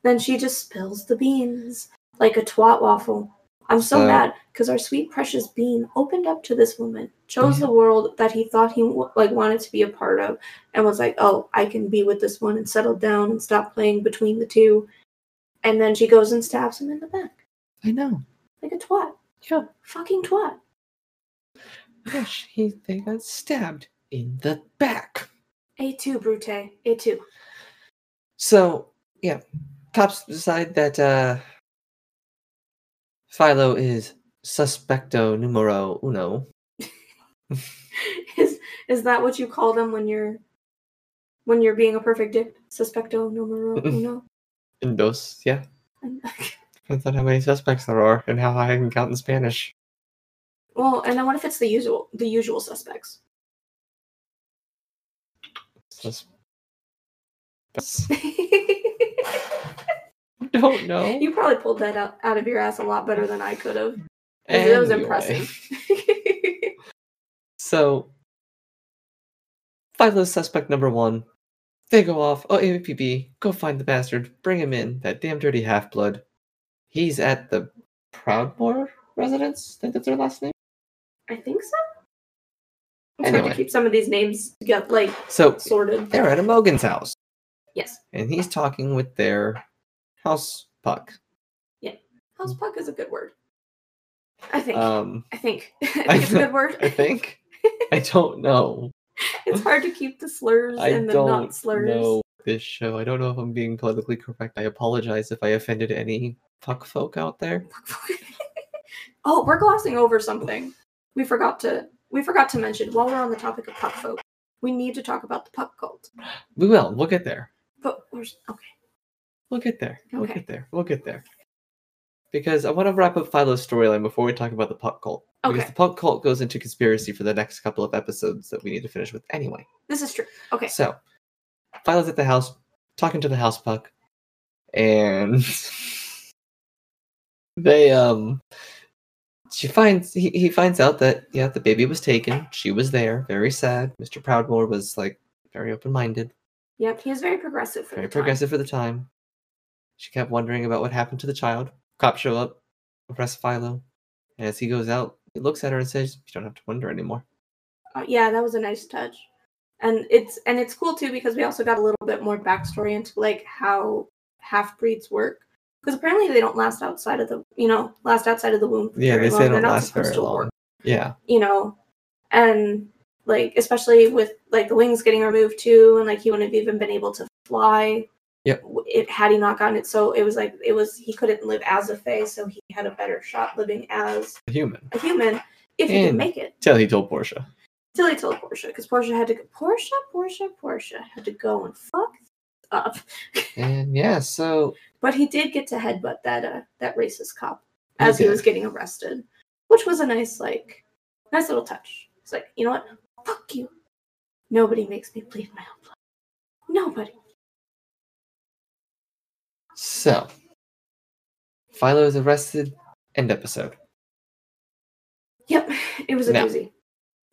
[SPEAKER 2] then she just spills the beans like a twat waffle. I'm so
[SPEAKER 1] So-
[SPEAKER 2] mad because our sweet precious bean opened up to this woman, chose the world that he thought he wa- like wanted to be a part of, and was like, "Oh, I can be with this one and settle down and stop playing between the two. And then she goes and stabs him in the back
[SPEAKER 1] I know.
[SPEAKER 2] like a twat,
[SPEAKER 1] Yeah.
[SPEAKER 2] fucking twat.
[SPEAKER 1] Gosh, he, they got stabbed in the back.
[SPEAKER 2] A two, Brute. A two.
[SPEAKER 1] So, yeah. cops decide that uh, Philo is suspecto numero uno.
[SPEAKER 2] is is that what you call them when you're when you're being a perfect dick? Suspecto numero uno.
[SPEAKER 1] In dos, yeah. Depends on how many suspects there are and how high I can count in Spanish.
[SPEAKER 2] well, and then what if it's the usual the usual suspects?
[SPEAKER 1] Sus- don't know.
[SPEAKER 2] You probably pulled that out, out of your ass a lot better than I could have. That was
[SPEAKER 1] Anyway.
[SPEAKER 2] impressive.
[SPEAKER 1] So, Philo suspect number one. They go off. Oh, APB, go find the bastard. Bring him in. That damn dirty half blood. He's at the Proudmore residence. I think that's their last name.
[SPEAKER 2] I think so. It's hard
[SPEAKER 1] Anyway.
[SPEAKER 2] to keep some of these names get like
[SPEAKER 1] So
[SPEAKER 2] sorted.
[SPEAKER 1] they're at a Mogan's house,
[SPEAKER 2] Yes,
[SPEAKER 1] and he's talking with their house puck.
[SPEAKER 2] house puck is a good word. I think.
[SPEAKER 1] Um,
[SPEAKER 2] I think. I think
[SPEAKER 1] I
[SPEAKER 2] it's a
[SPEAKER 1] know-
[SPEAKER 2] good word.
[SPEAKER 1] I think. I don't know.
[SPEAKER 2] it's hard to keep the slurs
[SPEAKER 1] I
[SPEAKER 2] and the
[SPEAKER 1] don't
[SPEAKER 2] not slurs.
[SPEAKER 1] know this show. I don't know if I'm being politically correct. I apologize if I offended any puck folk out there.
[SPEAKER 2] oh, we're glossing over something. We forgot to we forgot to mention while we're on the topic of puck folk, we need to talk about the puck cult.
[SPEAKER 1] We will. We'll get there.
[SPEAKER 2] But we're s- okay.
[SPEAKER 1] We'll get there. We'll
[SPEAKER 2] Okay.
[SPEAKER 1] get there. We'll get there. Because I want to wrap up Philo's storyline before we talk about the puck cult. Because
[SPEAKER 2] Okay.
[SPEAKER 1] the puck cult goes into conspiracy for the next couple of episodes that we need to finish with anyway.
[SPEAKER 2] This is true. Okay.
[SPEAKER 1] So, Philo's at the house, talking to the house puck, and they, um, she finds, he, he finds out that, yeah, the baby was taken. She was there, very sad. Mr. Proudmore was, like, very open minded.
[SPEAKER 2] Yep, he is very progressive. For
[SPEAKER 1] Very
[SPEAKER 2] the time.
[SPEAKER 1] progressive for the time. She kept wondering about what happened to the child. Cops show up, arrest Philo, and as he goes out, he looks at her and says, "You don't have to wonder anymore."
[SPEAKER 2] Uh, yeah, that was a nice touch, and it's and it's cool too because we also got a little bit more backstory into like how half breeds work because apparently they don't last outside of the you know last outside of the womb. for
[SPEAKER 1] Yeah,
[SPEAKER 2] very
[SPEAKER 1] they
[SPEAKER 2] long.
[SPEAKER 1] say it
[SPEAKER 2] They're
[SPEAKER 1] don't
[SPEAKER 2] not
[SPEAKER 1] last
[SPEAKER 2] supposed
[SPEAKER 1] very
[SPEAKER 2] to
[SPEAKER 1] long.
[SPEAKER 2] work,
[SPEAKER 1] Yeah,
[SPEAKER 2] you know, and like especially with like the wings getting removed too, and like he wouldn't have even been able to fly.
[SPEAKER 1] Yep.
[SPEAKER 2] w- It had he not gotten it, so it was like it was he couldn't live as a fae, so he had a better shot living as
[SPEAKER 1] a human.
[SPEAKER 2] a human if he
[SPEAKER 1] And-
[SPEAKER 2] could make it.
[SPEAKER 1] Till he told Portia.
[SPEAKER 2] Till he told Portia, because Portia had to go. Portia, Portia, Portia had to go and fuck up.
[SPEAKER 1] And yeah, so
[SPEAKER 2] But he did get to headbutt that uh, that racist cop
[SPEAKER 1] He
[SPEAKER 2] as he,
[SPEAKER 1] did.
[SPEAKER 2] was getting arrested, which was a nice like nice little touch. It's like you know what? Fuck you. Nobody makes me bleed my own blood. Nobody.
[SPEAKER 1] so Philo is arrested. End episode.
[SPEAKER 2] Yep, it was a
[SPEAKER 1] Now-
[SPEAKER 2] doozy.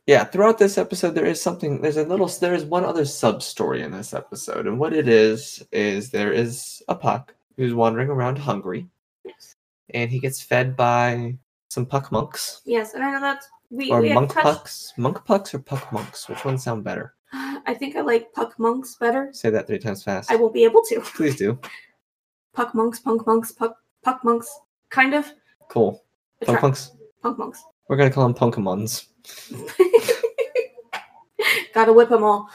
[SPEAKER 1] Yeah, throughout this episode, there is something. There's a little. There is one other sub story in this episode, and what it is is there is a puck who's wandering around hungry.
[SPEAKER 2] Yes.
[SPEAKER 1] and he gets fed by some puck monks
[SPEAKER 2] yes, and I know that's we
[SPEAKER 1] or
[SPEAKER 2] we had
[SPEAKER 1] monk
[SPEAKER 2] touched.
[SPEAKER 1] pucks. Monk pucks or puck monks? Which ones sound better?
[SPEAKER 2] I think I like puck monks better.
[SPEAKER 1] Say that three times fast.
[SPEAKER 2] I won't be able to.
[SPEAKER 1] Please do.
[SPEAKER 2] Puck monks, punk monks, puck puck monks, kind of.
[SPEAKER 1] Cool.
[SPEAKER 2] It's
[SPEAKER 1] Punk
[SPEAKER 2] not-
[SPEAKER 1] punks.
[SPEAKER 2] punk monks.
[SPEAKER 1] We're gonna call them punkemons.
[SPEAKER 2] Gotta whip them all.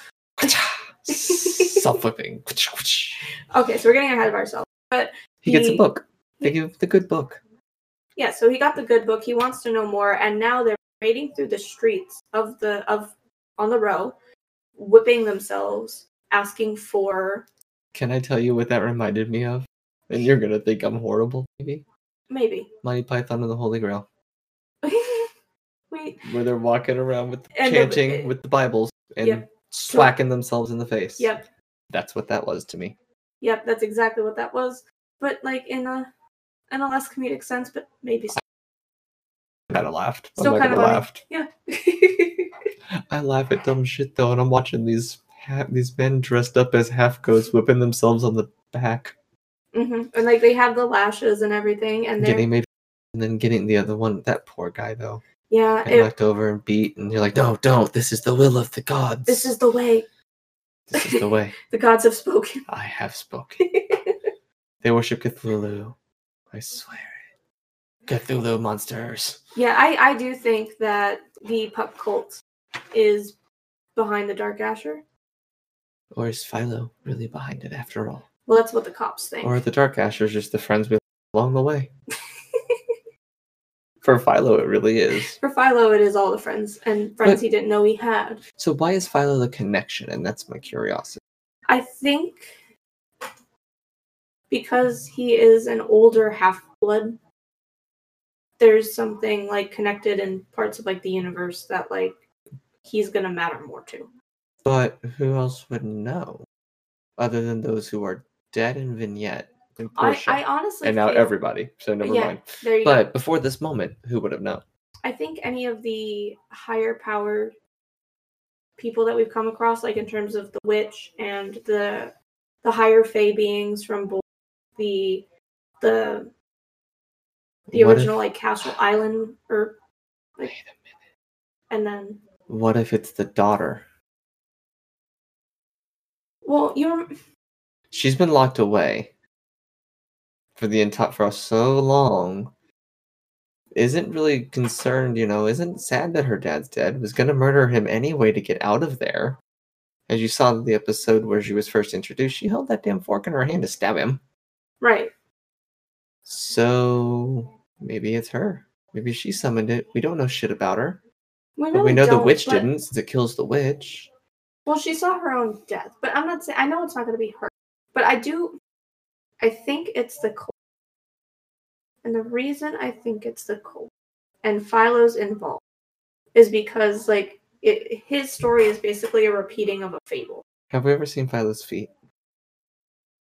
[SPEAKER 1] Self whipping.
[SPEAKER 2] Okay, so we're getting ahead of ourselves.
[SPEAKER 1] He gets a
[SPEAKER 2] He-
[SPEAKER 1] book. They give him the good book.
[SPEAKER 2] Yeah, so he got the good book. He wants to know more, and now they're raiding through the streets of the of on the row, whipping themselves, asking for
[SPEAKER 1] Can I tell you what that reminded me of? And you're gonna think I'm horrible, maybe.
[SPEAKER 2] maybe.
[SPEAKER 1] Monty Python and the Holy Grail,
[SPEAKER 2] Wait.
[SPEAKER 1] where they're walking around with
[SPEAKER 2] And the-
[SPEAKER 1] chanting with the Bibles and
[SPEAKER 2] Yep.
[SPEAKER 1] slacking themselves in the face.
[SPEAKER 2] Yep.
[SPEAKER 1] That's what that was to me.
[SPEAKER 2] Yep. That's exactly what that was. But like in a in a less comedic sense, but maybe so.
[SPEAKER 1] Kind of laughed.
[SPEAKER 2] Still
[SPEAKER 1] I'm not
[SPEAKER 2] kinda
[SPEAKER 1] gonna
[SPEAKER 2] funny.
[SPEAKER 1] laugh.
[SPEAKER 2] Yeah.
[SPEAKER 1] I laugh at dumb shit though, and I'm watching these ha- these men dressed up as half goats whipping themselves on the back,
[SPEAKER 2] hmm And like they have the lashes and everything, and they're
[SPEAKER 1] getting made, and then getting the other one. That poor guy though,
[SPEAKER 2] yeah.
[SPEAKER 1] getting
[SPEAKER 2] It,
[SPEAKER 1] knocked over and beat, and you're like, no, don't. This is the will of the gods.
[SPEAKER 2] this is the way
[SPEAKER 1] this is the way
[SPEAKER 2] the gods have spoken.
[SPEAKER 1] I have spoken. They worship Cthulhu. I swear it. Cthulhu monsters.
[SPEAKER 2] Yeah, I, I do think that the pup cult is behind the Dark Asher.
[SPEAKER 1] Or is Philo really behind it after all?
[SPEAKER 2] Well, that's what the cops think.
[SPEAKER 1] Or the Dark Asher's just the friends with along the way. For Philo, it really is.
[SPEAKER 2] For Philo, it is all the friends and friends
[SPEAKER 1] But-
[SPEAKER 2] he didn't know he had.
[SPEAKER 1] So why is Philo the connection? And that's my curiosity.
[SPEAKER 2] I think because he is an older half blood, there's something like connected in parts of like the universe that like he's gonna matter more to.
[SPEAKER 1] But who else would know, other than those who are dead in vignette and
[SPEAKER 2] I,
[SPEAKER 1] Portia,
[SPEAKER 2] I honestly
[SPEAKER 1] and now
[SPEAKER 2] feel-
[SPEAKER 1] everybody. So never
[SPEAKER 2] yeah,
[SPEAKER 1] mind.
[SPEAKER 2] There you go.
[SPEAKER 1] But before this moment, who would have known?
[SPEAKER 2] I think any of the higher power people that we've come across, like in terms of the witch and the the higher fey beings from both the the the
[SPEAKER 1] What if-
[SPEAKER 2] original like Castle Island or like, and then
[SPEAKER 1] What if it's the daughter?
[SPEAKER 2] well you rem-
[SPEAKER 1] She's been locked away for the entire for so long. Isn't really concerned, you know. Isn't sad that her dad's dead. Was gonna murder him anyway to get out of there. As you saw in the episode where she was first introduced, she held that damn fork in her hand to stab him.
[SPEAKER 2] right
[SPEAKER 1] So maybe it's her. Maybe she summoned it. We don't know shit about her,
[SPEAKER 2] we
[SPEAKER 1] but we
[SPEAKER 2] really
[SPEAKER 1] know the
[SPEAKER 2] don't,
[SPEAKER 1] witch
[SPEAKER 2] but-
[SPEAKER 1] didn't, since it kills the witch.
[SPEAKER 2] Well, she saw her own death, but I'm not saying I know it's not going to be her, but I do. I think it's the cold, and the reason I think it's the cold and Philo's involved is because like it, his story is basically a repeating of a fable.
[SPEAKER 1] Have we ever seen Philo's feet?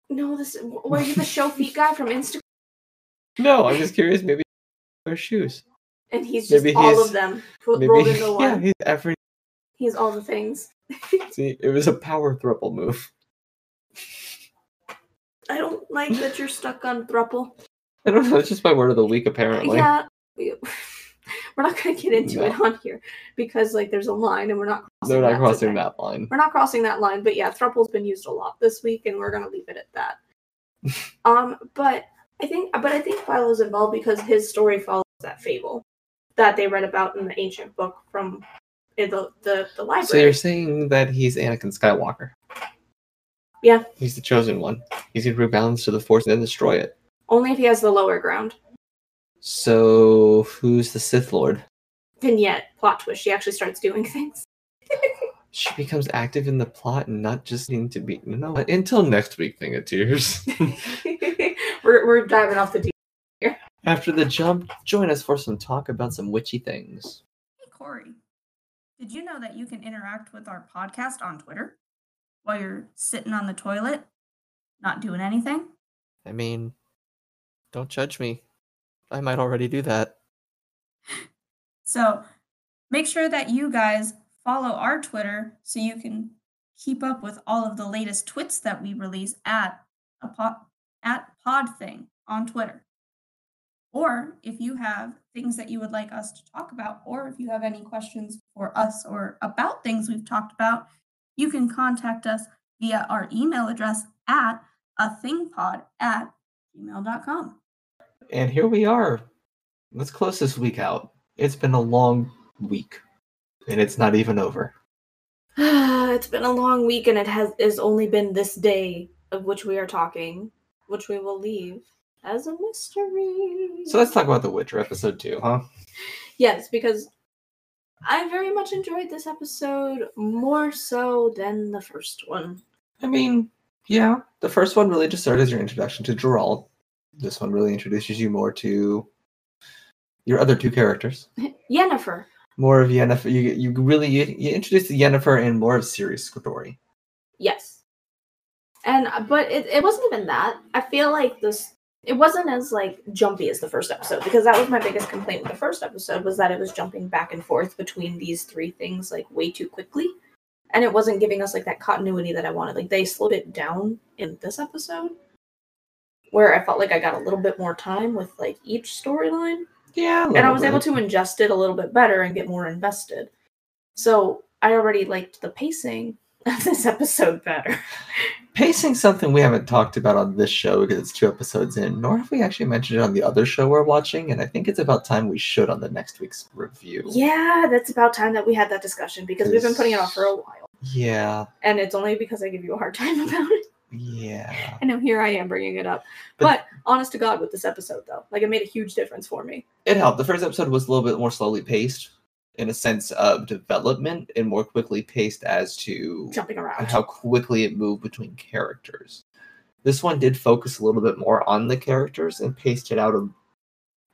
[SPEAKER 2] No, this were you the show feet guy from Instagram?
[SPEAKER 1] No, I'm just curious. Maybe her shoes.
[SPEAKER 2] And he's just
[SPEAKER 1] Maybe
[SPEAKER 2] all
[SPEAKER 1] he's-
[SPEAKER 2] of them put-
[SPEAKER 1] Maybe
[SPEAKER 2] rolled into
[SPEAKER 1] yeah,
[SPEAKER 2] one.
[SPEAKER 1] he's every
[SPEAKER 2] He's all the things.
[SPEAKER 1] See, it was a power thruple move.
[SPEAKER 2] I don't like that you're stuck on thruple.
[SPEAKER 1] I don't know. It's just my word of the week, apparently.
[SPEAKER 2] Yeah. we- We're not going to get into
[SPEAKER 1] No.
[SPEAKER 2] it on here because like there's a line and we're not
[SPEAKER 1] They're not
[SPEAKER 2] today.
[SPEAKER 1] crossing that line.
[SPEAKER 2] We're not crossing that line, but yeah, thruple's been used a lot this week and we're going to leave it at that. um but I think but I think Philo's involved because his story follows that fable that they read about in the ancient book from in the the, the library.
[SPEAKER 1] So you're saying that he's Anakin Skywalker?
[SPEAKER 2] Yeah.
[SPEAKER 1] He's the chosen one. He's gonna bring balance to the Force and then destroy it.
[SPEAKER 2] Only if he has the lower ground.
[SPEAKER 1] So who's the Sith Lord?
[SPEAKER 2] Vignette plot twist. She actually starts doing things.
[SPEAKER 1] She becomes active in the plot and not just needing to be. You know what? Until next week, thing of tears.
[SPEAKER 2] we're we're diving off the deep.
[SPEAKER 1] After the jump, join us for some talk about some witchy things.
[SPEAKER 4] Hey, Corey, did you know that you can interact with our podcast on Twitter while you're sitting on the toilet, not doing anything?
[SPEAKER 3] I mean, don't judge me. I might already do that.
[SPEAKER 4] So make sure that you guys follow our Twitter so you can keep up with all of the latest twits that we release at a pod, at pod thing on Twitter. Or if you have things that you would like us to talk about, or if you have any questions for us or about things we've talked about, you can contact us via our email address at a thingpod at gmail.com.
[SPEAKER 1] And here we are. Let's close this week out. It's been a long week, and it's not even over.
[SPEAKER 2] it's been a long week and it has is only been this day of which we are talking, which we will leave as a mystery.
[SPEAKER 1] So let's talk about The Witcher episode two, huh?
[SPEAKER 2] yes, because I very much enjoyed this episode more so than the first one.
[SPEAKER 1] I mean, yeah, the first one really just started as your introduction to Geralt. This one really introduces you more to your other two characters.
[SPEAKER 2] Yennefer.
[SPEAKER 1] More of Yennefer. You, you really you, you introduce the Yennefer and more of Ciri's story.
[SPEAKER 2] Yes. And uh, but it, it wasn't even that. I feel like this it wasn't as like jumpy as the first episode because that was my biggest complaint with the first episode was that it was jumping back and forth between these three things like way too quickly and it wasn't giving us like that continuity that I wanted. Like they slowed it down in this episode where I felt like I got a little bit more time with like each storyline
[SPEAKER 1] Yeah, a
[SPEAKER 2] and I
[SPEAKER 1] little
[SPEAKER 2] was able
[SPEAKER 1] bit.
[SPEAKER 2] to ingest it a little bit better and get more invested. So I already liked the pacing of this episode better.
[SPEAKER 1] Pacing something we haven't talked about on this show because it's two episodes in, nor have we actually mentioned it on the other show we're watching, and I think it's about time we should on the next week's review.
[SPEAKER 2] Yeah, that's about time that we had that discussion because we've been putting it off for a while,
[SPEAKER 1] Yeah.
[SPEAKER 2] and it's only because I give you a hard time about it.
[SPEAKER 1] Yeah.
[SPEAKER 2] I know here I am bringing it up. But,
[SPEAKER 1] But-
[SPEAKER 2] honest to God, with this episode though, like it made a huge difference for me.
[SPEAKER 1] It helped. The first episode was a little bit more slowly paced in a sense of development and more quickly paced as to
[SPEAKER 2] Jumping around.
[SPEAKER 1] and how quickly it moved between characters. This one did focus a little bit more on the characters and paced it out a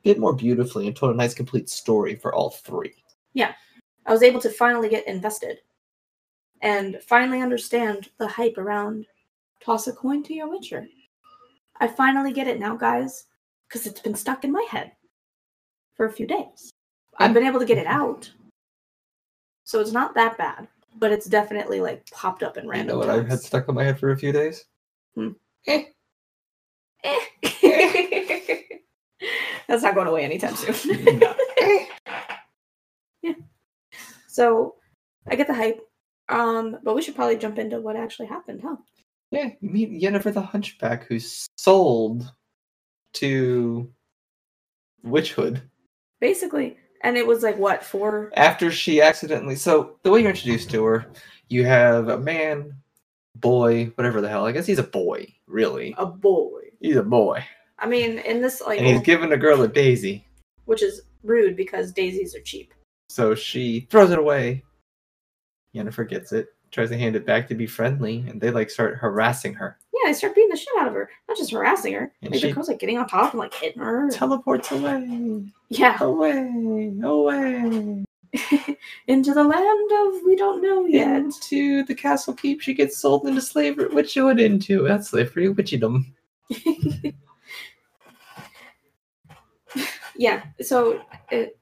[SPEAKER 1] bit more beautifully and told a nice complete story for all three.
[SPEAKER 2] I was able to finally get invested and finally understand the hype around toss a coin to your witcher. I finally get it now, guys, because it's been stuck in my head for a few days. I've been able to get it out. So it's not that bad, but it's definitely like popped up in
[SPEAKER 1] you know
[SPEAKER 2] random
[SPEAKER 1] what I've had
[SPEAKER 2] times.
[SPEAKER 1] stuck in my head for a few days?
[SPEAKER 2] Hmm.
[SPEAKER 1] Eh.
[SPEAKER 2] Eh. That's not going away anytime soon.
[SPEAKER 1] No.
[SPEAKER 2] yeah. So I get the hype. Um, but we should probably jump into what actually happened, huh?
[SPEAKER 1] Yeah, you meet Yennefer the Hunchback, who's sold to witchhood
[SPEAKER 2] Basically. And it was like what, four
[SPEAKER 1] after she accidentally. So the way you're introduced to her, you have a man, boy, whatever the hell. I guess he's a boy, really.
[SPEAKER 2] a boy.
[SPEAKER 1] He's a boy,
[SPEAKER 2] I mean, in this like
[SPEAKER 1] and he's giving a girl a daisy.
[SPEAKER 2] which is rude because daisies are cheap.
[SPEAKER 1] So she throws it away. Yennefer gets it, tries to hand it back to be friendly, and they like start harassing her.
[SPEAKER 2] Yeah, I start beating the shit out of her. Not just harassing her.
[SPEAKER 1] And
[SPEAKER 2] like the
[SPEAKER 1] she-
[SPEAKER 2] girl's like getting on top and like hitting her.
[SPEAKER 1] Teleports away,
[SPEAKER 2] yeah.
[SPEAKER 1] away, away.
[SPEAKER 2] into the land of we don't know yet.
[SPEAKER 1] into the castle keep. She gets sold into slavery, which you would into. That's slavery, witchedom.
[SPEAKER 2] yeah. So it,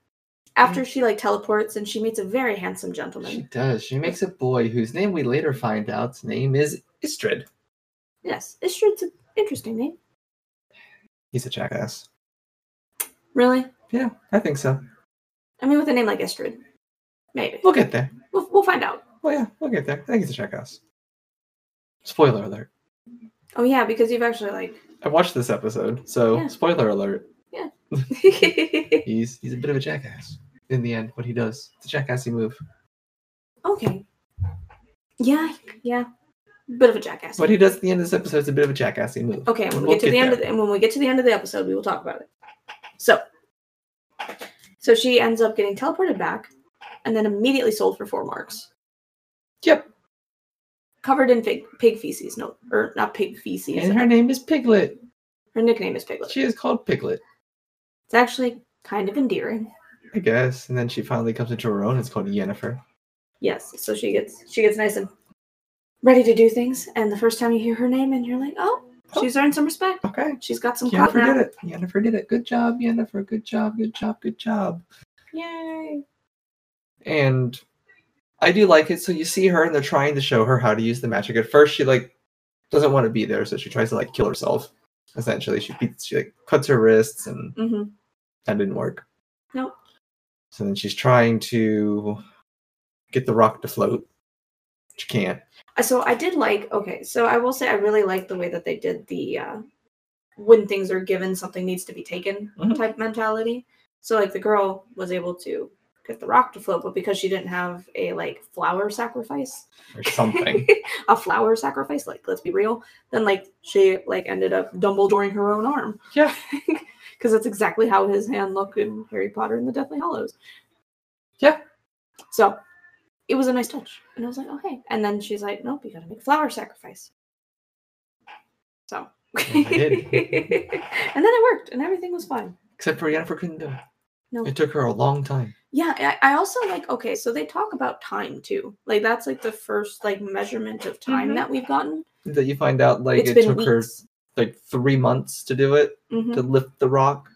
[SPEAKER 2] after she like teleports and she meets a very handsome
[SPEAKER 1] She
[SPEAKER 2] gentleman.
[SPEAKER 1] does. She makes a boy whose name we later find out's name is Istrid.
[SPEAKER 2] Yes, Istrid's an interesting name.
[SPEAKER 1] He's a jackass.
[SPEAKER 2] Really?
[SPEAKER 1] Yeah, I think so.
[SPEAKER 2] I mean, with a name like Istrid, maybe
[SPEAKER 1] We'll get there.
[SPEAKER 2] we'll, we'll find out.
[SPEAKER 1] Well, yeah, we'll get there. I think he's a jackass. Spoiler alert.
[SPEAKER 2] Oh yeah, because you've actually like
[SPEAKER 1] I watched this episode, so
[SPEAKER 2] Yeah.
[SPEAKER 1] spoiler alert.
[SPEAKER 2] okay.
[SPEAKER 1] He's he's a bit of a jackass. In the end, what he does. It's a jackassy move.
[SPEAKER 2] Yeah, yeah. Bit of a jackass.
[SPEAKER 1] What he does at the end of this episode is a bit of a jackassy move.
[SPEAKER 2] Okay, when we
[SPEAKER 1] We'll
[SPEAKER 2] get to the
[SPEAKER 1] get
[SPEAKER 2] end of
[SPEAKER 1] there.
[SPEAKER 2] the, and when we get to the end of the episode, we will talk about it. So, so she ends up getting teleported back, and then immediately sold for four marks,
[SPEAKER 1] Yep.
[SPEAKER 2] covered in pig, pig feces. No, or not pig feces.
[SPEAKER 1] And her name is Piglet.
[SPEAKER 2] Her nickname is Piglet.
[SPEAKER 1] She is called Piglet.
[SPEAKER 2] It's actually kind of endearing.
[SPEAKER 1] I guess. And then she finally comes into her own. It's called Yennefer.
[SPEAKER 2] Yes, so she gets she gets nice and ready to do things, and the first time you hear her name, and you're like, oh,
[SPEAKER 1] Oh.
[SPEAKER 2] she's earned some respect.
[SPEAKER 1] Okay.
[SPEAKER 2] She's got some clout
[SPEAKER 1] Yennefer did
[SPEAKER 2] now.
[SPEAKER 1] it. Yennefer did it. Good job, Yennefer. Good job. Good job. Good job.
[SPEAKER 2] Yay!
[SPEAKER 1] And I do like it. So you see her and they're trying to show her how to use the magic. At first she like doesn't want to be there, so she tries to like kill herself. Essentially. She beats she like cuts her wrists and
[SPEAKER 2] hmm
[SPEAKER 1] that didn't work.
[SPEAKER 2] Nope.
[SPEAKER 1] So then she's trying to get the rock to float. She can't.
[SPEAKER 2] Uh, so i did like okay so i will say i really like the way that they did the uh when things are given something needs to be taken
[SPEAKER 1] Mhm.
[SPEAKER 2] type mentality so like the girl was able to get the rock to float but because she didn't have a like flower sacrifice
[SPEAKER 1] Or something.
[SPEAKER 2] a flower sacrifice like let's be real then like she like ended up dumbledoring her own arm
[SPEAKER 1] yeah.
[SPEAKER 2] because that's exactly how his hand looked in harry potter and the deathly hollows
[SPEAKER 1] Yeah.
[SPEAKER 2] so it was a nice touch and i was like oh hey and then she's like nope you gotta make flower sacrifice so
[SPEAKER 1] And I did.
[SPEAKER 2] and then it worked and everything was fine
[SPEAKER 1] Except for Yennefer couldn't do it.
[SPEAKER 2] No.
[SPEAKER 1] It took her a long time.
[SPEAKER 2] yeah I, I also like okay so they talk about time too like that's like the first like measurement of time
[SPEAKER 1] Mhm.
[SPEAKER 2] that we've gotten
[SPEAKER 1] that you find out like
[SPEAKER 2] it's
[SPEAKER 1] it
[SPEAKER 2] been
[SPEAKER 1] took her
[SPEAKER 2] weeks
[SPEAKER 1] like three months to do it
[SPEAKER 2] Mhm.
[SPEAKER 1] to lift the rock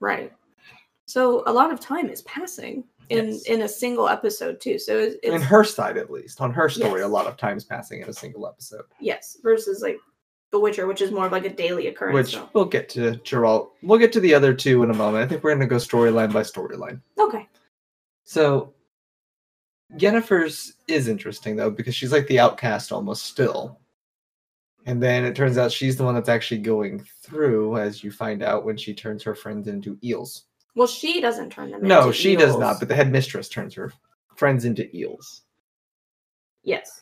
[SPEAKER 2] Right. So a lot of time is passing in
[SPEAKER 1] Yes.
[SPEAKER 2] in a single episode too. So it's,
[SPEAKER 1] in
[SPEAKER 2] it's
[SPEAKER 1] her side at least on her story
[SPEAKER 2] Yes.
[SPEAKER 1] a lot of times passing in a single episode
[SPEAKER 2] yes versus like The Witcher, which is more of like a daily occurrence.
[SPEAKER 1] which
[SPEAKER 2] so-
[SPEAKER 1] we'll get to gerald we'll get to the other two in a moment i think we're going to go storyline by storyline
[SPEAKER 2] Okay.
[SPEAKER 1] so jennifer's is interesting though because she's like the outcast almost still and then it turns out she's the one that's actually going through as you find out when she turns her friends into eels
[SPEAKER 2] Well, she doesn't turn them.
[SPEAKER 1] no
[SPEAKER 2] into
[SPEAKER 1] she does not
[SPEAKER 2] eels.
[SPEAKER 1] but the headmistress turns her friends into eels
[SPEAKER 2] yes,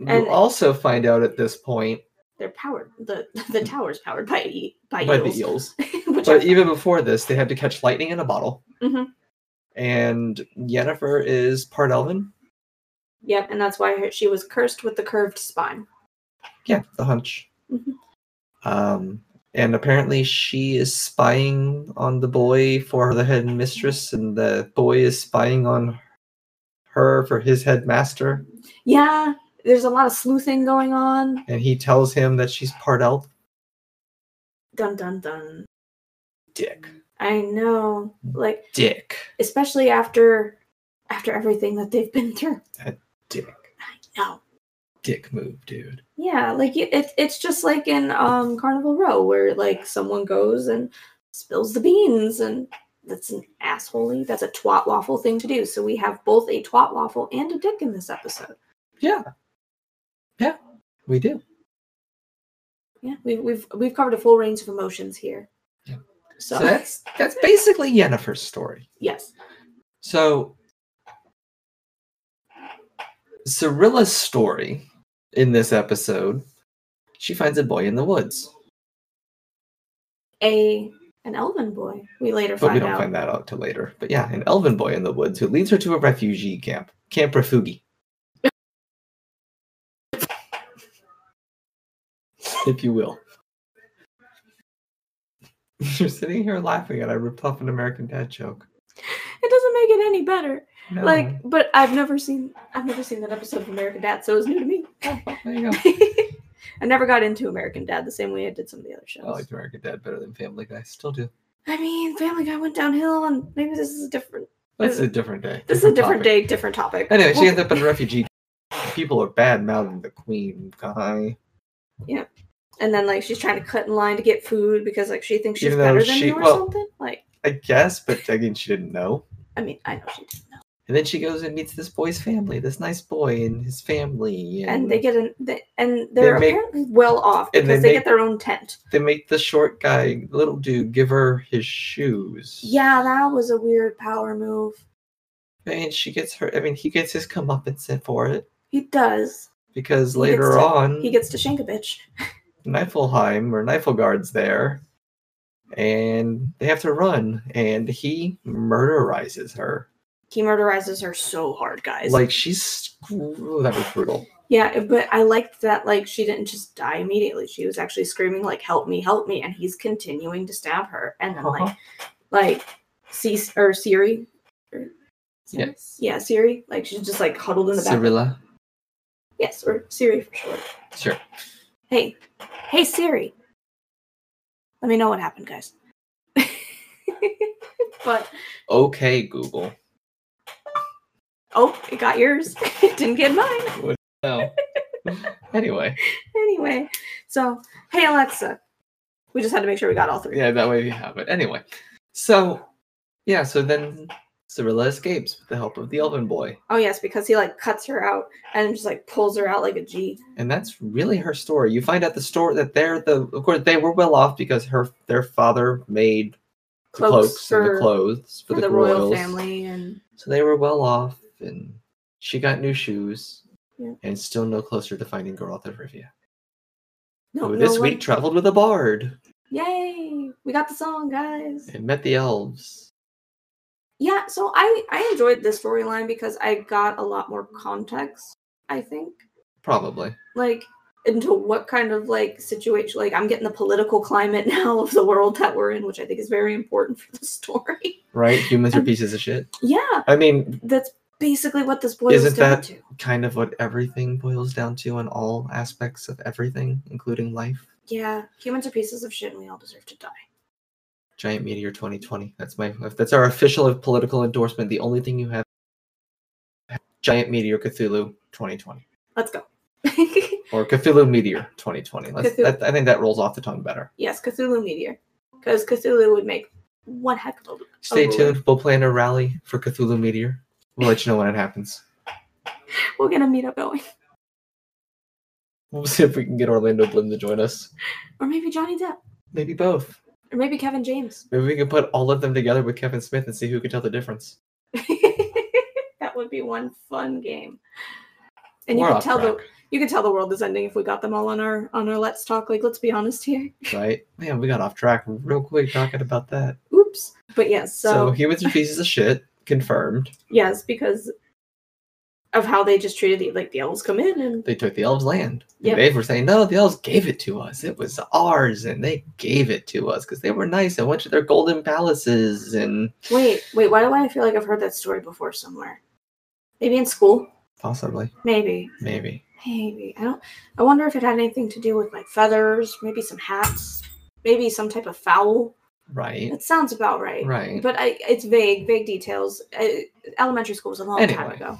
[SPEAKER 1] You
[SPEAKER 2] And-
[SPEAKER 1] also find out at this point
[SPEAKER 2] They're powered. The the tower's powered by e- by,
[SPEAKER 1] by
[SPEAKER 2] eels.
[SPEAKER 1] the eels.
[SPEAKER 2] Which
[SPEAKER 1] But e
[SPEAKER 2] are-
[SPEAKER 1] even before this, they had to catch lightning in a bottle.
[SPEAKER 2] Mhm.
[SPEAKER 1] And Yennefer is part elven.
[SPEAKER 2] yep, and that's why her, she was cursed with the curved spine.
[SPEAKER 1] Yeah, the hunch.
[SPEAKER 2] Mhm.
[SPEAKER 1] Um, and apparently she is spying on the boy for the head mistress, and the boy is spying on her for his headmaster.
[SPEAKER 2] Yeah, there's a lot of sleuthing going on.
[SPEAKER 1] And he tells him that she's part elf.
[SPEAKER 2] Dun dun dun.
[SPEAKER 1] Dick.
[SPEAKER 2] I know. Like
[SPEAKER 1] Dick.
[SPEAKER 2] especially after after everything that they've been through.
[SPEAKER 1] Dick.
[SPEAKER 2] No.
[SPEAKER 1] Dick move, dude.
[SPEAKER 2] Yeah, like it, it, it's just like in um Carnival Row where like someone goes and spills the beans and that's an assholey, that's a twat waffle thing to do. So we have both a twat waffle and a dick in this episode.
[SPEAKER 1] Yeah. Yeah, we do.
[SPEAKER 2] Yeah, we've we've we've covered a full range of emotions here.
[SPEAKER 1] Yeah.
[SPEAKER 2] So,
[SPEAKER 1] So that's that's basically Yennefer's story.
[SPEAKER 2] yes.
[SPEAKER 1] So Cyrilla's story in this episode, she finds a boy in the woods,
[SPEAKER 2] A an elven boy. We later
[SPEAKER 1] but we
[SPEAKER 2] find
[SPEAKER 1] don't
[SPEAKER 2] out.
[SPEAKER 1] find that out till later. But yeah, an elven boy in the woods who leads her to a refugee camp, Camp Refugi. if you will. You're sitting here laughing and I ripped off an American Dad joke.
[SPEAKER 2] It doesn't make it any better.
[SPEAKER 1] No.
[SPEAKER 2] Like, but I've never seen I've never seen that episode of American Dad, so it was new to me.
[SPEAKER 1] there you go.
[SPEAKER 2] I never got into American Dad the same way I did some of the other shows.
[SPEAKER 1] I liked American Dad better than Family Guy. Still do.
[SPEAKER 2] I mean, Family Guy went downhill, and maybe this is a different.
[SPEAKER 1] That's a different day.
[SPEAKER 2] This is a different day, different topic.
[SPEAKER 1] Anyway, she
[SPEAKER 2] Well,
[SPEAKER 1] ends up in a refugee. camp. People are bad mouthing the queen guy,
[SPEAKER 2] and then like she's trying to cut in line to get food because like she thinks she's
[SPEAKER 1] Even though
[SPEAKER 2] better than
[SPEAKER 1] she-
[SPEAKER 2] you or
[SPEAKER 1] well-
[SPEAKER 2] something. Like,
[SPEAKER 1] I guess. But again, she didn't know.
[SPEAKER 2] I mean, I know she didn't know.
[SPEAKER 1] And then she goes and meets this boy's family, this nice boy and his family, and,
[SPEAKER 2] And they get an they, and they're
[SPEAKER 1] Mm. make-
[SPEAKER 2] apparently well off
[SPEAKER 1] and
[SPEAKER 2] because
[SPEAKER 1] they make-
[SPEAKER 2] they get their own tent.
[SPEAKER 1] they make the short guy, little dude, give her his shoes.
[SPEAKER 2] Yeah, that was a weird power move.
[SPEAKER 1] and she gets her. I mean, he gets his comeuppance in for it
[SPEAKER 2] He does.
[SPEAKER 1] because
[SPEAKER 2] He gets
[SPEAKER 1] later
[SPEAKER 2] to-
[SPEAKER 1] on,
[SPEAKER 2] He gets to shank a bitch.
[SPEAKER 1] Niflheim or Niflgard's there, and they have to run, and he murderizes her.
[SPEAKER 2] He murderizes her so hard, guys.
[SPEAKER 1] Like she's sc- ooh, that was brutal.
[SPEAKER 2] Yeah, it- but I liked that like she didn't just die immediately. She was actually screaming like "Help me, help me!" and he's continuing to stab her. And then
[SPEAKER 1] Uh-huh.
[SPEAKER 2] like like C or Siri, or-
[SPEAKER 1] Yes.
[SPEAKER 2] yeah, Siri. Like she's just like huddled in the back.
[SPEAKER 1] Cirilla,
[SPEAKER 2] Yes, or Siri for short.
[SPEAKER 1] sure.
[SPEAKER 2] Hey, hey Siri. Let me know what happened, guys. but
[SPEAKER 1] Okay, Google.
[SPEAKER 2] oh, it got yours. it didn't get mine.
[SPEAKER 1] No. anyway,
[SPEAKER 2] Anyway, so hey Alexa. We just had to make sure we got all three.
[SPEAKER 1] yeah, that way we have it. Anyway, so yeah, so then Cirilla escapes with the help of the Elven boy,
[SPEAKER 2] Oh yes, because he like cuts her out and just like pulls her out like a G.
[SPEAKER 1] and that's really her story. You find out the story that they're the of course they were well off because her their father made the cloaks, and the clothes for,
[SPEAKER 2] for
[SPEAKER 1] the,
[SPEAKER 2] the
[SPEAKER 1] royals.
[SPEAKER 2] royal family and
[SPEAKER 1] So they were well off, and she got new shoes,
[SPEAKER 2] Yeah.
[SPEAKER 1] and still no closer to finding Geralt of Rivia.
[SPEAKER 2] no,
[SPEAKER 1] who
[SPEAKER 2] no
[SPEAKER 1] this
[SPEAKER 2] one-
[SPEAKER 1] week traveled with a bard
[SPEAKER 2] Yay! We got the song, guys.
[SPEAKER 1] and met the elves.
[SPEAKER 2] Yeah, so I I enjoyed this storyline because I got a lot more context. I think
[SPEAKER 1] Probably.
[SPEAKER 2] like into what kind of like situation like I'm getting the political climate now of the world that we're in, which I think is very important for the story.
[SPEAKER 1] Right? Humans are
[SPEAKER 2] Um,
[SPEAKER 1] pieces of shit.
[SPEAKER 2] yeah,
[SPEAKER 1] I mean,
[SPEAKER 2] that's basically what this boils
[SPEAKER 1] Isn't
[SPEAKER 2] down
[SPEAKER 1] that-
[SPEAKER 2] to.
[SPEAKER 1] kind of what everything boils down to in all aspects of everything, including life.
[SPEAKER 2] Yeah, humans are pieces of shit and we all deserve to die.
[SPEAKER 1] Giant Meteor 2020. That's my that's our official political endorsement. The only thing you have Giant Meteor Cthulhu 2020.
[SPEAKER 2] Let's go.
[SPEAKER 1] Or Cthulhu Meteor 2020. Let's,
[SPEAKER 2] Cthulhu.
[SPEAKER 1] That, I think that rolls off the tongue better.
[SPEAKER 2] yes, Cthulhu Meteor. Because Cthulhu would make one heck of a.
[SPEAKER 1] Stay
[SPEAKER 2] Overlord.
[SPEAKER 1] tuned. We'll plan a rally for Cthulhu Meteor. We'll let you know when it happens.
[SPEAKER 2] We're going to meet up going.
[SPEAKER 1] We'll see if we can get Orlando Bloom to join us.
[SPEAKER 2] Or maybe Johnny Depp.
[SPEAKER 1] Maybe both.
[SPEAKER 2] Or maybe Kevin James.
[SPEAKER 1] Maybe we can put all of them together with Kevin Smith and see who can tell the difference.
[SPEAKER 2] that would be one fun game. And you
[SPEAKER 1] We're
[SPEAKER 2] can
[SPEAKER 1] on
[SPEAKER 2] tell the
[SPEAKER 1] track,
[SPEAKER 2] you can tell the world is ending if we got them all on our on our let's talk. Like let's be honest here.
[SPEAKER 1] right. Man, we got off track real quick talking about that.
[SPEAKER 2] Oops. But yes,
[SPEAKER 1] So,
[SPEAKER 2] so,
[SPEAKER 1] humans are pieces of shit. Confirmed.
[SPEAKER 2] yes, because of how they just treated the like the elves come in and
[SPEAKER 1] They took the elves' land. The
[SPEAKER 2] Yep.
[SPEAKER 1] They were saying, no, the elves gave it to us. It was ours, and they gave it to us because they were nice and went to their golden palaces and
[SPEAKER 2] wait, wait, why do I feel like I've heard that story before somewhere? Maybe in school?
[SPEAKER 1] possibly,
[SPEAKER 2] Maybe.
[SPEAKER 1] maybe.
[SPEAKER 2] Maybe. I don't I wonder if it had anything to do with like feathers, maybe some hats, maybe some type of fowl.
[SPEAKER 1] Right.
[SPEAKER 2] It sounds about right.
[SPEAKER 1] Right.
[SPEAKER 2] But I, it's vague, vague details. Uh, elementary school was a long time
[SPEAKER 1] Anyway.
[SPEAKER 2] ago.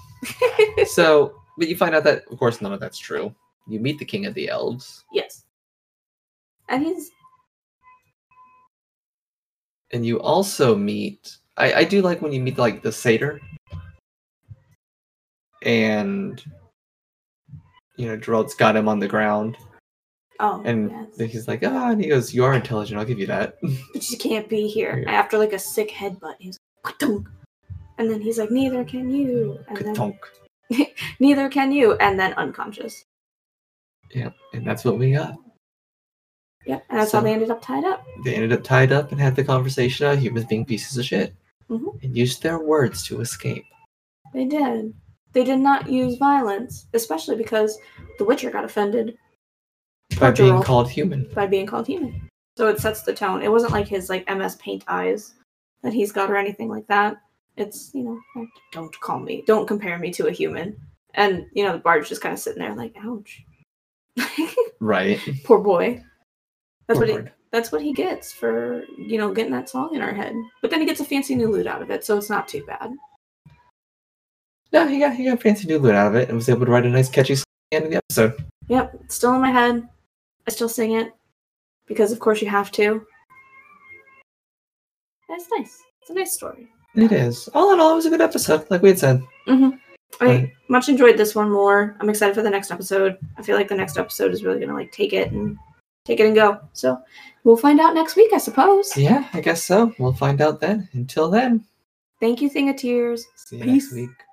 [SPEAKER 1] so, but you find out that, of course, none of that's true. You meet the king of the elves,
[SPEAKER 2] Yes. And he's
[SPEAKER 1] and you also meet. I, I do like when you meet like the satyr, and you know Gerald's got him on the ground,
[SPEAKER 2] oh
[SPEAKER 1] and
[SPEAKER 2] yes.
[SPEAKER 1] he's like, ah, and he goes, "You are intelligent. I'll give you that."
[SPEAKER 2] But you can't be here.
[SPEAKER 1] Yeah.
[SPEAKER 2] After like a sick headbutt, he's like, "Ka-dunk." and then he's like, neither can you. And then
[SPEAKER 1] Katonk.
[SPEAKER 2] neither can you. And then unconscious.
[SPEAKER 1] Yeah, and that's what we got.
[SPEAKER 2] Yep. And that's
[SPEAKER 1] So-
[SPEAKER 2] how they ended up tied up.
[SPEAKER 1] They ended up tied up and had the conversation about humans being pieces of shit,
[SPEAKER 2] Mhm.
[SPEAKER 1] and used their words to escape.
[SPEAKER 2] They did. They did not use violence, especially because the Witcher got offended
[SPEAKER 1] by
[SPEAKER 2] Poor
[SPEAKER 1] being
[SPEAKER 2] Geralt.
[SPEAKER 1] called human.
[SPEAKER 2] by being called human. So it sets the tone. It wasn't like his like MS Paint eyes that he's got or anything like that. It's you know like, don't call me, don't compare me to a human. And you know the bard's just kind of sitting there like, ouch,
[SPEAKER 1] Right.
[SPEAKER 2] poor boy. That's
[SPEAKER 1] Poor
[SPEAKER 2] what he,
[SPEAKER 1] Bard.
[SPEAKER 2] that's what he gets for you know getting that song in our head. But then he gets a fancy new lute out of it, so it's not too bad.
[SPEAKER 1] No, he got he got fancy new loot out of it and was able to write a nice catchy song at the end of the episode.
[SPEAKER 2] Yep, it's still in my head. I still sing it because of course you have to. That's nice. It's a nice story.
[SPEAKER 1] It is. All in all, it was a good episode, like we had said.
[SPEAKER 2] I
[SPEAKER 1] Right.
[SPEAKER 2] much enjoyed this one more. I'm excited for the next episode. I feel like the next episode is really gonna like take it and take it and go. So we'll find out next week, I suppose.
[SPEAKER 1] Yeah, I guess so. We'll find out then. Until then,
[SPEAKER 2] Thank you, Thing of Tears.
[SPEAKER 1] see you next
[SPEAKER 2] Peace.
[SPEAKER 1] week.